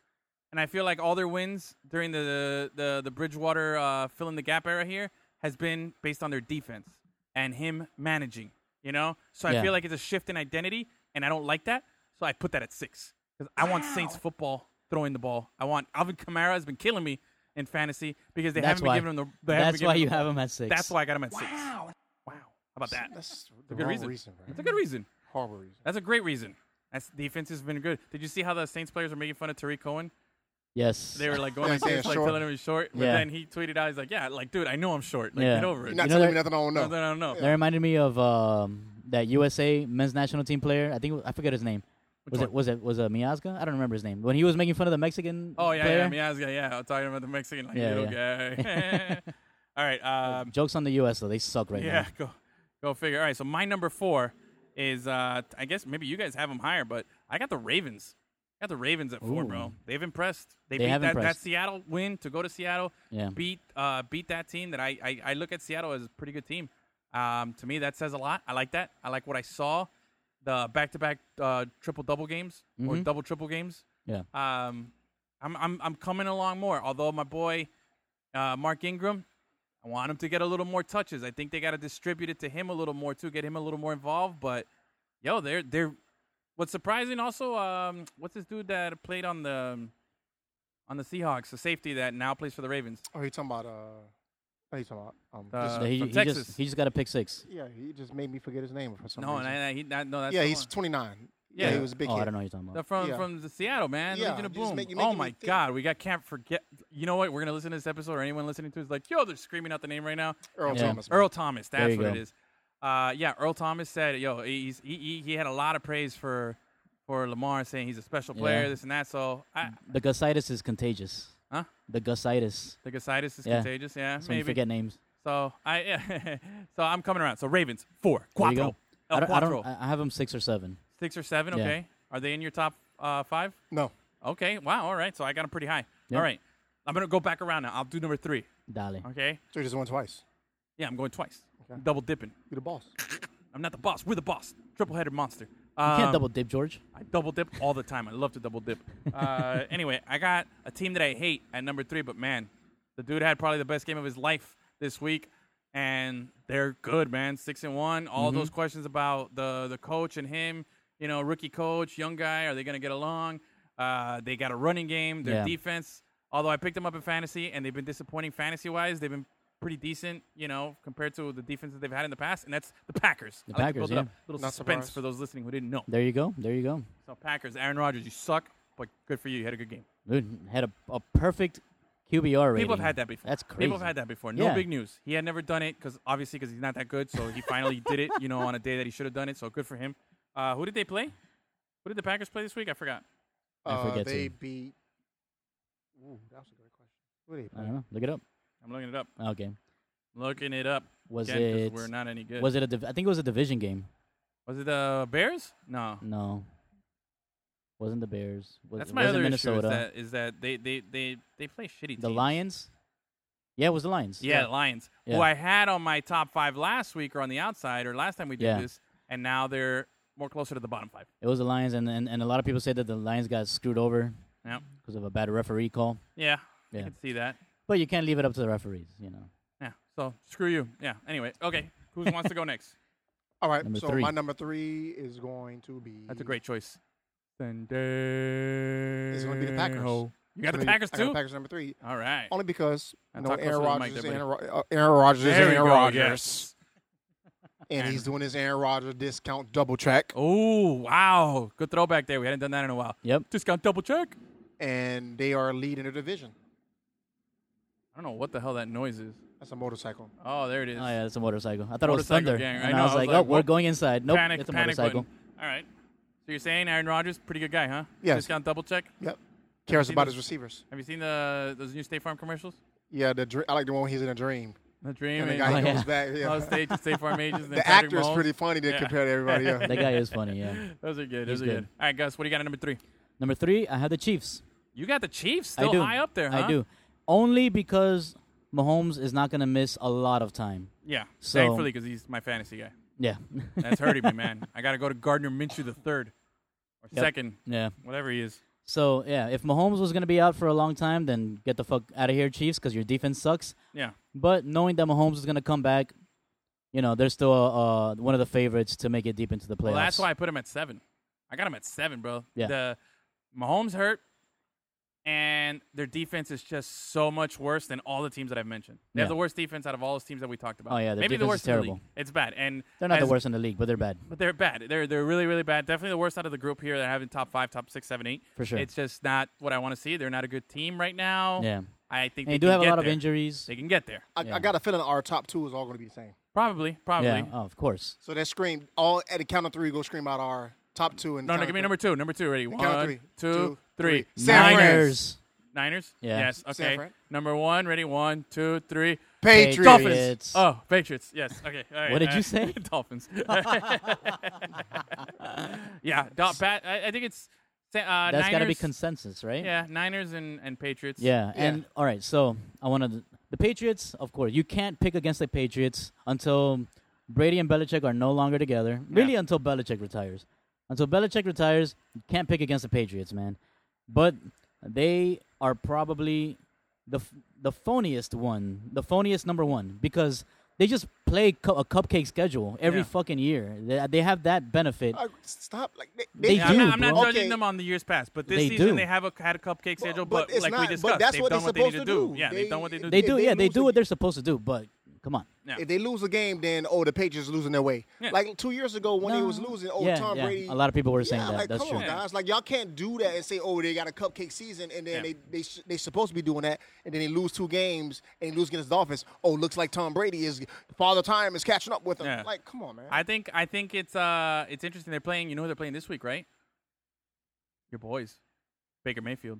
Speaker 4: And I feel like all their wins during the the the Bridgewater uh, fill in the gap era here has been based on their defense and him managing. You know, so I
Speaker 5: Yeah.
Speaker 4: feel like it's a shift in identity, and I don't like that. So I put that at six because I want Saints football throwing the ball. I want Alvin Kamara has been killing me in fantasy because they
Speaker 5: That's
Speaker 4: haven't
Speaker 5: why.
Speaker 4: been giving him the. They haven't
Speaker 5: That's
Speaker 4: been
Speaker 5: why
Speaker 4: giving
Speaker 5: you
Speaker 4: the ball.
Speaker 5: have him at six.
Speaker 4: That's why I got him at six. Wow! Wow! How about that?
Speaker 6: That's the
Speaker 4: a good
Speaker 6: wrong
Speaker 4: reason.
Speaker 6: reason right?
Speaker 4: That's a good reason.
Speaker 6: Horrible reason.
Speaker 4: That's a great reason. That's defense has been good. Did you see how the Saints players were making fun of Tariq Cohen?
Speaker 5: Yes.
Speaker 4: they were like going
Speaker 6: Yeah,
Speaker 4: like, this,
Speaker 6: yeah,
Speaker 4: like
Speaker 6: short.
Speaker 4: telling him he's short. But
Speaker 5: Yeah.
Speaker 4: then he tweeted out, he's like, yeah, like, dude, I know I'm short. Like,
Speaker 5: Yeah.
Speaker 4: get over it.
Speaker 6: You're not
Speaker 5: You know
Speaker 6: telling
Speaker 5: that-
Speaker 6: me nothing I don't know.
Speaker 4: No, no, no, no.
Speaker 5: That reminded me of um, that USA men's national team player. I think I forget his name. Was it was it was it Miazga? I don't remember his name. When he was making fun of the Mexican.
Speaker 4: Oh, yeah,
Speaker 5: player,
Speaker 4: yeah, Miazga, yeah. I'm talking about the Mexican, like,
Speaker 5: Yeah,
Speaker 4: little guy. All right, um,
Speaker 5: Jokes on the U.S. though. They suck right
Speaker 4: yeah, go, go figure. All right, so my number four is, uh, I guess maybe you guys have them higher, but I got the Ravens. I got the Ravens at four,
Speaker 5: Ooh.
Speaker 4: bro. They've impressed. They,
Speaker 5: They
Speaker 4: beat
Speaker 5: have
Speaker 4: that, that
Speaker 5: impressed.
Speaker 4: Seattle win to go to Seattle.
Speaker 5: now. Yeah.
Speaker 4: beat uh, beat that team that I, I, I look at Seattle as a pretty good team. Um, to me, that says a lot. I like that. I like what I saw. The back to back triple double games or
Speaker 5: Mhm.
Speaker 4: double triple games.
Speaker 5: Yeah.
Speaker 4: Um, I'm I'm I'm coming along more. Although my boy uh, Mark Ingram, I want him to get a little more touches. I think they got to distribute it to him a little more too, get him a little more involved. But yo, they're they're what's surprising also. Um, what's this dude that played on the on the Seahawks, the safety that now plays for the Ravens?
Speaker 6: Oh, you talking about uh? What you talking about? Um,
Speaker 4: Uh,
Speaker 6: just-
Speaker 5: So he,
Speaker 4: from
Speaker 5: he
Speaker 4: Texas.
Speaker 5: just he just got a pick six.
Speaker 6: yeah, he just made me forget his name for some
Speaker 4: No, and
Speaker 6: reason.
Speaker 4: I, I- he, that, no, that's
Speaker 6: yeah,
Speaker 4: the
Speaker 6: he's
Speaker 4: one.
Speaker 6: 29.
Speaker 4: Yeah.
Speaker 6: he was a big
Speaker 5: oh,
Speaker 6: kid.
Speaker 5: I don't know what you're talking
Speaker 4: The-
Speaker 5: about.
Speaker 4: from
Speaker 6: yeah.
Speaker 4: from the Seattle man.
Speaker 6: Yeah,
Speaker 4: Legion of
Speaker 6: you just
Speaker 4: Boom.
Speaker 6: make- you
Speaker 4: oh
Speaker 6: making
Speaker 4: my
Speaker 6: me think.
Speaker 4: God, we got can't forget. You know what? We're gonna listen to this episode, or anyone listening to, it is like, yo, they're screaming out the name right now.
Speaker 6: Earl
Speaker 5: Yeah.
Speaker 6: Thomas.
Speaker 4: Earl Thomas.
Speaker 5: There
Speaker 4: That's
Speaker 5: you
Speaker 4: what it
Speaker 5: go.
Speaker 4: is. Uh, yeah, Earl Thomas said, yo, he's he, he he had a lot of praise for for Lamar, saying he's a special player,
Speaker 5: Yeah. Mm.
Speaker 4: this and that. So I,
Speaker 5: The gastritis is contagious.
Speaker 4: Huh?
Speaker 5: The gusitis.
Speaker 4: The Gasitis is
Speaker 5: Yeah.
Speaker 4: contagious. Yeah,
Speaker 5: That's when you
Speaker 4: maybe.
Speaker 5: forget names.
Speaker 4: So I, yeah. so I'm coming around. So Ravens four,
Speaker 5: There you
Speaker 4: cuatro,
Speaker 5: go.
Speaker 4: El
Speaker 5: I don't, I,
Speaker 4: cuatro,
Speaker 5: don't, I I have them six or seven.
Speaker 4: six or seven.
Speaker 5: Yeah.
Speaker 4: Okay, are they in your top uh, five?
Speaker 6: No.
Speaker 4: Okay, wow. All right, so I got them pretty high.
Speaker 5: Yeah.
Speaker 4: All right, I'm gonna go back around now. I'll do number three.
Speaker 5: Dale.
Speaker 4: Okay,
Speaker 6: So you just won twice.
Speaker 4: yeah, I'm going twice. Double dipping.
Speaker 6: You're the boss.
Speaker 4: I'm not the boss. We're the boss. Triple headed monster.
Speaker 5: You
Speaker 4: Um,
Speaker 5: can't double dip, George.
Speaker 4: I double dip all the time. I love to double dip. Uh, anyway, I got a team that I hate at number three, but man, the dude had probably the best game of his life this week, and they're good, man. Six and one. All
Speaker 5: Mm-hmm.
Speaker 4: those questions about the the coach and him, you know, rookie coach, young guy, are they going to get along? Uh, they got a running game. Their
Speaker 5: Yeah.
Speaker 4: defense. Although I picked them up in fantasy, and they've been disappointing fantasy wise, they've been pretty decent, you know, compared to the defenses they've had in the past, and that's the Packers. I
Speaker 5: The
Speaker 4: like to
Speaker 5: Packers,
Speaker 4: build it
Speaker 5: yeah.
Speaker 4: up. Little
Speaker 6: Not
Speaker 4: suspense
Speaker 6: surprised.
Speaker 4: for those listening who didn't know.
Speaker 5: There you go. There you go.
Speaker 4: So Packers, Aaron Rodgers, you suck, but good for you. You had a good game.
Speaker 5: Dude, had a, a perfect QBR rating.
Speaker 4: People have had that before.
Speaker 5: That's crazy.
Speaker 4: People have had that before. No
Speaker 5: Yeah.
Speaker 4: big news. He had never done it because obviously because he's not that good. So he finally did it, you know, on a day that he should have done it. So good for him. Uh, who did they play? Who did the Packers play this week? I forgot.
Speaker 5: I forget
Speaker 6: Uh, they
Speaker 5: to.
Speaker 6: beat. Ooh, that was a great question. Who did they
Speaker 5: I
Speaker 6: play?
Speaker 5: don't know. Look it up.
Speaker 4: I'm looking it up.
Speaker 5: Okay.
Speaker 4: Looking it up.
Speaker 5: Was
Speaker 4: again, 'cause
Speaker 5: it-
Speaker 4: We're not any good.
Speaker 5: Was it a? Div- I think it was a division game.
Speaker 4: Was it the Bears? No.
Speaker 5: No. Wasn't the Bears? Was,
Speaker 4: That's my
Speaker 5: wasn't
Speaker 4: other
Speaker 5: Minnesota.
Speaker 4: issue. Is that, is that they, they they they play shitty.
Speaker 5: the
Speaker 4: teams.
Speaker 5: Lions. Yeah, it was the Lions.
Speaker 4: Yeah, Lions. Who
Speaker 5: Yeah.
Speaker 4: I had on my top five last week or on the outside or last time we did
Speaker 5: Yeah.
Speaker 4: this, and now they're more closer to the bottom five.
Speaker 5: It was the Lions, and, and and a lot of people said that the Lions got screwed over
Speaker 4: Yeah.
Speaker 5: because of a bad referee call.
Speaker 4: Yeah. I
Speaker 5: Yeah.
Speaker 4: can see that.
Speaker 5: But you can't leave it up to the referees, you know.
Speaker 4: Yeah. So screw you. Yeah. Anyway, okay. Who wants to go next?
Speaker 6: All right.
Speaker 5: Number
Speaker 6: so
Speaker 5: three.
Speaker 6: my number three is going to be.
Speaker 4: That's a great choice. It's
Speaker 6: It's going to be the Packers.
Speaker 4: You got the
Speaker 6: I
Speaker 4: Packers
Speaker 6: I got
Speaker 4: too.
Speaker 6: Packers number three.
Speaker 4: All right.
Speaker 6: Only because
Speaker 4: Now
Speaker 6: you know
Speaker 4: talk
Speaker 6: Aaron
Speaker 4: closer to the mic
Speaker 6: Rodgers, is
Speaker 4: there,
Speaker 6: Aaron, Ro- uh, Aaron Rodgers, is
Speaker 4: There
Speaker 6: Aaron
Speaker 4: we go,
Speaker 6: Rodgers,
Speaker 4: yes.
Speaker 6: and
Speaker 4: And-
Speaker 6: he's doing his Aaron Rodgers discount double check,
Speaker 4: Oh wow, good throwback there. We hadn't done that in a while.
Speaker 5: Yep.
Speaker 4: Discount double check.
Speaker 6: and they are leading the division.
Speaker 4: I don't know what the hell that noise is.
Speaker 6: That's a motorcycle.
Speaker 4: Oh, there it is.
Speaker 5: Oh yeah, it's a motorcycle. I thought it was
Speaker 4: Motorcycle
Speaker 5: thunder,
Speaker 4: gang, right?
Speaker 5: and
Speaker 4: No,
Speaker 5: I was like, "Oh, we're
Speaker 4: what-
Speaker 5: going inside." Nope,
Speaker 4: panic,
Speaker 5: it's a
Speaker 4: panic
Speaker 5: motorcycle.
Speaker 4: button. All right. So you're saying Aaron Rodgers, pretty good guy, huh?
Speaker 6: Yes.
Speaker 4: Discount double check.
Speaker 6: Yep. Cares
Speaker 4: seen
Speaker 6: about
Speaker 4: those-
Speaker 6: his receivers.
Speaker 4: Have you seen the those new State Farm commercials?
Speaker 6: Yeah, the dr- I like the one where he's in a dream.
Speaker 4: The dream
Speaker 6: And the
Speaker 4: and-
Speaker 6: guy
Speaker 5: Oh,
Speaker 6: comes
Speaker 5: yeah.
Speaker 6: back. Yeah.
Speaker 4: Oh, State, State Farm agents. and
Speaker 6: the
Speaker 4: Patrick
Speaker 6: actor is
Speaker 4: Mahomes.
Speaker 6: pretty funny to
Speaker 4: Yeah.
Speaker 6: compare to everybody else.
Speaker 5: That guy is funny. Yeah.
Speaker 4: Those are good.
Speaker 5: He's
Speaker 4: Those are good.
Speaker 5: good.
Speaker 4: All right, Gus, what do you got at number three?
Speaker 5: Number three, I have the Chiefs.
Speaker 4: You got the Chiefs still
Speaker 5: I do.
Speaker 4: high up there, huh?
Speaker 5: I do, only because Mahomes is not going to miss a lot of time.
Speaker 4: Yeah.
Speaker 5: So-
Speaker 4: Thankfully, because he's my fantasy guy.
Speaker 5: Yeah.
Speaker 4: That's hurting me, man. I got to go to Gardner Minshew the third or
Speaker 5: Yep.
Speaker 4: second,
Speaker 5: yeah.
Speaker 4: whatever he is.
Speaker 5: So yeah, if Mahomes was going to be out for a long time, then get the fuck out of here, Chiefs, because your defense sucks.
Speaker 4: Yeah.
Speaker 5: But knowing that Mahomes is going to come back, you know they're still uh, one of the favorites to make it deep into the playoffs.
Speaker 4: Well, that's why I put him at seven. I got him at seven, bro.
Speaker 5: Yeah.
Speaker 4: The Mahomes hurt, and their defense is just so much worse than all the teams that I've mentioned. They have
Speaker 5: Yeah.
Speaker 4: the worst defense out of all those teams that we talked about.
Speaker 5: Oh, yeah, their
Speaker 4: maybe the
Speaker 5: defense
Speaker 4: worst
Speaker 5: is
Speaker 4: in the league.
Speaker 5: terrible.
Speaker 4: It's bad, and
Speaker 5: they're not the
Speaker 4: as-
Speaker 5: worst in the league, but they're bad.
Speaker 4: But they're bad. They're they're really really bad. Definitely the worst out of the group here. They're having top five, top six, seven, eight.
Speaker 5: For sure.
Speaker 4: It's just not what I want to see. They're not a good team right now.
Speaker 5: Yeah.
Speaker 4: I think
Speaker 5: And
Speaker 4: they
Speaker 5: you do
Speaker 4: can
Speaker 5: have a
Speaker 4: get
Speaker 5: lot of
Speaker 4: there.
Speaker 5: injuries.
Speaker 4: They can get there.
Speaker 6: I,
Speaker 5: Yeah.
Speaker 6: I got a feeling our top two is all going to be the same.
Speaker 4: Probably. Probably.
Speaker 5: Yeah, oh, of course.
Speaker 6: So that scream, all at the count of three, go scream out our top two. And
Speaker 4: No, no,
Speaker 6: count
Speaker 4: give
Speaker 6: of
Speaker 4: me
Speaker 6: three.
Speaker 4: number two. Number two already.
Speaker 6: count of
Speaker 4: One,
Speaker 6: three.
Speaker 4: two,
Speaker 6: Two,
Speaker 4: three.
Speaker 6: three. San Fran.
Speaker 4: Niners.
Speaker 5: Niners,
Speaker 4: Niners?
Speaker 5: Yeah.
Speaker 4: Yes.
Speaker 6: San
Speaker 4: Okay.
Speaker 6: Fran.
Speaker 4: Number one. Ready? One, two, three.
Speaker 6: Patriots.
Speaker 5: Dolphins. Patriots.
Speaker 4: Oh, Patriots. Yes. Okay. All right.
Speaker 5: What did
Speaker 4: Uh,
Speaker 5: you say?
Speaker 4: Dolphins. yeah. Dol- Pat, I, I think it's Sa- uh,
Speaker 5: that's got to be
Speaker 4: Niners.
Speaker 5: consensus, right?
Speaker 4: Yeah. Niners and, and Patriots.
Speaker 5: Yeah, and all right, so I want to the Patriots. Of course, you can't pick against the Patriots until Brady and Belichick are no longer together. Really, until Belichick retires. Until Belichick retires, you can't pick against the Patriots, man. But they are probably the f- the phoniest one, the phoniest number one, because they just play cu- a cupcake schedule every
Speaker 4: Yeah.
Speaker 5: fucking year. They, they have that benefit.
Speaker 6: Uh, stop. Like, they,
Speaker 5: They
Speaker 4: Yeah,
Speaker 5: do,
Speaker 4: I'm not, I'm not
Speaker 5: bro.
Speaker 4: judging
Speaker 6: Okay.
Speaker 4: them on the years past, but this
Speaker 5: They
Speaker 4: season
Speaker 5: do.
Speaker 4: they have a, had a cupcake schedule,
Speaker 6: but
Speaker 4: but,
Speaker 6: it's
Speaker 4: like we
Speaker 6: not- but
Speaker 4: discussed,
Speaker 6: that's
Speaker 4: they've
Speaker 6: what
Speaker 4: done
Speaker 6: they're
Speaker 4: what they need to
Speaker 6: supposed
Speaker 4: do.
Speaker 6: to do.
Speaker 4: Yeah, they've
Speaker 6: They-
Speaker 4: done what they do.
Speaker 5: they
Speaker 6: if
Speaker 5: do,
Speaker 6: they
Speaker 5: yeah, they
Speaker 6: lose
Speaker 5: do
Speaker 6: the-
Speaker 5: what they're supposed to do. But come on,
Speaker 4: Yeah.
Speaker 6: If they lose a game, then oh, the Patriots are losing their way.
Speaker 4: Yeah.
Speaker 6: Like two years ago when he was
Speaker 5: No.
Speaker 6: losing, oh,
Speaker 5: Yeah,
Speaker 6: Tom
Speaker 5: yeah.
Speaker 6: Brady.
Speaker 5: A lot of people were saying
Speaker 6: yeah,
Speaker 5: that.
Speaker 6: Like,
Speaker 5: That's
Speaker 6: come on,
Speaker 5: true.
Speaker 6: guys. Like y'all can't do that and say, oh, they got a cupcake season, and then
Speaker 4: Yeah.
Speaker 6: they they sh- they supposed to be doing that, and then they lose two games and they lose against the Dolphins. Oh, looks like Tom Brady is father time is catching up with them.
Speaker 4: Yeah.
Speaker 6: Like, come on, man.
Speaker 4: I think I think it's uh it's interesting. They're playing. You know who they're playing this week, right? Your boys, Baker Mayfield.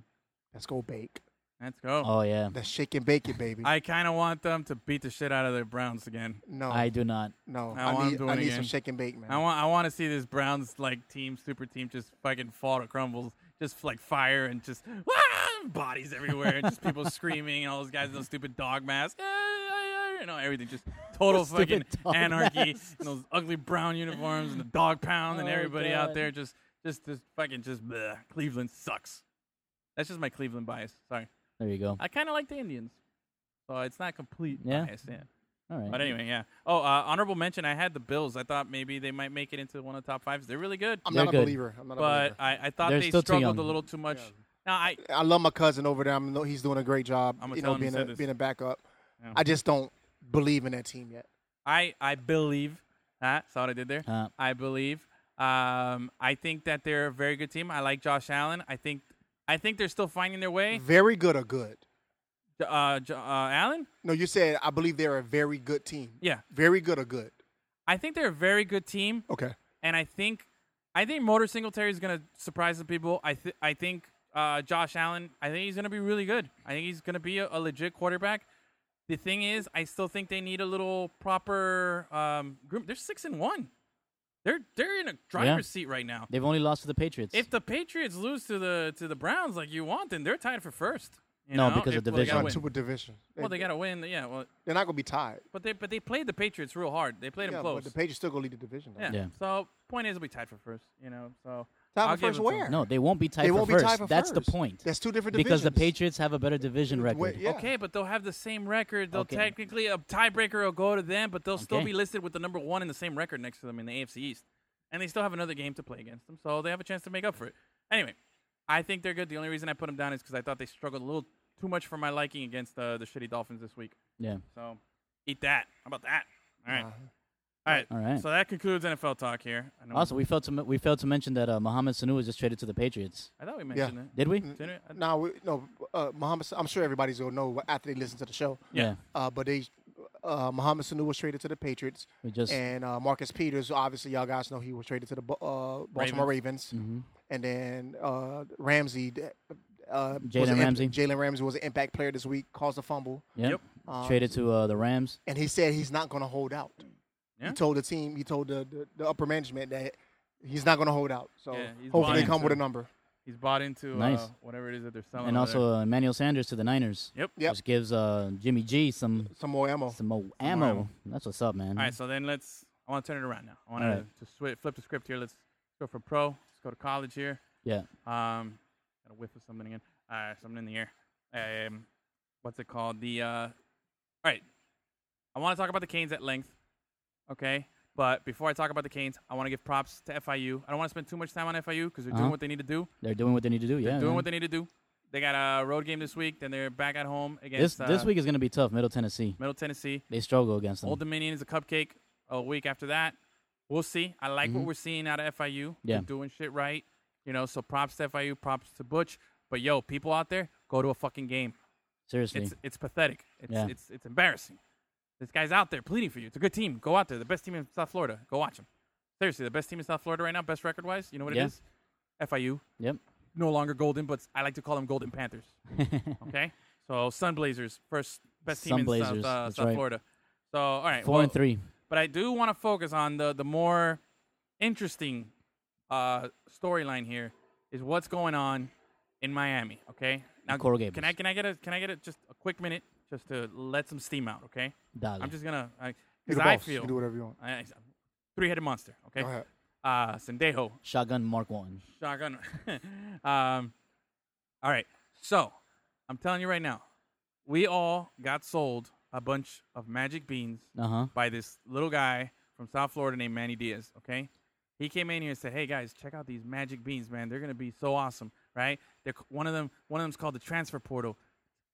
Speaker 6: Let's go bake.
Speaker 4: Let's go.
Speaker 5: Oh yeah,
Speaker 6: That's shake and bake it, baby.
Speaker 4: I kind of want them to beat the shit out of the Browns again.
Speaker 6: no,
Speaker 5: I do not.
Speaker 6: no.
Speaker 4: I want
Speaker 6: need,
Speaker 4: them to
Speaker 6: I
Speaker 4: win
Speaker 6: need
Speaker 4: again.
Speaker 6: some shake and bake, man.
Speaker 4: I want I want to see this Browns like team, super team, just fucking fall to crumbles, just like fire and just "Wah!" bodies everywhere and just people screaming and all those guys in those stupid dog masks. "Ah, ah, ah," You know everything, just total fucking
Speaker 5: Stupid dog
Speaker 4: anarchy.
Speaker 5: masks.
Speaker 4: And those ugly brown uniforms and the dog pound and
Speaker 5: Oh,
Speaker 4: everybody out
Speaker 5: God.
Speaker 4: there just just just fucking just bleh. Cleveland sucks. That's just my Cleveland bias. Sorry,
Speaker 5: There you go.
Speaker 4: I kind of like the Indians, so it's not complete
Speaker 5: Yeah.
Speaker 4: bias. Yeah.
Speaker 5: All right.
Speaker 4: But anyway, yeah. Oh, uh, honorable mention. I had the Bills. I thought maybe they might make it into one of the top fives. They're really good,
Speaker 6: I'm
Speaker 5: They're
Speaker 6: not a
Speaker 5: good.
Speaker 6: believer. I'm not a
Speaker 4: but
Speaker 6: believer.
Speaker 4: I, I thought
Speaker 5: They're
Speaker 4: they
Speaker 5: still too
Speaker 4: struggled a
Speaker 5: young.
Speaker 4: little too much. Now I
Speaker 6: I love my cousin over there. I know he's doing a great job.
Speaker 4: I'ma
Speaker 6: you
Speaker 4: tell
Speaker 6: know,
Speaker 4: him he
Speaker 6: being
Speaker 4: said
Speaker 6: a
Speaker 4: this.
Speaker 6: being a backup.
Speaker 4: Yeah.
Speaker 6: I just don't believe in that team yet.
Speaker 4: I I believe. Huh? Saw what I did there.
Speaker 5: Uh,
Speaker 4: I believe. Um, I think that they're a very good team. I like Josh Allen. I think I think they're still finding their way.
Speaker 6: Very good or good.
Speaker 4: J- Uh, J- uh, Allen.
Speaker 6: No, you said I believe they're a very good team.
Speaker 4: Yeah,
Speaker 6: Very good or good.
Speaker 4: I think they're a very good team.
Speaker 6: Okay.
Speaker 4: and I think I think Motor Singletary is gonna surprise some people. I th- I think uh, Josh Allen. I think he's gonna be really good. I think he's gonna be a, a legit quarterback. The thing is, I still think they need a little proper um, groom. They're six and one. They're they're in a driver's seat right now.
Speaker 5: they've only lost to the Patriots.
Speaker 4: If the Patriots lose to the to the Browns like you want, then they're tied for first. You
Speaker 5: No,
Speaker 4: know?
Speaker 5: because
Speaker 4: If-
Speaker 5: of
Speaker 4: well, they
Speaker 5: division.
Speaker 4: gotta
Speaker 6: On
Speaker 4: win.
Speaker 6: super division.
Speaker 4: Well, they gotta win. Yeah, well,
Speaker 6: They're not gonna be tied.
Speaker 4: but they but they played the Patriots real hard. They played
Speaker 6: Yeah,
Speaker 4: them close.
Speaker 6: but the Patriots still gonna lead the division. Though.
Speaker 4: yeah.
Speaker 5: Yeah.
Speaker 4: So point is, we tied for first. You know. So
Speaker 6: Tied for
Speaker 4: I'll give
Speaker 6: first
Speaker 4: them some-
Speaker 6: where?
Speaker 5: no, they won't be tied
Speaker 6: They
Speaker 5: for
Speaker 6: won't be
Speaker 5: first.
Speaker 6: tied for
Speaker 5: That's the
Speaker 6: first.
Speaker 5: point.
Speaker 6: That's two different
Speaker 5: because the
Speaker 6: divisions.
Speaker 5: Patriots have a better division record.
Speaker 6: Wait, yeah.
Speaker 4: Okay, but they'll have the same record. They'll
Speaker 5: Okay.
Speaker 4: technically a tiebreaker will go to them, but they'll still
Speaker 5: Okay.
Speaker 4: be listed with the number one and the same record next to them in the AFC East, and they still have another game to play against them, so they have a chance to make up for it. Anyway, I think they're good. The only reason I put them down is because I thought they struggled a little too much for my liking against uh, the shitty Dolphins this week.
Speaker 5: Yeah.
Speaker 4: So eat that. How about that? All right.
Speaker 6: Uh-huh.
Speaker 4: All right.
Speaker 5: All right.
Speaker 4: So that concludes NFL talk here. I know
Speaker 5: Also, we failed to we failed to mention that uh, Mohamed Sanu was just traded to the Patriots.
Speaker 4: I thought we mentioned that.
Speaker 5: Did
Speaker 6: Mm.
Speaker 5: we?
Speaker 4: Didn't we? I-
Speaker 6: No, we, no, uh, Muhammad. I'm sure everybody's gonna know after they listen to the show.
Speaker 4: Yeah.
Speaker 6: Uh, but they, uh, Muhammad Sanu was traded to the Patriots,
Speaker 5: We just
Speaker 6: and uh, Marcus Peters. Obviously, y'all guys know he was traded to the Bo- uh, Baltimore Ravens,
Speaker 5: Mm-hmm.
Speaker 6: and then uh, Ramsey. d- Uh, was
Speaker 5: Jalen
Speaker 6: an imp-
Speaker 5: Ramsey.
Speaker 6: Jalen Ramsey was an impact player this week, caused a fumble,
Speaker 5: yeah,
Speaker 4: Yep.
Speaker 5: traded to uh, the Rams.
Speaker 6: and he said he's not going to hold out.
Speaker 4: Yeah.
Speaker 6: He told the team, he told the, the, the upper management that he's not going to hold out. So
Speaker 4: Yeah, he's
Speaker 6: hopefully, they
Speaker 4: buying
Speaker 6: come with a
Speaker 4: too.
Speaker 6: number.
Speaker 4: He's bought into uh,
Speaker 5: Nice.
Speaker 4: whatever it is that they're selling.
Speaker 5: and
Speaker 4: over
Speaker 5: also
Speaker 4: there.
Speaker 5: uh, Emmanuel Sanders to the Niners.
Speaker 4: Yep.
Speaker 6: Yep.
Speaker 5: Which gives uh, Jimmy G some
Speaker 6: Some more ammo.
Speaker 5: some more ammo. That's what's up, man.
Speaker 4: All right, so then let's. I want to turn it around now. I want
Speaker 5: All
Speaker 4: to
Speaker 5: right.
Speaker 4: to swi flip the script here. Let's go from pro. Let's go to college here.
Speaker 5: Yeah.
Speaker 4: Um, got a whiff of something again. Uh, something in the air. Um, what's it called? The. Uh, all right. I want to talk about the Canes at length. Okay. But before I talk about the Canes, I want to give props to FIU. I don't want to spend too much time on FIU because they're doing
Speaker 5: Uh-huh.
Speaker 4: what they need to do.
Speaker 5: They're doing what they need to do. Yeah.
Speaker 4: They're doing
Speaker 5: man.
Speaker 4: what they need to do. They got a road game this week. Then they're back at home
Speaker 5: this
Speaker 4: against
Speaker 5: this
Speaker 4: uh,
Speaker 5: week is going to be tough. Middle Tennessee.
Speaker 4: Middle Tennessee.
Speaker 5: They struggle against them.
Speaker 4: Old Dominion is a cupcake. A week after that, we'll see. I like what we're seeing out of FIU.
Speaker 5: Mm-hmm. Yeah.
Speaker 4: They're doing shit right. You know, so props to FIU, props to Butch. But yo, people out there, go to a fucking game.
Speaker 5: Seriously.
Speaker 4: It's it's pathetic. It's
Speaker 5: Yeah.
Speaker 4: it's it's embarrassing. This guy's out there pleading for you. It's a good team. Go out there. The best team in South Florida. Go watch them. Seriously, the best team in South Florida right now, best record wise. You know what
Speaker 5: Yeah.
Speaker 4: it is? FIU.
Speaker 5: yep.
Speaker 4: No longer golden, but I like to call them Golden Panthers. Okay? so Sun Blazers, first best team
Speaker 5: Sun
Speaker 4: in
Speaker 5: Blazers,
Speaker 4: South, uh,
Speaker 5: that's
Speaker 4: South
Speaker 5: right.
Speaker 4: Florida. So all right.
Speaker 5: Four
Speaker 4: well,
Speaker 5: and three.
Speaker 4: but I do want to focus on the the more interesting uh, storyline here is what's going on in Miami. Okay, now
Speaker 5: Coral
Speaker 4: Can
Speaker 5: Gables.
Speaker 4: I can I get a can I get a, just a quick minute just to let some steam out? Okay,
Speaker 5: Dale.
Speaker 4: I'm just gonna
Speaker 6: You're
Speaker 4: because
Speaker 6: the
Speaker 4: I
Speaker 6: boss. You
Speaker 4: feel
Speaker 6: can do whatever you want.
Speaker 4: three headed monster. Okay,
Speaker 6: Go ahead.
Speaker 4: uh, Sendejo
Speaker 5: Shotgun Mark One.
Speaker 4: shotgun. um, all right, so I'm telling you right now, we all got sold a bunch of magic beans
Speaker 5: Uh huh.
Speaker 4: by this little guy from South Florida named Manny Diaz. Okay, he came in here and said, "Hey guys, check out these magic beans, man. They're gonna be so awesome, right? They're, c- one of them, one of them's called the transfer portal.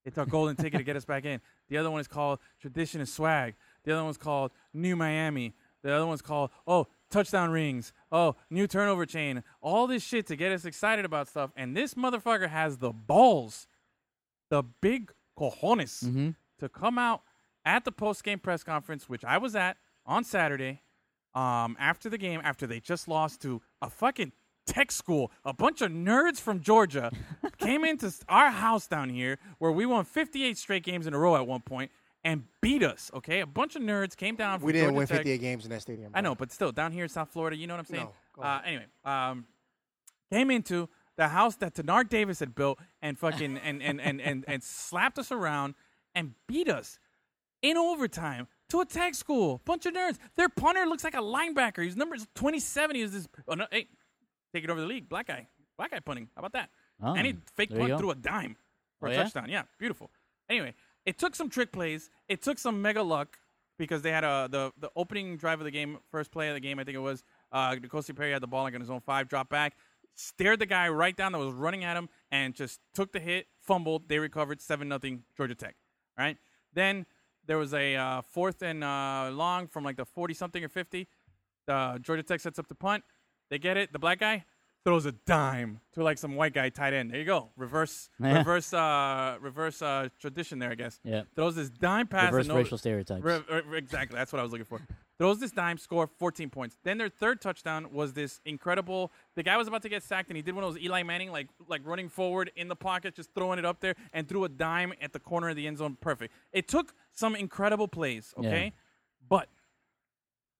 Speaker 4: It's our golden ticket to get us back in. The other one is called tradition and swag. The other one's called New Miami. The other one's called oh touchdown rings. Oh new turnover chain. All this shit to get us excited about stuff. And this motherfucker has the balls, the big cojones."
Speaker 6: Mm-hmm.
Speaker 4: to come out at the post game press conference, which I was at on Saturday, um, after the game, after they just lost to a fucking tech school. A bunch of nerds from Georgia came into s- our house down here where we won 58 straight games in a row at one point and beat us. Okay, a bunch of nerds came down. From
Speaker 6: We didn't
Speaker 4: Georgia
Speaker 6: win
Speaker 4: Tech.
Speaker 6: 58 games in that stadium.
Speaker 4: I
Speaker 6: bro.
Speaker 4: know, but still, down here in South Florida, you know what I'm saying?
Speaker 6: No, go
Speaker 4: uh, anyway, um, came into the house that Denard Davis had built and fucking and and, and, and and slapped us around and beat us in overtime to a tech school. Bunch of nerds. Their punter looks like a linebacker. His number is 27. He was this. Oh, no, hey, take it over the league. Black guy. Black guy punting. How about that?
Speaker 5: Oh,
Speaker 4: and he fake
Speaker 5: there you
Speaker 4: punt
Speaker 5: go.
Speaker 4: through a dime for
Speaker 5: Oh,
Speaker 4: a
Speaker 5: yeah?
Speaker 4: touchdown. Yeah, beautiful. Anyway, it took some trick plays. It took some mega luck because they had a the the opening drive of the game, first play of the game, I think it was. Uh, Nicosi Perry had the ball like on his own five, drop back, stared the guy right down that was running at him, and just took the hit, fumbled. They recovered seven nothing Georgia Tech. All right, then there was a uh, fourth and uh, long from like the forty something or fifty. Uh, Georgia Tech sets up the punt. They get it. The black guy throws a dime to like some white guy tight end. There you go. Reverse,
Speaker 5: Yeah.
Speaker 4: reverse, uh, reverse uh, tradition there, I guess.
Speaker 5: Yeah.
Speaker 4: Throws this dime pass.
Speaker 5: Reverse
Speaker 4: and no-
Speaker 5: racial stereotypes.
Speaker 4: Re- re- exactly. That's what I was looking for. Throws this dime, score 14 points. Then their third touchdown was this incredible. The guy was about to get sacked, and he did one of those Eli Manning, like like running forward in the pocket, just throwing it up there, and threw a dime at the corner of the end zone. Perfect. It took some incredible plays. Okay, but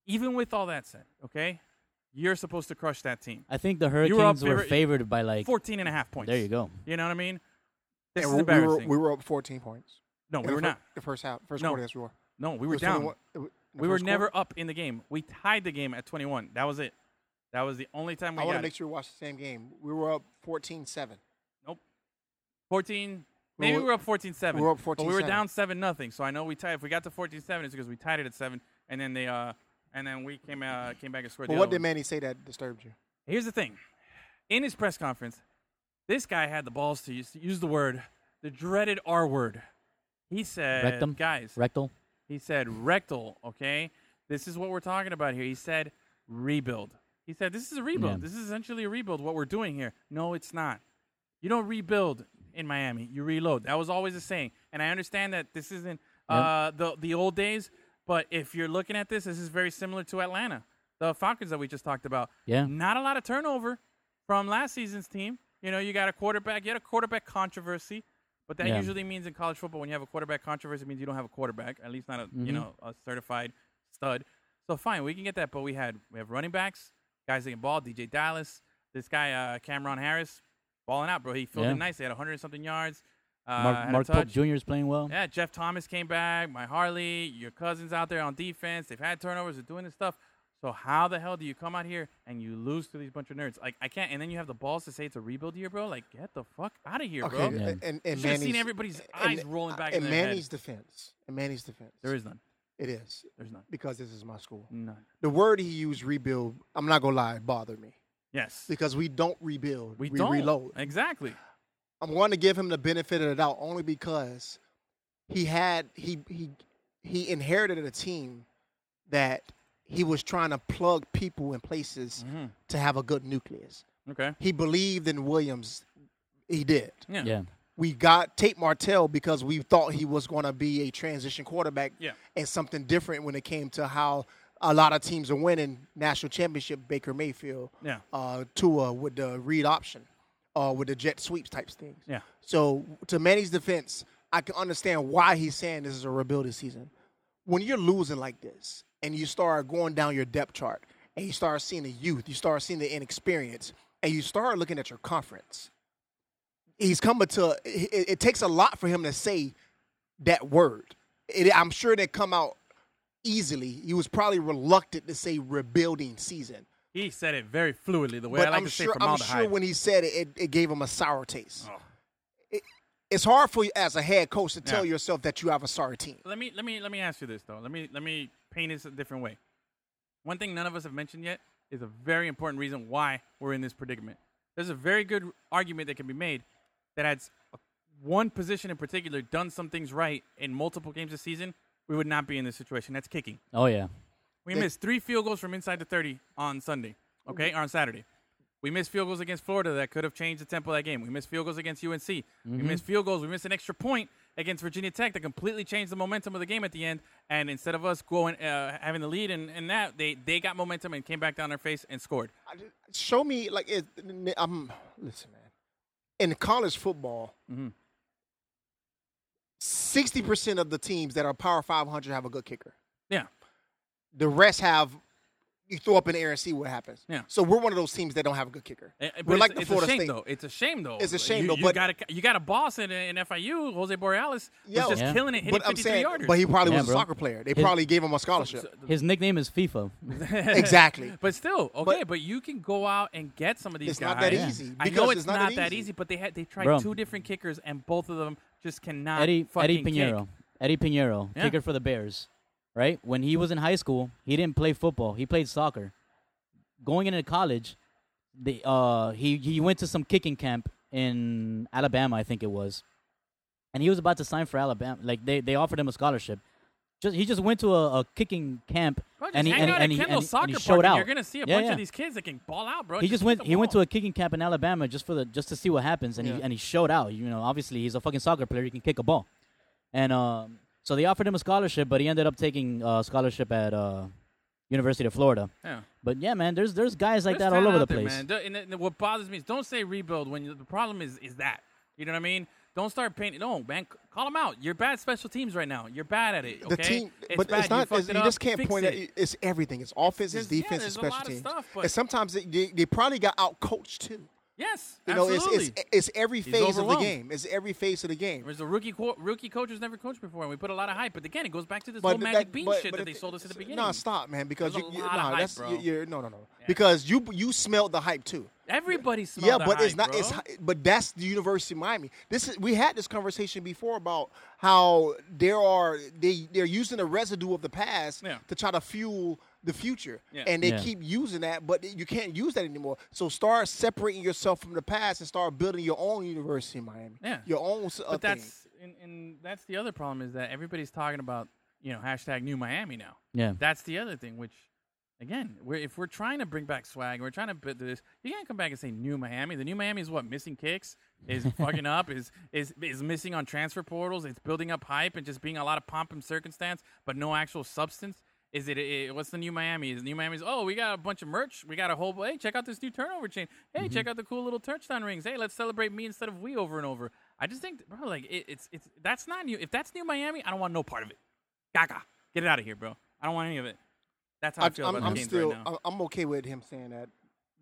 Speaker 4: even with all that said, okay, you're supposed to crush that team.
Speaker 5: I think the
Speaker 4: You were up
Speaker 5: Hurricanes were
Speaker 4: favor-
Speaker 5: favored by like
Speaker 4: 14 and a half points.
Speaker 5: There you go.
Speaker 4: You know what I mean? This is
Speaker 6: And we, we were,
Speaker 4: embarrassing.
Speaker 6: we were up 14 points.
Speaker 4: no,
Speaker 6: In
Speaker 4: we
Speaker 6: the
Speaker 4: were
Speaker 6: fir-
Speaker 4: not.
Speaker 6: The first half, first
Speaker 4: No.
Speaker 6: quarter, yes, we were.
Speaker 4: No, we
Speaker 6: It
Speaker 4: were
Speaker 6: was
Speaker 4: down.
Speaker 6: 21 it was- in the
Speaker 4: We were
Speaker 6: first quarter.
Speaker 4: never up in the game. We tied the game at 21. That was it. That was the only time we
Speaker 6: I want
Speaker 4: got
Speaker 6: to
Speaker 4: it.
Speaker 6: make sure you watch the same game. We were up 14-7.
Speaker 4: Nope. 14.
Speaker 6: We
Speaker 4: Maybe we
Speaker 6: were-
Speaker 4: were up 14-7.
Speaker 6: we were up
Speaker 4: But we were
Speaker 6: 14-7.
Speaker 4: down 7 nothing. So I know we tied. If we got to 14-7, it's because we tied it at 7. And then they uh and then we came uh came back and scored.
Speaker 6: But
Speaker 4: the
Speaker 6: what
Speaker 4: other
Speaker 6: did
Speaker 4: one.
Speaker 6: Manny say that disturbed you?
Speaker 4: Here's the thing. In his press conference, this guy had the balls to use, use the word, the dreaded R word. He said,
Speaker 5: rectum,
Speaker 4: guys,
Speaker 5: rectal.
Speaker 4: He said rectal, okay? This is what we're talking about here. He said rebuild. He said this is a rebuild.
Speaker 5: Yeah.
Speaker 4: This is essentially a rebuild what we're doing here. No, it's not. You don't rebuild in Miami. You reload. That was always a saying. And I understand that this isn't uh, the the old days, but if you're looking at this, this is very similar to Atlanta. The Falcons that we just talked about.
Speaker 5: Yeah.
Speaker 4: Not a lot of turnover from last season's team. You know, you got a quarterback, you had a quarterback controversy, but that
Speaker 5: Yeah.
Speaker 4: usually means in college football when you have a quarterback controversy it means you don't have a quarterback, at least not a
Speaker 5: Mm-hmm.
Speaker 4: you know a certified stud. So fine, we can get that, but we had we have running backs, guys that can ball, DJ Dallas, this guy uh, Cameron Harris, balling out, bro. He filled
Speaker 5: Yeah.
Speaker 4: in nice. He had 100 and something yards. Uh, had
Speaker 5: Mark,
Speaker 4: a
Speaker 5: Mark Pope
Speaker 4: touch.
Speaker 5: Jr. is playing well.
Speaker 4: Yeah, Jeff Thomas came back. My Harley, your cousins out there on defense. They've had turnovers. They're doing this stuff. So how the hell do you come out here and you lose to these bunch of nerds? Like I can't. And then you have the balls to say it's a rebuild year, bro. Like get the fuck out of here, bro.
Speaker 5: Yeah.
Speaker 6: and, and, and
Speaker 4: You should've seen
Speaker 6: Manny's
Speaker 4: everybody's
Speaker 6: and-
Speaker 4: eyes rolling back
Speaker 6: And
Speaker 4: in their head.
Speaker 6: Manny's defense. And Manny's defense.
Speaker 4: There is none.
Speaker 6: It is
Speaker 4: There's none.
Speaker 6: because this is my school.
Speaker 4: None.
Speaker 6: The word he used, rebuild. I'm not gonna lie, it bothered me
Speaker 4: Yes.
Speaker 6: because we don't rebuild.
Speaker 4: We, don't
Speaker 6: reload.
Speaker 4: exactly.
Speaker 6: I'm going to give him the benefit of the doubt only because he had he he he inherited a team that he was trying to plug people in places
Speaker 4: Mm-hmm.
Speaker 6: to have a good nucleus.
Speaker 4: Okay.
Speaker 6: He believed in Williams. He did.
Speaker 4: Yeah.
Speaker 5: Yeah.
Speaker 6: We got Tate Martell because we thought he was going to be a transition quarterback
Speaker 4: Yeah.
Speaker 6: and something different when it came to how a lot of teams are winning national championship. Baker Mayfield,
Speaker 4: Yeah.
Speaker 6: uh, Tua with the read option, uh, with the jet sweeps types things.
Speaker 4: Yeah.
Speaker 6: So to Manny's defense, I can understand why he's saying this is a rebuilding season. When you're losing like this and you start going down your depth chart and you start seeing the youth, you start seeing the inexperience, and you start looking at your conference, he's coming to. It, it- it takes a lot for him to say that word. It, I'm sure it didn't come out easily. He was probably reluctant to say rebuilding season.
Speaker 4: He said it very fluidly, the Oh. way
Speaker 6: But
Speaker 4: I like
Speaker 6: I'm
Speaker 4: to
Speaker 6: sure,
Speaker 4: say
Speaker 6: I'm
Speaker 4: formaldehyde.
Speaker 6: sure when he said it, it, it gave him a sour taste. It- it's hard for you as a head coach to tell
Speaker 4: Yeah.
Speaker 6: yourself that you have a sorry team.
Speaker 4: let me let me let me ask you this though. Let me let me paint this a different way. One thing none of us have mentioned yet is a very important reason why we're in this predicament. There's a very good argument that can be made that had s- uh, one position in particular done some things right in multiple games this season, we would not be in this situation. That's kicking.
Speaker 5: Oh yeah.
Speaker 4: We missed three field goals from inside the 30 on Sunday, okay,
Speaker 6: Mm-hmm.
Speaker 4: or on Saturday. We missed field
Speaker 6: Mm-hmm.
Speaker 4: goals against Florida that could have changed the tempo of that game. We missed field goals against UNC. We missed field goals. We missed an extra point against Virginia Tech that completely changed the momentum of the game at the end. And instead of us going uh, having the lead and, and that, they, they got momentum and came back down their face and scored.
Speaker 6: I ju- show me like it, I'm listen, man. In college football,
Speaker 4: Mm-hmm.
Speaker 6: 60 percent of the teams that are Power 500 have a good kicker.
Speaker 4: Yeah,
Speaker 6: The rest have you throw up in the air and see what happens.
Speaker 4: Yeah.
Speaker 6: So we're one of those teams that don't have a good kicker.
Speaker 4: And- and- Eh, but
Speaker 6: we're
Speaker 4: it's,
Speaker 6: like the
Speaker 4: it's
Speaker 6: Florida
Speaker 4: a shame
Speaker 6: State.
Speaker 4: though. It's a shame though.
Speaker 6: It's a shame,
Speaker 4: you,
Speaker 6: though,
Speaker 4: You
Speaker 6: but-
Speaker 4: got a you got a boss in, in FIU, Jose Borealis, who's
Speaker 6: Yo.
Speaker 4: just
Speaker 5: Yeah.
Speaker 4: killing it, hitting
Speaker 6: But I'm
Speaker 4: 53
Speaker 6: saying,
Speaker 4: yarders.
Speaker 6: but he probably
Speaker 5: Yeah,
Speaker 6: was a
Speaker 5: bro.
Speaker 6: soccer player. They
Speaker 5: His-
Speaker 6: probably gave him a scholarship.
Speaker 5: His nickname is FIFA.
Speaker 6: exactly.
Speaker 4: But still, okay. But, you can go out and get some of these
Speaker 6: It's
Speaker 4: guys.
Speaker 6: not that easy,
Speaker 4: I
Speaker 6: because
Speaker 4: know it's,
Speaker 6: it's
Speaker 4: not,
Speaker 6: not that
Speaker 4: that
Speaker 6: easy.
Speaker 4: easy, but they had they tried
Speaker 5: Bro.
Speaker 4: two different kickers, and both of them just cannot
Speaker 5: Eddie
Speaker 4: fucking
Speaker 5: Eddie
Speaker 4: kick.
Speaker 5: Pinheiro. Eddie Pinheiro,
Speaker 4: Yeah.
Speaker 5: kicker for the Bears. Right? When he was in high school, he didn't play football. He played soccer. Going into college, the uh he, he went to some kicking camp in Alabama, I think it was. And he was about to sign for Alabama. Like they, they offered him a scholarship. Just he just went to a, a kicking camp
Speaker 4: Bro, just
Speaker 5: and he
Speaker 4: hang
Speaker 5: and,
Speaker 4: out
Speaker 5: and
Speaker 4: at
Speaker 5: he, and,
Speaker 4: Kendall
Speaker 5: he-
Speaker 4: Soccer
Speaker 5: and he
Speaker 4: Park
Speaker 5: showed
Speaker 4: and
Speaker 5: out.
Speaker 4: You're gonna see a
Speaker 5: Yeah,
Speaker 4: bunch
Speaker 5: yeah.
Speaker 4: of these kids that can ball out, bro.
Speaker 5: He just went. He went to
Speaker 4: a.
Speaker 5: a kicking camp in Alabama just for the just to see what happens, and he
Speaker 6: Yeah.
Speaker 5: and he showed out. You know, obviously he's a fucking soccer player. He can kick a ball, and um, so they offered him a scholarship, but he ended up taking uh, scholarship at uh, University of Florida.
Speaker 4: Yeah.
Speaker 5: But yeah, man, there's there's guys like
Speaker 4: There's
Speaker 5: that all
Speaker 4: talent
Speaker 5: over the
Speaker 4: out there,
Speaker 5: place.
Speaker 4: Man. Don't- And, and what bothers me is don't say rebuild when you, the problem is is that. You know what I mean? Don't start painting. No, man, c- call them out. You're bad special teams right now. You're bad at it.
Speaker 6: The
Speaker 4: okay?
Speaker 6: team, but
Speaker 4: bad.
Speaker 6: it's not.
Speaker 4: You,
Speaker 6: it's-
Speaker 4: fucked
Speaker 6: You,
Speaker 4: it up.
Speaker 6: just can't
Speaker 4: Fix
Speaker 6: point. At,
Speaker 4: it.
Speaker 6: it's everything. It's offense. It's
Speaker 4: There's- yeah,
Speaker 6: defense. it's
Speaker 4: there's a
Speaker 6: special
Speaker 4: lot of
Speaker 6: teams.
Speaker 4: stuff, but-
Speaker 6: and sometimes they- they, they probably got out coached too.
Speaker 4: Yes,
Speaker 6: You know,
Speaker 4: absolutely.
Speaker 6: it's, it's it's every phase of the
Speaker 4: overwhelmed.
Speaker 6: game. It's every phase of the game.
Speaker 4: There's a rookie co- rookie coach who's never coached before, and we put a lot of hype. But again, it goes back to this whole
Speaker 6: that-
Speaker 4: magic bean
Speaker 6: but-
Speaker 4: shit
Speaker 6: but
Speaker 4: that
Speaker 6: it-
Speaker 4: they sold us at the
Speaker 6: it's-
Speaker 4: beginning.
Speaker 6: No, stop, man. Because
Speaker 4: There's
Speaker 6: you,
Speaker 4: a
Speaker 6: you,
Speaker 4: lot of
Speaker 6: nah,
Speaker 4: hype,
Speaker 6: that's
Speaker 4: bro.
Speaker 6: you- you're no, no, no. Because you you smelled the hype too.
Speaker 4: Everybody smelled
Speaker 6: yeah,
Speaker 4: the
Speaker 6: but it's
Speaker 4: hype,
Speaker 6: not.
Speaker 4: bro.
Speaker 6: It's hi- but that's the University of Miami. This is we had this conversation before about how there are they they're using the residue of the past
Speaker 4: Yeah.
Speaker 6: to try to fuel the future,
Speaker 4: Yeah.
Speaker 6: and they
Speaker 5: Yeah.
Speaker 6: keep using that, but you can't use that anymore. So start separating yourself from the past and start building your own University of Miami.
Speaker 4: Yeah.
Speaker 6: your own. s- Uh,
Speaker 4: but
Speaker 6: thing.
Speaker 4: that's and, and that's the other problem is that everybody's talking about you know hashtag new Miami now.
Speaker 5: Yeah.
Speaker 4: that's the other thing. Which again, we're, if we're trying to bring back swag, we're trying to build this. You can't come back and say new Miami. The new Miami is what missing kicks is fucking up is is is missing on transfer portals. It's building up hype and just being a lot of pomp and circumstance, but no actual substance. Is it, it what's the new Miami? Is new Miami's oh we got a bunch of merch, we got a whole hey check out this new turnover chain, hey check out the cool little touchdown rings, hey let's celebrate me instead of we over and over. I just think bro like it, it's it's that's not new. If that's new Miami, I don't want no part of it. Gaga, get it out of here, bro. I don't want any of it. That's how I,
Speaker 6: I,
Speaker 4: feel
Speaker 6: am
Speaker 4: about the games
Speaker 6: still
Speaker 4: right now.
Speaker 6: I'm- I'm okay with him saying that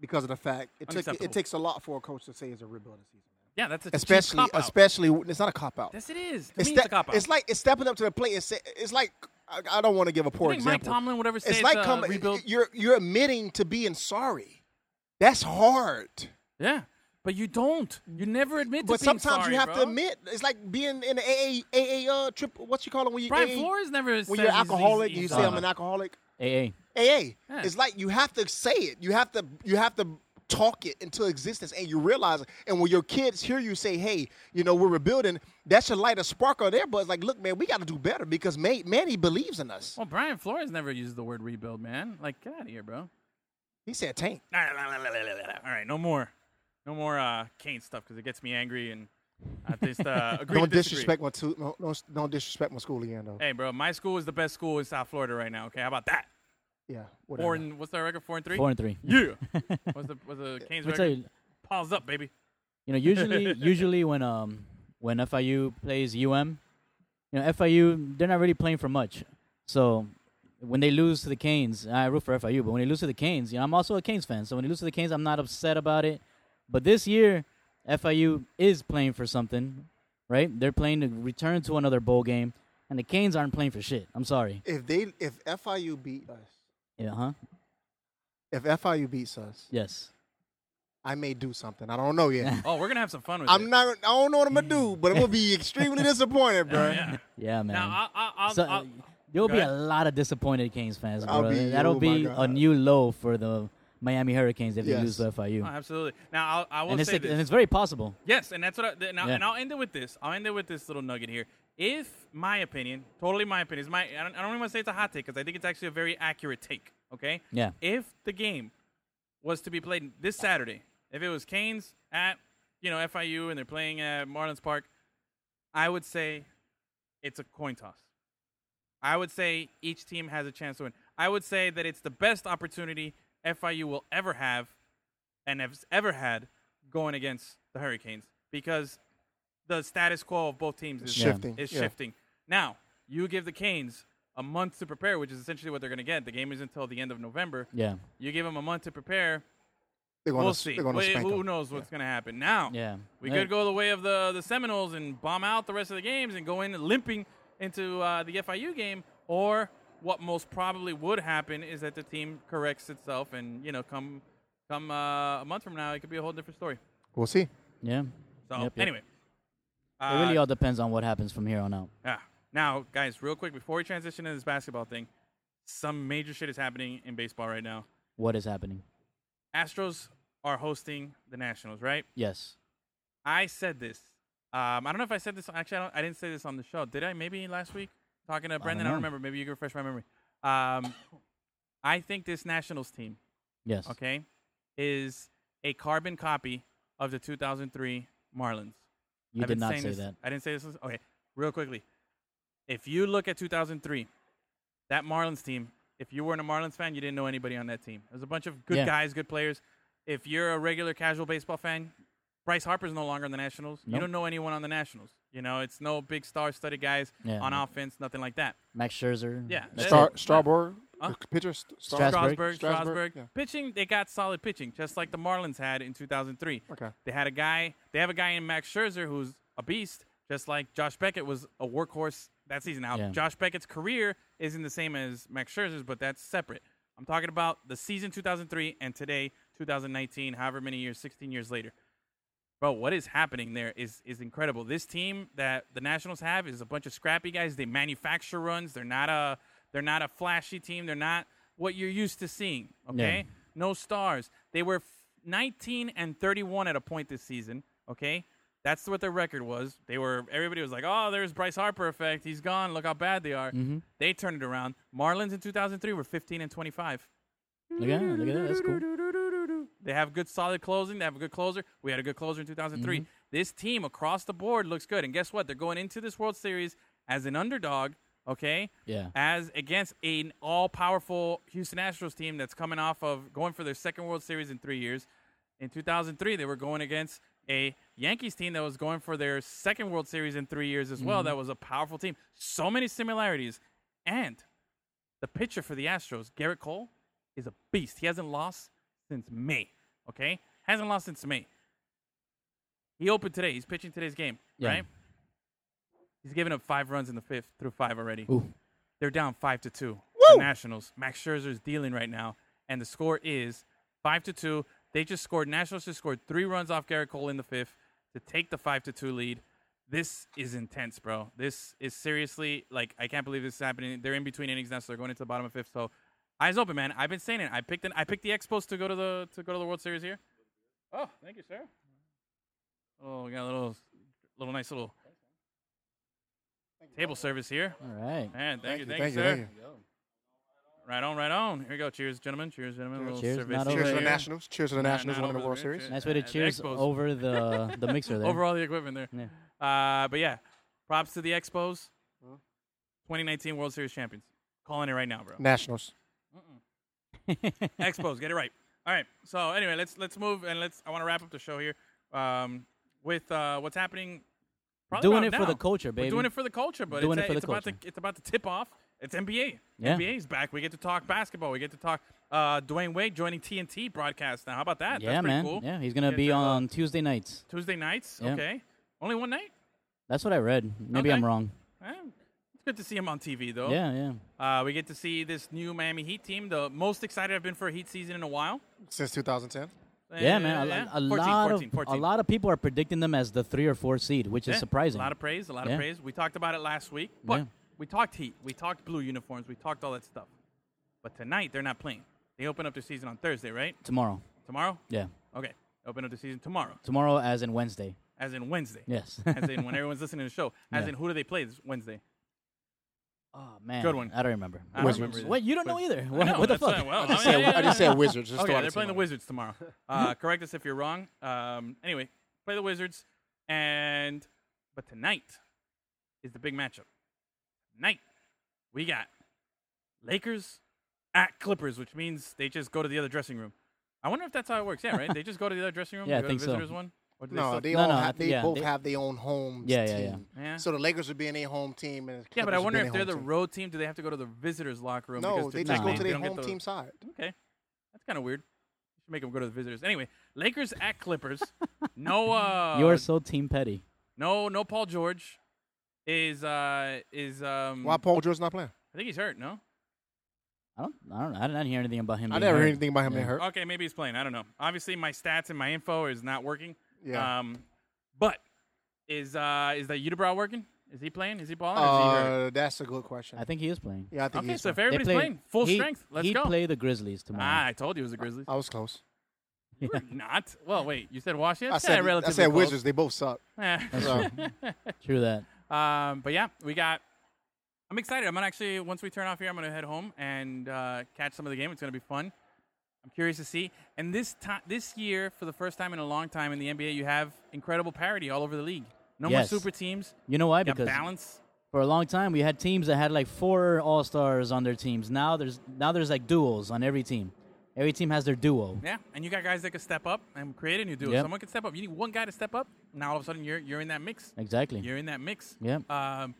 Speaker 6: because of the fact it took
Speaker 4: Unacceptable.
Speaker 6: it takes a lot for a coach to say it's a rebuilding season.
Speaker 4: yeah, that's a cheap
Speaker 6: Especially,
Speaker 4: cop-out.
Speaker 6: especially it's not a cop out.
Speaker 4: Yes, it is. To
Speaker 6: It's,
Speaker 4: me,
Speaker 6: that-
Speaker 4: it's a cop out.
Speaker 6: it's like it's stepping up to the plate. It's, it's like I, I don't want to give a poor
Speaker 4: think Mike
Speaker 6: example.
Speaker 4: Tomlin uh, would ever say
Speaker 6: it's
Speaker 4: it's
Speaker 6: like
Speaker 4: a
Speaker 6: coming.
Speaker 4: rebuild?
Speaker 6: You're you're admitting to being sorry. That's hard.
Speaker 4: yeah, but you don't. You never admit to
Speaker 6: But
Speaker 4: being
Speaker 6: sometimes
Speaker 4: sorry,
Speaker 6: you have
Speaker 4: bro.
Speaker 6: to admit. It's like being in the AA AA uh, triple. What you call it when you
Speaker 4: Brian
Speaker 6: AA
Speaker 4: Flores never
Speaker 6: when
Speaker 4: says
Speaker 6: you're
Speaker 4: he's- he's-
Speaker 6: alcoholic.
Speaker 4: he's
Speaker 6: you say I'm
Speaker 4: done.
Speaker 6: an alcoholic.
Speaker 5: AA.
Speaker 6: AA.
Speaker 4: Yeah.
Speaker 6: It's like you have to say it. You have to you have to talk it into existence and you realize it. And when your kids hear you say, hey, you know, we're rebuilding, that should light a spark on their buzz. Like, look, man, we gotta do better because May, Manny believes in us.
Speaker 4: Well, Brian Flores never used the word rebuild, man. Like, get out of here, bro.
Speaker 6: He said tank.
Speaker 4: All right, no more, no more uh, Kane stuff because it gets me angry and I just uh, agree.
Speaker 6: Don't
Speaker 4: to disagree.
Speaker 6: disrespect my two, no, no, don't disrespect my school again though.
Speaker 4: Hey, bro, my school is the best school in South Florida right now. Okay, how about that?
Speaker 6: Yeah. Whatever.
Speaker 4: Four and what's their record? Four and three.
Speaker 5: Four and three.
Speaker 4: Yeah. what's the what's the Canes
Speaker 5: Let me tell
Speaker 4: record?
Speaker 5: you,
Speaker 4: Paws up, baby.
Speaker 5: You know, usually, usually when um when FIU plays UM, you know FIU they're not really playing for much. So when they lose to the Canes, I root for FIU, but when they lose to the Canes, you know I'm also a Canes fan. So when they lose to the Canes, I'm not upset about it. But this year, FIU is playing for something, right? They're playing to return to another bowl game, and the Canes aren't playing for shit. I'm sorry.
Speaker 6: If they if FIU beat us,
Speaker 5: Yeah, huh?
Speaker 6: if FIU beats us,
Speaker 5: Yes.
Speaker 6: I may do something. I don't know yet.
Speaker 4: Oh, we're gonna have some fun with
Speaker 6: I'm
Speaker 4: it.
Speaker 6: not. I don't know what I'm gonna do, but I'm gonna be extremely disappointed, bro.
Speaker 4: Yeah.
Speaker 5: Yeah, man.
Speaker 4: Now, I'll, I'll,
Speaker 5: So, uh,
Speaker 4: I'll,
Speaker 5: there'll
Speaker 4: Go
Speaker 5: be
Speaker 4: ahead.
Speaker 5: a lot of disappointed Canes fans,
Speaker 6: I'll
Speaker 5: bro.
Speaker 6: be-
Speaker 5: That'll
Speaker 6: oh my
Speaker 5: be a
Speaker 6: God.
Speaker 5: new low for the Miami Hurricanes if they
Speaker 6: Yes.
Speaker 5: lose to FIU.
Speaker 4: oh, absolutely. Now, I'll, I will
Speaker 5: and, it's,
Speaker 4: say
Speaker 5: and
Speaker 4: this.
Speaker 5: it's very possible.
Speaker 4: yes, and that's what. I, th- now,
Speaker 5: Yeah.
Speaker 4: And I'll end it with this. I'll end it with this little nugget here. If my opinion, totally my opinion, is my. I don't, I don't even want to say it's a hot take because I think it's actually a very accurate take. Okay.
Speaker 5: Yeah.
Speaker 4: If the game was to be played this Saturday, if it was Canes at you know FIU and they're playing at Marlins Park, I would say it's a coin toss. I would say each team has a chance to win. I would say that it's the best opportunity FIU will ever have and has ever had going against the Hurricanes because the status quo of both teams is
Speaker 6: It's shifting,
Speaker 4: Is
Speaker 6: yeah.
Speaker 4: shifting. Now, you give the Canes a month to prepare, which is essentially what they're going to get. The game is until the end of November.
Speaker 5: Yeah.
Speaker 4: You give them a month to prepare.
Speaker 6: They're gonna,
Speaker 4: We'll
Speaker 6: s-
Speaker 4: see.
Speaker 6: They're gonna
Speaker 4: Wait,
Speaker 6: spank
Speaker 4: who
Speaker 6: them.
Speaker 4: knows what's going to happen? Now,
Speaker 5: Yeah.
Speaker 4: we
Speaker 5: They-
Speaker 4: could go the way of the, the Seminoles and bomb out the rest of the games and go in limping into uh, the FIU game, or what most probably would happen is that the team corrects itself and you know come come uh, a month from now it could be a whole different story.
Speaker 6: We'll see.
Speaker 5: Yeah.
Speaker 4: So
Speaker 5: Yep, yep.
Speaker 4: anyway, Uh,
Speaker 5: It really all depends on what happens from here on out.
Speaker 4: yeah. Now, guys, real quick before we transition into this basketball thing, some major shit is happening in baseball right now.
Speaker 5: What is happening?
Speaker 4: Astros are hosting the Nationals, right?
Speaker 5: Yes.
Speaker 4: I said this. Um, I don't know if I said this. Actually, I, don't, I didn't say this on the show. Did I? Maybe last week talking to Brendan. I
Speaker 5: know.
Speaker 4: don't, remember. Maybe you can refresh my memory. Um, I think this Nationals team,
Speaker 5: Yes.
Speaker 4: okay, is a carbon copy of the 2003 Marlins.
Speaker 5: You
Speaker 4: I've
Speaker 5: did
Speaker 4: been
Speaker 5: not
Speaker 4: saying
Speaker 5: say
Speaker 4: this-
Speaker 5: that.
Speaker 4: I didn't say this. Okay, real quickly. If you look at 2003, that Marlins team, if you weren't a Marlins fan, you didn't know anybody on that team. There's a bunch of good
Speaker 5: Yeah.
Speaker 4: guys, good players. If you're a regular casual baseball fan, Bryce Harper's no longer on the Nationals. You
Speaker 5: Nope.
Speaker 4: don't know anyone on the Nationals. You know, it's no big star studded guys
Speaker 5: Yeah,
Speaker 4: on
Speaker 5: no.
Speaker 4: offense, nothing like that.
Speaker 5: Max Scherzer.
Speaker 4: Yeah,
Speaker 5: that's
Speaker 4: Star-
Speaker 5: it.
Speaker 4: Yeah.
Speaker 6: Starboard,
Speaker 4: Huh?
Speaker 6: the pitcher, St-
Speaker 5: Strasburg.
Speaker 6: Starboard.
Speaker 4: Strasburg,
Speaker 6: Strasburg,
Speaker 4: Strasburg.
Speaker 6: yeah.
Speaker 4: Pitching, they got solid pitching, just like the Marlins had in 2003.
Speaker 6: Okay.
Speaker 4: They had a guy, they have a guy in Max Scherzer who's a beast, just like Josh Beckett was a workhorse that season. Now,
Speaker 5: Yeah.
Speaker 4: Josh Beckett's career isn't the same as Max Scherzer's, but that's separate. I'm talking about the season 2003 and today, 2019, however many years, 16 years later. Bro, what is happening there is is incredible. This team that the Nationals have is a bunch of scrappy guys. They manufacture runs. They're not a they're not a flashy team. They're not what you're used to seeing. Okay, no stars. They were f- 19 and 31 at a point this season. Okay, that's what their record was. They were everybody was like, oh, there's Bryce Harper effect. He's gone. Look how bad they are. They turned it around. Marlins in 2003 were 15 and 25.
Speaker 5: Look at that. Look at that. That's cool.
Speaker 4: They have good solid closing. They have a good closer. We had a good closer in 2003. This team across the board looks good. And guess what? They're going into this World Series as an underdog, okay?
Speaker 5: Yeah.
Speaker 4: As against an all powerful Houston Astros team that's coming off of going for their second World Series in three years. In 2003, they were going against a Yankees team that was going for their second World Series in three years as well. That was a powerful team. So many similarities. And the pitcher for the Astros, Garrett Cole, is a beast. He hasn't lost since May. Okay, hasn't lost since May. He opened today. He's pitching today's game,
Speaker 5: Yeah.
Speaker 4: right? He's given up five runs in the fifth through five already.
Speaker 5: Ooh.
Speaker 4: They're down five to two. The Nationals. Max Scherzer is dealing right now, and the score is five to two. They just scored. Nationals just scored three runs off Garrett Cole in the fifth to take the five to two lead. This is intense, bro. This is seriously like I can't believe this is happening. They're in between innings now, so they're going into the bottom of fifth. So eyes open, man. I've been saying it. I picked an, I picked the Expos to go to the to go to the World Series here. Oh, thank you, sir. Oh, we got a little little nice little table service here.
Speaker 5: All right.
Speaker 4: Man, thank, you, thank,
Speaker 6: Thank
Speaker 4: you,
Speaker 6: you,
Speaker 4: sir.
Speaker 6: thank you.
Speaker 4: Right on, right on. Here we go. Cheers, gentlemen. Cheers, gentlemen. A little
Speaker 5: Cheers,
Speaker 4: service
Speaker 5: not
Speaker 4: over
Speaker 5: over
Speaker 6: Cheers to
Speaker 5: Yeah.
Speaker 6: the
Speaker 4: here.
Speaker 6: Nationals. Cheers to the Nationals
Speaker 4: not
Speaker 6: winning the
Speaker 4: over
Speaker 6: World
Speaker 4: there.
Speaker 6: Series.
Speaker 4: Cheers.
Speaker 5: Nice way to
Speaker 4: Uh, the
Speaker 5: cheers
Speaker 4: Expos.
Speaker 5: over the the mixer there.
Speaker 4: Over all the equipment there.
Speaker 5: Yeah.
Speaker 4: Uh, but yeah, props to the Expos. 2019 World Series champions. Calling it right now, bro.
Speaker 6: Nationals.
Speaker 4: Expos, get it right. All right. So anyway, let's let's move and let's. I want to wrap up the show here um, with uh, what's happening. probably
Speaker 5: Doing
Speaker 4: about
Speaker 5: it for
Speaker 4: now.
Speaker 5: the culture,
Speaker 4: We're
Speaker 5: baby.
Speaker 4: doing it for the culture, but
Speaker 5: Doing
Speaker 4: it's,
Speaker 5: it for the
Speaker 4: it's about
Speaker 5: culture.
Speaker 4: to it's about to tip off. It's NBA.
Speaker 5: Yeah.
Speaker 4: NBA's back. We get to talk basketball. We get to talk uh, Dwayne Wade joining TNT broadcast now. How about that?
Speaker 5: yeah,
Speaker 4: That's pretty
Speaker 5: man.
Speaker 4: Cool.
Speaker 5: Yeah, he's gonna
Speaker 4: Get
Speaker 5: be
Speaker 4: to, uh,
Speaker 5: on Tuesday nights.
Speaker 4: Tuesday nights.
Speaker 5: Yeah.
Speaker 4: Okay, only one night.
Speaker 5: That's what I read. Maybe
Speaker 4: Okay.
Speaker 5: I'm wrong.
Speaker 4: Eh, it's good to see him on TV though.
Speaker 5: Yeah, yeah.
Speaker 4: Uh, we get to see this new Miami Heat team. The most excited I've been for a Heat season in a while.
Speaker 6: Since 2010.
Speaker 5: Yeah,
Speaker 4: Eh,
Speaker 5: man.
Speaker 4: yeah.
Speaker 5: A, a
Speaker 4: 14,
Speaker 5: lot
Speaker 4: 14,
Speaker 5: of
Speaker 4: 14.
Speaker 5: a lot of people are predicting them as the three or four seed, which is
Speaker 4: Yeah,
Speaker 5: surprising.
Speaker 4: A lot of praise, a lot
Speaker 5: Yeah.
Speaker 4: of praise. We talked about it last week, but
Speaker 5: Yeah.
Speaker 4: we talked Heat, we talked blue uniforms, we talked all that stuff. But tonight they're not playing. They open up their season on Thursday, right?
Speaker 5: Tomorrow.
Speaker 4: Tomorrow?
Speaker 5: Yeah.
Speaker 4: Okay. Open up the season tomorrow,
Speaker 5: Tomorrow as in Wednesday.
Speaker 4: as in Wednesday.
Speaker 5: Yes.
Speaker 4: as in when everyone's listening to the show. As
Speaker 5: Yeah.
Speaker 4: in who do they play this Wednesday?
Speaker 5: Oh man.
Speaker 4: Good one.
Speaker 5: I don't remember.
Speaker 4: I don't remember either.
Speaker 5: What you don't know either. What,
Speaker 4: No,
Speaker 5: what the
Speaker 4: that's
Speaker 5: fuck?
Speaker 4: not- well,
Speaker 6: I just
Speaker 4: I mean,
Speaker 6: said,
Speaker 4: yeah, yeah,
Speaker 6: I just
Speaker 4: yeah.
Speaker 6: said Wizards. Just
Speaker 4: okay,
Speaker 6: throw out
Speaker 4: they're playing the
Speaker 6: team.
Speaker 4: Wizards tomorrow. Uh, correct us if you're wrong. Um, anyway, play the Wizards, and but tonight is the big matchup. night, we got Lakers at Clippers, which means they just go to the other dressing room. I wonder if that's how it works. Yeah, right. they just go to the other dressing room.
Speaker 5: Yeah, I
Speaker 4: they go
Speaker 5: think
Speaker 4: to
Speaker 5: so.
Speaker 4: the visitors one. Or do
Speaker 6: No,
Speaker 4: still-
Speaker 6: they
Speaker 5: No,
Speaker 6: all
Speaker 5: no, I-
Speaker 6: have, they
Speaker 5: yeah,
Speaker 6: both
Speaker 5: they-
Speaker 6: have their own home
Speaker 5: Yeah, yeah,
Speaker 6: team.
Speaker 5: yeah.
Speaker 4: Yeah.
Speaker 6: So the Lakers would be in their home team, and the
Speaker 4: yeah, but I
Speaker 6: Clippers would be
Speaker 4: wonder
Speaker 6: in
Speaker 4: if
Speaker 6: their
Speaker 4: they're the
Speaker 6: home team.
Speaker 4: road team. Do they have to go to the visitors' locker room?
Speaker 6: No,
Speaker 4: because
Speaker 6: they just
Speaker 5: Nah.
Speaker 6: go to
Speaker 4: they
Speaker 6: their
Speaker 4: don't get
Speaker 6: home
Speaker 4: the-
Speaker 6: team side.
Speaker 4: Okay, that's kind of weird. Should make them go to the visitors. Anyway, Lakers at Clippers. no, uh,
Speaker 5: you are so team petty.
Speaker 4: no, no. Paul George is uh is um.
Speaker 6: Why Paul George not playing?
Speaker 4: I think he's hurt. No.
Speaker 5: I don't. I don't. I didn't hear anything about him.
Speaker 6: I
Speaker 5: being
Speaker 6: never heard
Speaker 5: hurt.
Speaker 6: anything about him
Speaker 5: Yeah.
Speaker 6: being hurt.
Speaker 4: Okay, maybe he's playing. Mm. Uh, I don't know. Obviously, my stats and my info is not working.
Speaker 6: Yeah.
Speaker 4: Um, but is uh is that Unibrow working? Is he playing? Is he balling? or is he hurt?
Speaker 6: Uh, that's a good question.
Speaker 5: I think he is playing.
Speaker 6: yeah, I think
Speaker 4: Okay,
Speaker 6: he's
Speaker 4: so if
Speaker 6: playing.
Speaker 4: everybody's
Speaker 5: They play-
Speaker 4: playing full
Speaker 5: he-
Speaker 4: strength, let's
Speaker 5: he'd
Speaker 4: go.
Speaker 5: play the Grizzlies
Speaker 4: Ah,
Speaker 5: tomorrow.
Speaker 4: I told you it was the Grizzlies.
Speaker 6: I was close.
Speaker 4: You were not. Well, wait. You said Washington.
Speaker 6: I said, I
Speaker 4: relatively
Speaker 6: said
Speaker 4: close.
Speaker 6: Wizards. They both suck.
Speaker 4: Eh.
Speaker 6: So,
Speaker 5: True that.
Speaker 4: Um, but yeah, we got. I'm excited. I'm gonna actually once we turn off here, I'm gonna head home and uh, catch some of the game. It's gonna be fun. I'm curious to see. And this time, this year, for the first time in a long time in the NBA, you have incredible parity all over the league. No
Speaker 5: Yes.
Speaker 4: more super teams.
Speaker 5: You know why?
Speaker 4: You got
Speaker 5: Because
Speaker 4: balance.
Speaker 5: for a long time we had teams that had like four All Stars on their teams. Now there's now there's like duos on every team. Every team has their duo.
Speaker 4: Yeah, and you got guys that can step up and create a new duo.
Speaker 5: Yep.
Speaker 4: Someone can step up. You need one guy to step up. Now all of a sudden you're you're in that mix.
Speaker 5: Exactly.
Speaker 4: You're in that mix.
Speaker 5: Yep.
Speaker 4: Um,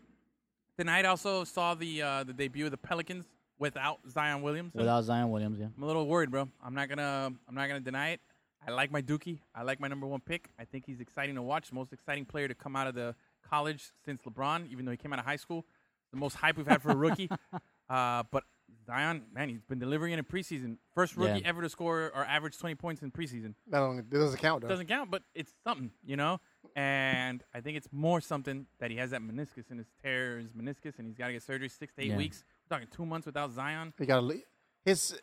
Speaker 4: tonight also saw the uh, the debut of the Pelicans without Zion Williams.
Speaker 5: Without Zion Williams, yeah.
Speaker 4: I'm a little worried, bro. I'm not gonna I'm not gonna deny it. I like my Dookie. I like my number one pick. I think he's exciting to watch. Most exciting player to come out of the college since LeBron, even though he came out of high school. The most hype we've had for a rookie. Uh, but Zion, man, he's been delivering it in preseason. First rookie
Speaker 5: Yeah.
Speaker 4: ever to score or average 20 points in preseason.
Speaker 6: that only, that doesn't count, though.
Speaker 4: Doesn't count, but it's something, you know. And I think it's more something that he has that meniscus in his tear, his meniscus, and he's got to get surgery six to eight
Speaker 5: Yeah.
Speaker 4: weeks. We're talking two months without Zion.
Speaker 6: He got to His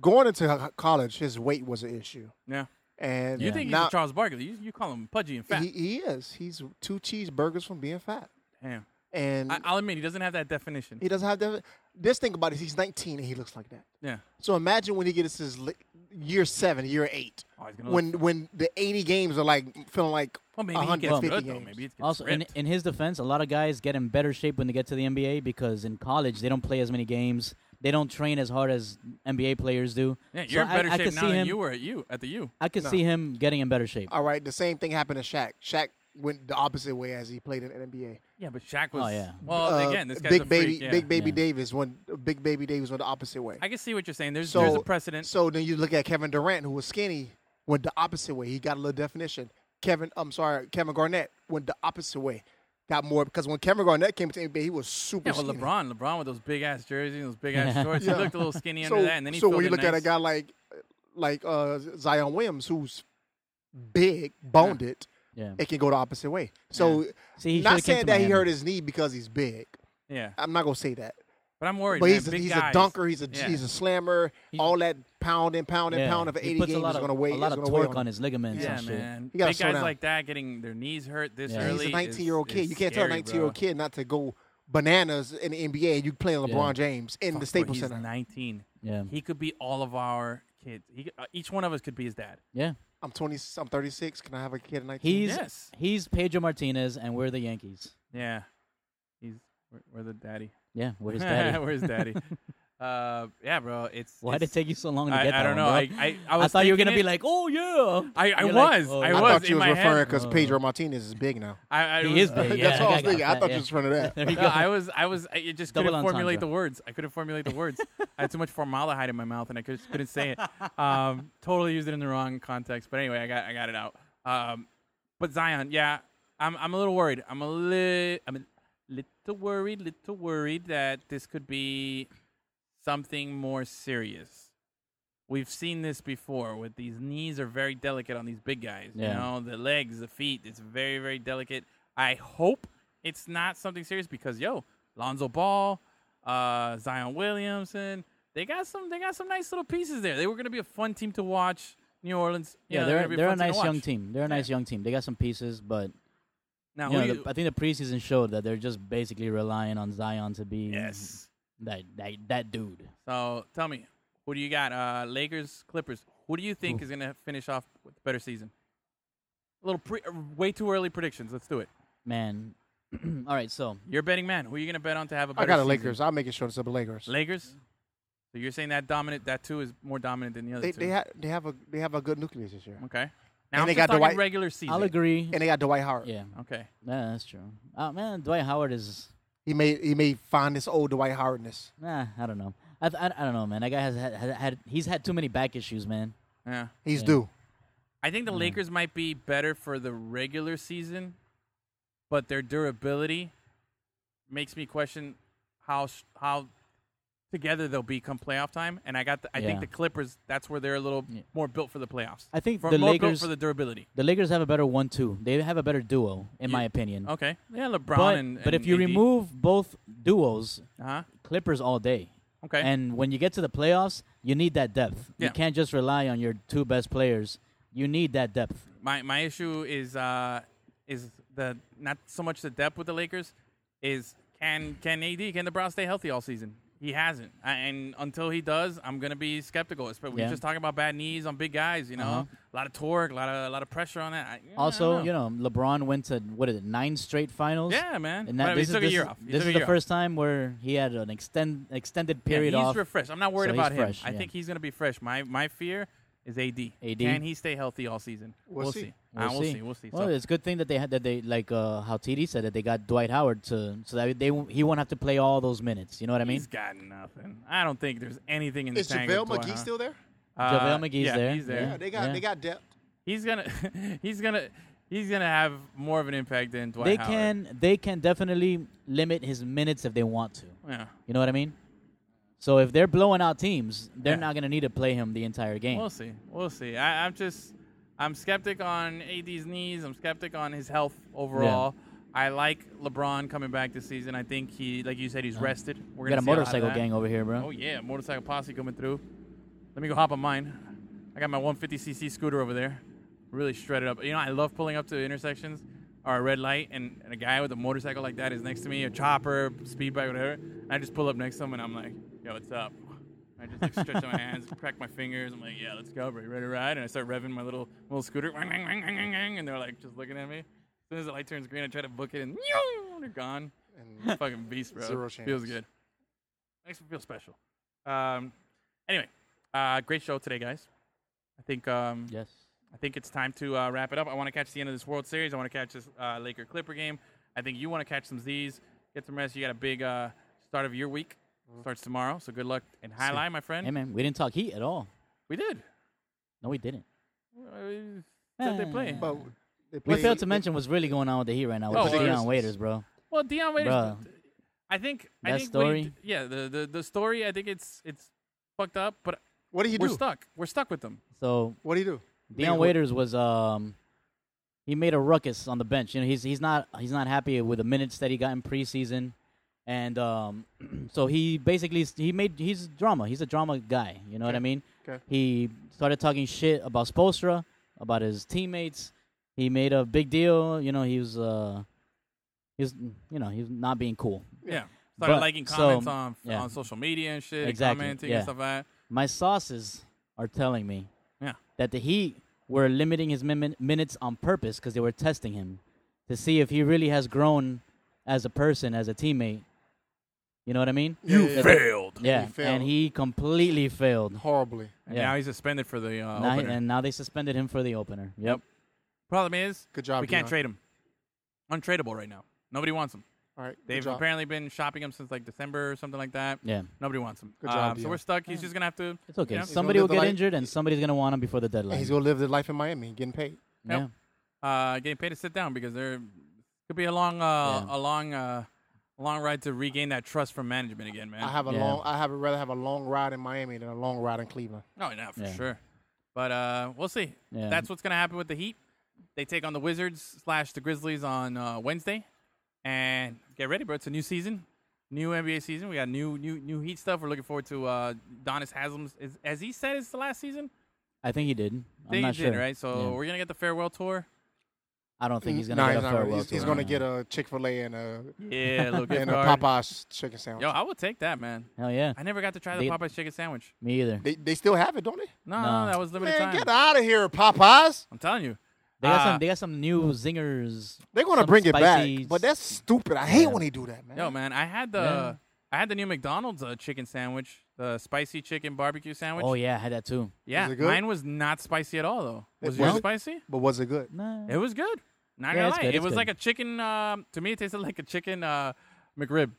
Speaker 6: going into ho- college, his weight was an issue,
Speaker 4: Yeah,
Speaker 6: and
Speaker 4: you think he's
Speaker 6: now,
Speaker 4: a Charles Barkley? You, you call him pudgy and fat.
Speaker 6: He, he is. He's two cheeseburgers from being fat,
Speaker 4: Damn.
Speaker 6: and
Speaker 4: I, I'll admit he doesn't have that definition.
Speaker 6: he doesn't have that. Just think about it. He's 19 and he looks like that.
Speaker 4: yeah.
Speaker 6: So imagine when he gets his li- year seven, year eight,
Speaker 4: Oh, he's gonna
Speaker 6: when when the 80 games are like feeling like
Speaker 4: Well, maybe he gets
Speaker 6: 150
Speaker 4: good though.
Speaker 6: games.
Speaker 4: Maybe it's
Speaker 5: Also, in, in his defense, a lot of guys get in better shape when they get to the NBA because in college they don't play as many games. They don't train as hard as NBA players do.
Speaker 4: yeah,
Speaker 5: So
Speaker 4: you're in
Speaker 5: I-
Speaker 4: better
Speaker 5: I
Speaker 4: shape
Speaker 5: could
Speaker 4: now
Speaker 5: see
Speaker 4: than
Speaker 5: him-
Speaker 4: you were at you at the U.
Speaker 5: I could see him getting in better shape.
Speaker 6: All right, the same thing happened to Shaq. Shaq went the opposite way as he played in the NBA.
Speaker 4: Yeah, but Shaq was.
Speaker 5: Oh, yeah.
Speaker 4: Well,
Speaker 6: Uh,
Speaker 4: again, this guy's
Speaker 6: big
Speaker 4: a freak,
Speaker 6: baby,
Speaker 4: yeah.
Speaker 6: big baby
Speaker 5: Yeah.
Speaker 6: Davis went. Big baby Davis went the opposite way.
Speaker 4: I can see what you're saying. There's
Speaker 6: So
Speaker 4: there's a precedent.
Speaker 6: So then you look at Kevin Durant, who was skinny, went the opposite way. He got a little definition. Kevin, I'm sorry, Kevin Garnett went the opposite way. Got more because when Kevin Garnett came to the NBA, he was super.
Speaker 4: yeah, well,
Speaker 6: skinny.
Speaker 4: LeBron, LeBron with those big ass jerseys and those big ass shorts, he looked a little skinny
Speaker 6: So,
Speaker 4: under that, and then he
Speaker 6: so
Speaker 4: filled
Speaker 6: when you
Speaker 4: in
Speaker 6: look at a
Speaker 4: nice.
Speaker 6: guy like like uh, Zion Williams, who's big, boned it,
Speaker 5: Yeah.
Speaker 6: it can go the opposite way. So
Speaker 5: See, he
Speaker 6: not
Speaker 5: should've came
Speaker 6: saying
Speaker 5: to
Speaker 6: that he
Speaker 5: Miami.
Speaker 6: hurt his knee because he's big.
Speaker 4: yeah,
Speaker 6: I'm not gonna say that.
Speaker 4: but I'm worried.
Speaker 6: But
Speaker 4: man.
Speaker 6: he's, a,
Speaker 4: Big
Speaker 6: he's a
Speaker 4: guys.
Speaker 6: dunker. He's a
Speaker 4: Yeah.
Speaker 6: he's a slammer. all that pounding, pounding,
Speaker 5: Yeah.
Speaker 6: pounding for
Speaker 5: He
Speaker 6: 80
Speaker 5: puts
Speaker 6: games
Speaker 5: a lot
Speaker 6: is
Speaker 5: of,
Speaker 6: going to weigh.
Speaker 5: a
Speaker 6: is
Speaker 5: lot of
Speaker 6: gonna weigh
Speaker 5: torque on his ligaments
Speaker 4: Yeah,
Speaker 5: and shit.
Speaker 4: man.
Speaker 6: You gotta
Speaker 4: Big
Speaker 6: slow
Speaker 4: guys
Speaker 6: down.
Speaker 4: like that getting their knees hurt this
Speaker 5: Yeah.
Speaker 4: early.
Speaker 6: He's a
Speaker 4: is-
Speaker 6: 19 year old kid.
Speaker 4: is
Speaker 6: You can't
Speaker 4: scary,
Speaker 6: tell a 19 year old
Speaker 4: bro.
Speaker 6: kid not to go bananas in the NBA and you playing LeBron James
Speaker 4: Fuck,
Speaker 6: in the
Speaker 4: bro,
Speaker 6: Staples
Speaker 4: he's
Speaker 6: Center.
Speaker 4: 19.
Speaker 5: Yeah.
Speaker 4: He could be all of our kids. He, could- uh, each one of us could be his dad.
Speaker 5: Yeah.
Speaker 6: I'm 20. I'm 36. Can I have a kid at 19?
Speaker 5: He's
Speaker 4: Yes.
Speaker 5: he's Pedro Martinez, and we're the Yankees.
Speaker 4: Yeah, he's we're, we're the daddy.
Speaker 5: Yeah, we're his daddy.
Speaker 4: Where's daddy? uh, yeah, bro. It's
Speaker 5: Why did it
Speaker 4: it's,
Speaker 5: take you so long to
Speaker 4: I,
Speaker 5: get
Speaker 4: I
Speaker 5: that
Speaker 4: don't know.
Speaker 5: one, bro?
Speaker 4: I, I, I, was
Speaker 5: thought you were
Speaker 4: thinking
Speaker 5: gonna be
Speaker 4: it.
Speaker 5: like, oh yeah.
Speaker 4: I- I
Speaker 5: You're like,
Speaker 4: was.
Speaker 5: "Oh,
Speaker 4: I
Speaker 6: I
Speaker 5: yeah."
Speaker 4: was
Speaker 6: thought
Speaker 4: in
Speaker 6: you was
Speaker 4: my
Speaker 6: referring
Speaker 4: head.
Speaker 6: because
Speaker 5: Oh.
Speaker 6: Pedro Martinez is big now.
Speaker 4: I, I
Speaker 5: He
Speaker 4: was,
Speaker 5: is big. Yeah,
Speaker 6: That's all
Speaker 5: that guy
Speaker 6: I was
Speaker 5: got
Speaker 6: thinking. I
Speaker 5: fat,
Speaker 6: thought
Speaker 5: yeah.
Speaker 6: you was referring to that.
Speaker 5: There you
Speaker 4: No,
Speaker 5: go.
Speaker 4: I was, I was, I it just
Speaker 5: Double
Speaker 4: couldn't formulate
Speaker 5: entendre.
Speaker 4: the words. I couldn't formulate the words. I had too much formaldehyde in my mouth, and I could, couldn't say it. Um, totally used it in the wrong context. But anyway, I got, I got it out. Um, but Zion, yeah, I'm, I'm a little worried. I'm a li- I'm a little worried, little worried that this could be something more serious. We've seen this before. With these knees are very delicate on these big guys.
Speaker 5: Yeah.
Speaker 4: You know, the legs, the feet. It's very, very delicate. I hope it's not something serious because yo, Lonzo Ball, uh, Zion Williamson, they got some. They got some nice little pieces there. They were going to be a fun team to watch. New Orleans. you
Speaker 5: yeah,
Speaker 4: know,
Speaker 5: they're
Speaker 4: gonna be
Speaker 5: they're a
Speaker 4: fun team to
Speaker 5: nice young
Speaker 4: watch.
Speaker 5: team. They're a nice young team. They got some pieces, but
Speaker 4: Now,
Speaker 5: you
Speaker 4: who
Speaker 5: know,
Speaker 4: you-
Speaker 5: the, I think the preseason showed that they're just basically relying on Zion to be
Speaker 4: yes.
Speaker 5: that, that that dude.
Speaker 4: So tell me, who do you got? Uh, Lakers, Clippers. Who do you think is going to finish off with a better season? A little pre, uh, way too early predictions. Let's do it.
Speaker 5: Man, All right, so
Speaker 4: You're a betting man. Who are you going to bet on to have a better
Speaker 6: I got a
Speaker 4: season?
Speaker 6: Lakers. I'm making sure it's a Lakers.
Speaker 4: Lakers? So you're saying that dominant, that two is more dominant than the other
Speaker 6: They
Speaker 4: two.
Speaker 6: they, ha- they have a they have a good nucleus this year,
Speaker 4: okay. Now I'm
Speaker 6: they
Speaker 4: just
Speaker 6: got
Speaker 4: talking
Speaker 6: Dwight-
Speaker 4: regular season.
Speaker 5: I'll agree.
Speaker 6: and they got Dwight Howard.
Speaker 5: Yeah,
Speaker 4: Okay.
Speaker 5: nah, that's true. Uh, man, Dwight Howard is
Speaker 6: He may he may find this old Dwight Howardness.
Speaker 5: nah. I don't know. I, th- I, I don't know, man. That guy has had, had, had he's had too many back issues, man.
Speaker 4: Yeah.
Speaker 6: He's
Speaker 5: Yeah.
Speaker 6: due.
Speaker 4: I think the Lakers might be better for the regular season, but their durability makes me question how s- how together they'll be come playoff time. And I got the, I
Speaker 5: Yeah.
Speaker 4: think the Clippers that's where they're a little
Speaker 5: Yeah.
Speaker 4: more built for the playoffs.
Speaker 5: I think
Speaker 4: For-
Speaker 5: the
Speaker 4: more built
Speaker 5: Lakers-
Speaker 4: for the durability.
Speaker 5: The Lakers have a better one-two. They have a better duo, in my opinion.
Speaker 4: Okay, yeah, LeBron
Speaker 5: But,
Speaker 4: and,
Speaker 5: but if you remove both duos,
Speaker 4: huh
Speaker 5: Clippers all day.
Speaker 4: okay,
Speaker 5: And when you get to the playoffs, you need that depth.
Speaker 4: Yeah.
Speaker 5: You can't just rely on your two best players. You need that depth.
Speaker 4: my my issue is uh is the not so much the depth with the Lakers is can can AD can LeBron stay healthy all season? He hasn't, I, and until he does, I'm gonna be skeptical. But we
Speaker 5: Yeah.
Speaker 4: are just talking about bad knees on big guys, you know,
Speaker 5: Uh-huh.
Speaker 4: a lot of torque, a lot of a lot of pressure on that. I, yeah, I
Speaker 5: Also,
Speaker 4: don't
Speaker 5: you know, LeBron went to what is it, nine straight finals?
Speaker 4: yeah, man,
Speaker 5: And that,
Speaker 4: Whatever,
Speaker 5: this
Speaker 4: he
Speaker 5: is,
Speaker 4: took
Speaker 5: this
Speaker 4: a year
Speaker 5: is-
Speaker 4: off. He took
Speaker 5: this is
Speaker 4: a
Speaker 5: the
Speaker 4: year
Speaker 5: first time where he had an extend extended
Speaker 4: off. Yeah,
Speaker 5: period
Speaker 4: he's
Speaker 5: off.
Speaker 4: refreshed. I'm not worried
Speaker 5: So he's
Speaker 4: about him.
Speaker 5: fresh,
Speaker 4: I
Speaker 5: yeah.
Speaker 4: think he's gonna be fresh. My my fear is AD.
Speaker 5: AD?
Speaker 4: Can he stay healthy all season? We'll, see. Uh, we'll see. We'll see. So-
Speaker 5: Well, it's a good thing that they had that they like uh, how TD said that they got Dwight Howard to so that they won't- he won't have to play all those minutes. You know what I mean?
Speaker 4: He's got nothing. I don't think there's anything in the
Speaker 6: Is
Speaker 4: tank.
Speaker 6: JaVale
Speaker 4: with Dwight
Speaker 6: McGee
Speaker 4: Howard.
Speaker 6: still there?
Speaker 4: Uh,
Speaker 5: JaVale McGee's
Speaker 4: yeah,
Speaker 5: there.
Speaker 4: He's there.
Speaker 5: Yeah.
Speaker 6: Yeah, they got
Speaker 5: Yeah.
Speaker 6: they got depth.
Speaker 4: He's gonna he's gonna he's gonna have more of an impact than Dwight.
Speaker 5: they
Speaker 4: Howard.
Speaker 5: can they can definitely limit his minutes if they want to.
Speaker 4: Yeah.
Speaker 5: You know what I mean? So if they're blowing out teams, they're
Speaker 4: Yeah.
Speaker 5: not going to need to play him the entire game.
Speaker 4: We'll see. We'll see. I, I'm just I'm skeptic on AD's knees. I'm skeptic on his health overall. I like LeBron coming back this season. I think he, like you said, he's rested. We're
Speaker 5: we got
Speaker 4: gonna
Speaker 5: a
Speaker 4: see lot of
Speaker 5: motorcycle
Speaker 4: that.
Speaker 5: gang over here, bro.
Speaker 4: Oh yeah, motorcycle posse coming through. Let me go hop on mine. I got my 150cc scooter over there, really shredded up. You know, I love pulling up to intersections or a red light, and, and a guy with a motorcycle like that is next to me, a chopper, speed bike, whatever. And I just pull up next to him, and I'm like, "Yo, what's up?" I just like stretch out my hands, crack my fingers. I'm like, "Yeah, let's go, bro. You ready to ride?" And I start revving my little little scooter, and they're like just looking at me. As soon as the light turns green, I try to book it, and they're gone.
Speaker 6: And
Speaker 4: Fucking beast, bro.
Speaker 6: Zero
Speaker 4: Feels
Speaker 6: chance.
Speaker 4: good. Makes me feel special. Um, anyway, uh, great show today, guys. I think um,
Speaker 5: Yes.
Speaker 4: I think it's time to uh, wrap it up. I want to catch the end of this World Series. I want to catch this uh, Laker Clipper game. I think you want to catch some Z's, get some rest. You got a big uh, start of your week.
Speaker 5: Mm-hmm.
Speaker 4: Starts tomorrow, so good luck and high line, my friend.
Speaker 5: Hey man, we didn't talk heat at all.
Speaker 4: We did.
Speaker 5: No, we didn't.
Speaker 4: Uh, we said they play.
Speaker 5: Eh.
Speaker 6: but they
Speaker 5: We
Speaker 6: play-
Speaker 5: failed to mention what's really going on with the Heat right now with
Speaker 4: Oh,
Speaker 5: the
Speaker 4: well,
Speaker 5: Deion
Speaker 4: there's-
Speaker 5: Waiters, bro.
Speaker 4: Well, Deion Waiters.
Speaker 5: Bruh.
Speaker 4: I think I
Speaker 5: That
Speaker 4: think
Speaker 5: story?
Speaker 4: Wade- yeah, the, the the story. I think it's it's fucked up, but
Speaker 6: What did he
Speaker 4: we're
Speaker 6: do?
Speaker 4: stuck. We're stuck with them.
Speaker 5: So
Speaker 6: What did he do? Nigga,
Speaker 5: Deion
Speaker 6: wh-
Speaker 5: Waiters was um he made a ruckus on the bench. You know, he's he's not he's not happy with the minutes that he got in preseason. And um so he basically s- he made he's drama. He's a drama guy, you know what I mean?
Speaker 6: Okay.
Speaker 5: He started talking shit about Spolstra, about his teammates. He made a big deal, you know, he was uh he was you know, he was not being cool.
Speaker 4: Yeah. Started
Speaker 5: But-
Speaker 4: liking
Speaker 5: so,
Speaker 4: comments on
Speaker 5: yeah.
Speaker 4: on social media and shit,
Speaker 5: Exactly,
Speaker 4: commenting
Speaker 5: yeah.
Speaker 4: and stuff like that.
Speaker 5: My sauces are telling me
Speaker 4: Yeah.
Speaker 5: that the Heat were limiting his min- minutes on purpose because they were testing him to see if he really has grown as a person, as a teammate. You know what I mean?
Speaker 6: You
Speaker 4: Failed.
Speaker 5: Yeah,
Speaker 6: failed.
Speaker 5: and he completely failed.
Speaker 6: horribly.
Speaker 4: And
Speaker 5: Yeah.
Speaker 4: now he's suspended for the uh,
Speaker 5: Now he-
Speaker 4: opener.
Speaker 5: and now they suspended him for the opener. Yep.
Speaker 4: Problem is,
Speaker 6: Good job,
Speaker 4: we can't
Speaker 6: Deion.
Speaker 4: trade him. Untradeable right now. Nobody wants him.
Speaker 6: All right. good
Speaker 4: They've
Speaker 6: job.
Speaker 4: apparently been shopping him since like December or something like that.
Speaker 5: Yeah,
Speaker 4: Nobody wants him.
Speaker 6: Good job,
Speaker 4: Um, so
Speaker 6: Deion.
Speaker 4: we're stuck. He's just gonna have to.
Speaker 5: it's okay.
Speaker 4: you know,
Speaker 5: Somebody
Speaker 6: live
Speaker 5: will
Speaker 6: the
Speaker 5: get
Speaker 6: life-
Speaker 5: injured, and somebody's gonna want him before the
Speaker 6: And
Speaker 5: deadline.
Speaker 6: he's gonna live the life in Miami, getting paid.
Speaker 5: yeah.
Speaker 4: Yep. uh, getting paid to sit down because there could be a long, uh,
Speaker 5: Yeah.
Speaker 4: a long, uh, long ride to regain that trust from management again, man.
Speaker 6: I have a
Speaker 5: Yeah.
Speaker 6: long. I have rather have a long ride in Miami than a long ride in Cleveland.
Speaker 4: No, not Oh, for
Speaker 5: Yeah.
Speaker 4: sure. But uh, we'll see.
Speaker 5: Yeah.
Speaker 4: That's what's going to happen with the Heat. They take on the Wizards slash the Grizzlies on uh, Wednesday, and get ready, bro. It's a new season, new NBA season. We got new, new, new Heat stuff. We're looking forward to uh, Donis Haslam's. Is, as he said, it's the last season.
Speaker 5: I think he did.
Speaker 4: I
Speaker 5: I'm
Speaker 4: think
Speaker 5: not
Speaker 4: he did,
Speaker 5: sure.
Speaker 4: right? So
Speaker 5: Yeah.
Speaker 4: we're gonna get the farewell tour.
Speaker 5: I don't think he's gonna
Speaker 6: No,
Speaker 5: get
Speaker 6: he's
Speaker 5: a
Speaker 6: not
Speaker 5: farewell
Speaker 6: really. Mm-hmm. He's, he's
Speaker 5: tour.
Speaker 6: gonna get a Chick Fil A and a
Speaker 4: Yeah, look at
Speaker 6: and a Popeyes chicken sandwich.
Speaker 4: Yo, I would take that, man.
Speaker 5: Hell yeah,
Speaker 4: I never got to try the
Speaker 5: They-
Speaker 4: Popeyes chicken sandwich.
Speaker 5: me either.
Speaker 6: They they still have it, don't they?
Speaker 4: No,
Speaker 5: No.
Speaker 4: that was limited
Speaker 6: Man,
Speaker 4: time.
Speaker 6: get out of here, Popeyes.
Speaker 4: I'm telling you.
Speaker 5: They They
Speaker 6: Ah.
Speaker 5: got
Speaker 4: Uh,
Speaker 5: some. They got some new zingers.
Speaker 6: They're gonna
Speaker 5: some
Speaker 6: bring it
Speaker 5: spicy-
Speaker 6: back, but that's stupid. I hate
Speaker 5: Yeah.
Speaker 6: when they do that, man.
Speaker 4: Yo, man, I had the
Speaker 5: Yeah.
Speaker 4: I had the new McDonald's uh, chicken sandwich, the spicy chicken barbecue sandwich.
Speaker 5: Oh yeah, I had that too.
Speaker 4: yeah,
Speaker 6: Was it good?
Speaker 4: mine was not spicy at all though.
Speaker 6: It
Speaker 4: Was yours
Speaker 6: was-
Speaker 4: spicy?
Speaker 6: But was it good?
Speaker 5: Nah.
Speaker 4: It was good. Not
Speaker 5: Yeah,
Speaker 4: gonna
Speaker 5: it's
Speaker 4: lie,
Speaker 5: good,
Speaker 4: it
Speaker 5: it's
Speaker 4: was
Speaker 5: good.
Speaker 4: like a chicken. Um, to me, it tasted like a chicken uh, McRib,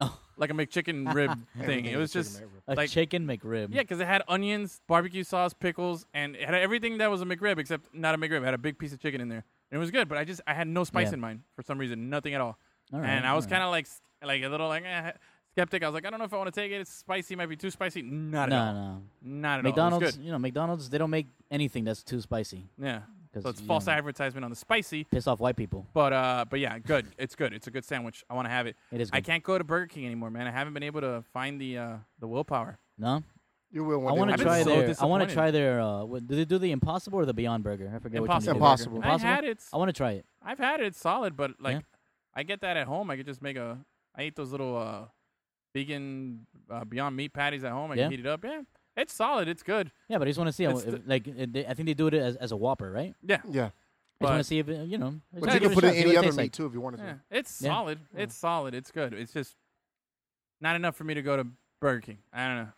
Speaker 5: Oh.
Speaker 4: like a McChicken rib thing.
Speaker 6: Everything
Speaker 4: It was
Speaker 6: is chicken
Speaker 4: just
Speaker 6: McRib.
Speaker 5: a
Speaker 4: like-
Speaker 5: chicken McRib.
Speaker 4: yeah, because it had onions, barbecue sauce, pickles, and it had everything that was a McRib except not a McRib. It had a big piece of chicken in there. And it was good, but I just I had no spice
Speaker 5: Yeah.
Speaker 4: in mine for some reason, nothing at all.
Speaker 5: All right,
Speaker 4: and I
Speaker 5: all
Speaker 4: was
Speaker 5: right.
Speaker 4: kind of like s- like a little like eh, skeptic. I was like, I don't know if I want to take it. It's spicy, might be too spicy. Not at
Speaker 5: No,
Speaker 4: all.
Speaker 5: no.
Speaker 4: Not at all. It was
Speaker 5: McDonald's,
Speaker 4: good.
Speaker 5: you know, McDonald's, they don't make anything that's too spicy.
Speaker 4: Yeah.
Speaker 5: 'Cause,
Speaker 4: So it's
Speaker 5: you
Speaker 4: false
Speaker 5: know,
Speaker 4: advertisement on the spicy,
Speaker 5: Piss off white people.
Speaker 4: but uh, but yeah, good. It's good. It's a good sandwich. I want to have it.
Speaker 5: It is
Speaker 4: I
Speaker 5: good.
Speaker 4: can't go to Burger King anymore, man. I haven't been able to find the uh, the willpower.
Speaker 5: No,
Speaker 6: You will
Speaker 5: I
Speaker 6: one
Speaker 5: want
Speaker 4: I've
Speaker 5: to
Speaker 4: been
Speaker 5: try
Speaker 4: so
Speaker 5: their. I want
Speaker 4: disappointed.
Speaker 5: to try their. Uh, what, do they do the Impossible or the Beyond Burger? I forget
Speaker 4: Impossible.
Speaker 5: which one.
Speaker 6: Impossible.
Speaker 5: They do.
Speaker 4: Burger. I've had it.
Speaker 5: I want to try it.
Speaker 4: I've had it. It's solid, but like,
Speaker 5: Yeah.
Speaker 4: I get that at home. I could just make a. I eat those little uh, vegan uh, Beyond Meat patties at home. I
Speaker 5: Yeah.
Speaker 4: can heat it up. Yeah, it's solid. It's good.
Speaker 5: Yeah, but I just want to see. How,
Speaker 4: It's the-
Speaker 5: if- like, it- they, I think they do it as, as a Whopper, right?
Speaker 4: Yeah,
Speaker 6: Yeah,
Speaker 5: I just want
Speaker 4: But-
Speaker 5: to see if it, you know. I just
Speaker 6: but
Speaker 5: wanna
Speaker 6: you
Speaker 5: give it
Speaker 6: can
Speaker 5: a
Speaker 6: put
Speaker 5: shot,
Speaker 6: in
Speaker 5: see what
Speaker 6: any
Speaker 5: it
Speaker 6: other
Speaker 5: tastes
Speaker 6: meat
Speaker 5: like.
Speaker 6: too if you wanted to.
Speaker 4: yeah. It's
Speaker 5: Yeah.
Speaker 4: solid. It's solid. It's good. It's just not enough for me to go to Burger King. I don't know.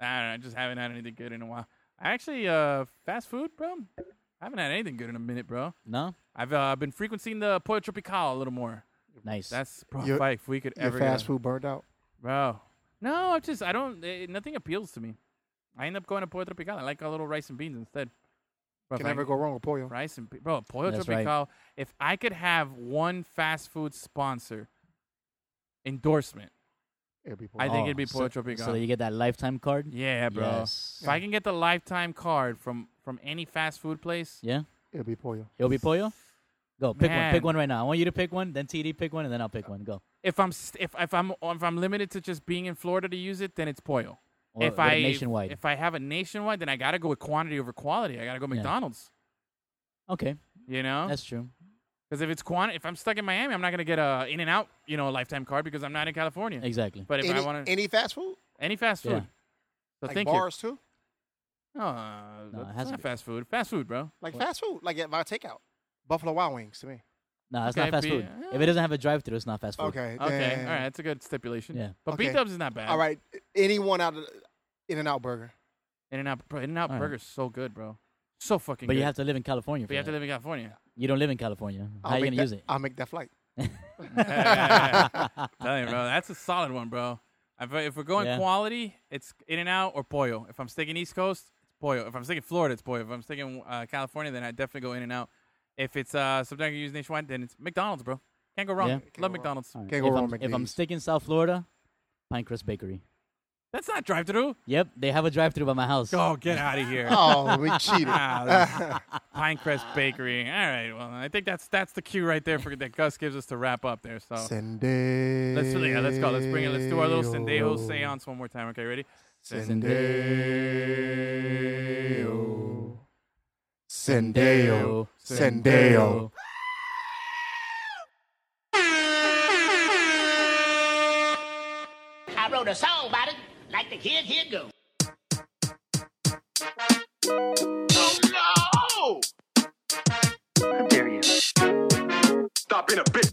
Speaker 4: I don't know. I just haven't had anything good in a while. I actually uh, fast food, bro. I haven't had anything good in a minute, bro.
Speaker 5: No,
Speaker 4: I've uh, been frequenting the Pollo Tropical a little more.
Speaker 5: nice.
Speaker 4: That's bro,
Speaker 6: Your-
Speaker 4: like if we could
Speaker 6: Your
Speaker 4: ever get
Speaker 6: fast
Speaker 4: a-
Speaker 6: food burned out.
Speaker 4: Bro. No, I just I don't. eh, nothing appeals to me. I end up going to Pollo Tropical. I like a little rice and beans instead. Bro, if
Speaker 6: Can
Speaker 4: I-
Speaker 6: never go wrong with pollo.
Speaker 4: rice and pe- bro Pollo
Speaker 5: That's right.
Speaker 4: Tropical. If I could have one fast food sponsor endorsement,
Speaker 6: It'd be
Speaker 4: I
Speaker 6: pollo.
Speaker 4: think it'd be
Speaker 5: Oh, so-
Speaker 4: Pollo Tropical.
Speaker 5: So you get that lifetime card.
Speaker 4: yeah, bro.
Speaker 5: Yes.
Speaker 4: If I can get the lifetime card from from any fast food place,
Speaker 5: Yeah.
Speaker 6: It'd be pollo.
Speaker 5: It'll be pollo. Go pick one.
Speaker 4: Man.
Speaker 5: Pick one right now. I want you to pick one. Then TD pick one, and then I'll pick one. Go.
Speaker 4: if I'm s- if if I'm if I'm limited to just being in Florida to use it, then it's Pollo.
Speaker 5: Or-
Speaker 4: if
Speaker 5: or
Speaker 4: I
Speaker 5: nationwide.
Speaker 4: if I have a nationwide, then I gotta go with quantity over quality. I gotta go McDonald's.
Speaker 5: okay,
Speaker 4: You know,
Speaker 5: that's true.
Speaker 4: because if it's quanti- if I'm stuck in Miami, I'm not gonna get a In and Out, you know, lifetime card because I'm not in California.
Speaker 5: Exactly.
Speaker 4: But if I
Speaker 6: Any,
Speaker 4: want to
Speaker 6: any fast food?
Speaker 4: any fast food,
Speaker 5: Yeah.
Speaker 4: so
Speaker 6: Like
Speaker 4: thank you.
Speaker 6: bars too?
Speaker 4: No, uh,
Speaker 5: No, it
Speaker 4: that's
Speaker 5: has to
Speaker 4: not
Speaker 5: be.
Speaker 4: fast food. Fast food, bro.
Speaker 6: Like fast food? Like at my takeout? Buffalo Wild Wings to me.
Speaker 5: No, that's
Speaker 4: Okay,
Speaker 5: not fast
Speaker 4: be-
Speaker 5: food. If it doesn't have a drive-through, it's not fast food.
Speaker 6: Okay.
Speaker 4: Okay,
Speaker 6: then-
Speaker 4: all right, that's a good stipulation.
Speaker 5: Yeah.
Speaker 4: but
Speaker 6: Okay.
Speaker 4: B Dubs is not bad.
Speaker 6: All right. Anyone out of In and Out Burger?
Speaker 4: In and Out, bro. In and Out
Speaker 5: All right.
Speaker 4: Burger's so good, bro. So fucking.
Speaker 5: But
Speaker 4: good.
Speaker 5: you have to live in California. For
Speaker 4: But you have to
Speaker 5: that.
Speaker 4: live in California.
Speaker 5: You don't live in California. How
Speaker 6: I'll
Speaker 5: are you
Speaker 6: make
Speaker 5: gonna
Speaker 6: that-
Speaker 5: use it?
Speaker 6: I'll make that flight.
Speaker 4: Tell you, bro, that's a solid one, bro. If, I- if we're going
Speaker 5: Yeah.
Speaker 4: quality, it's In and Out or Pollo. If I'm sticking East Coast, it's Pollo. If I'm sticking Florida, it's Pollo. If I'm sticking uh, California, then I definitely go In and Out. If it's uh, something I can use nationwide, then it's McDonald's, bro. Can't go wrong.
Speaker 5: Yeah.
Speaker 4: Love McDonald's.
Speaker 5: All right.
Speaker 6: Can't go
Speaker 5: if
Speaker 6: wrong
Speaker 5: I'm,
Speaker 6: with
Speaker 5: if I'm
Speaker 6: these.
Speaker 5: sticking South Florida, Pinecrest Bakery.
Speaker 4: That's not drive through.
Speaker 5: Yep, they have a drive-through by my house.
Speaker 4: Go get out of here.
Speaker 6: Oh, we cheated.
Speaker 4: Ah, Pinecrest Bakery. All right. Well, I think that's that's the cue right there for that Gus gives us to wrap up there. So let's
Speaker 6: Sende.
Speaker 4: yeah, let's go. Let's bring it. Let's do our little Sendejo seance one more time. Okay, ready?
Speaker 6: Sendeo.
Speaker 5: Sendeo.
Speaker 6: Sendeo. Sendeo.
Speaker 7: I wrote a song about it, like the kid here goes.
Speaker 3: Oh no! How dare you? Stop being a bitch.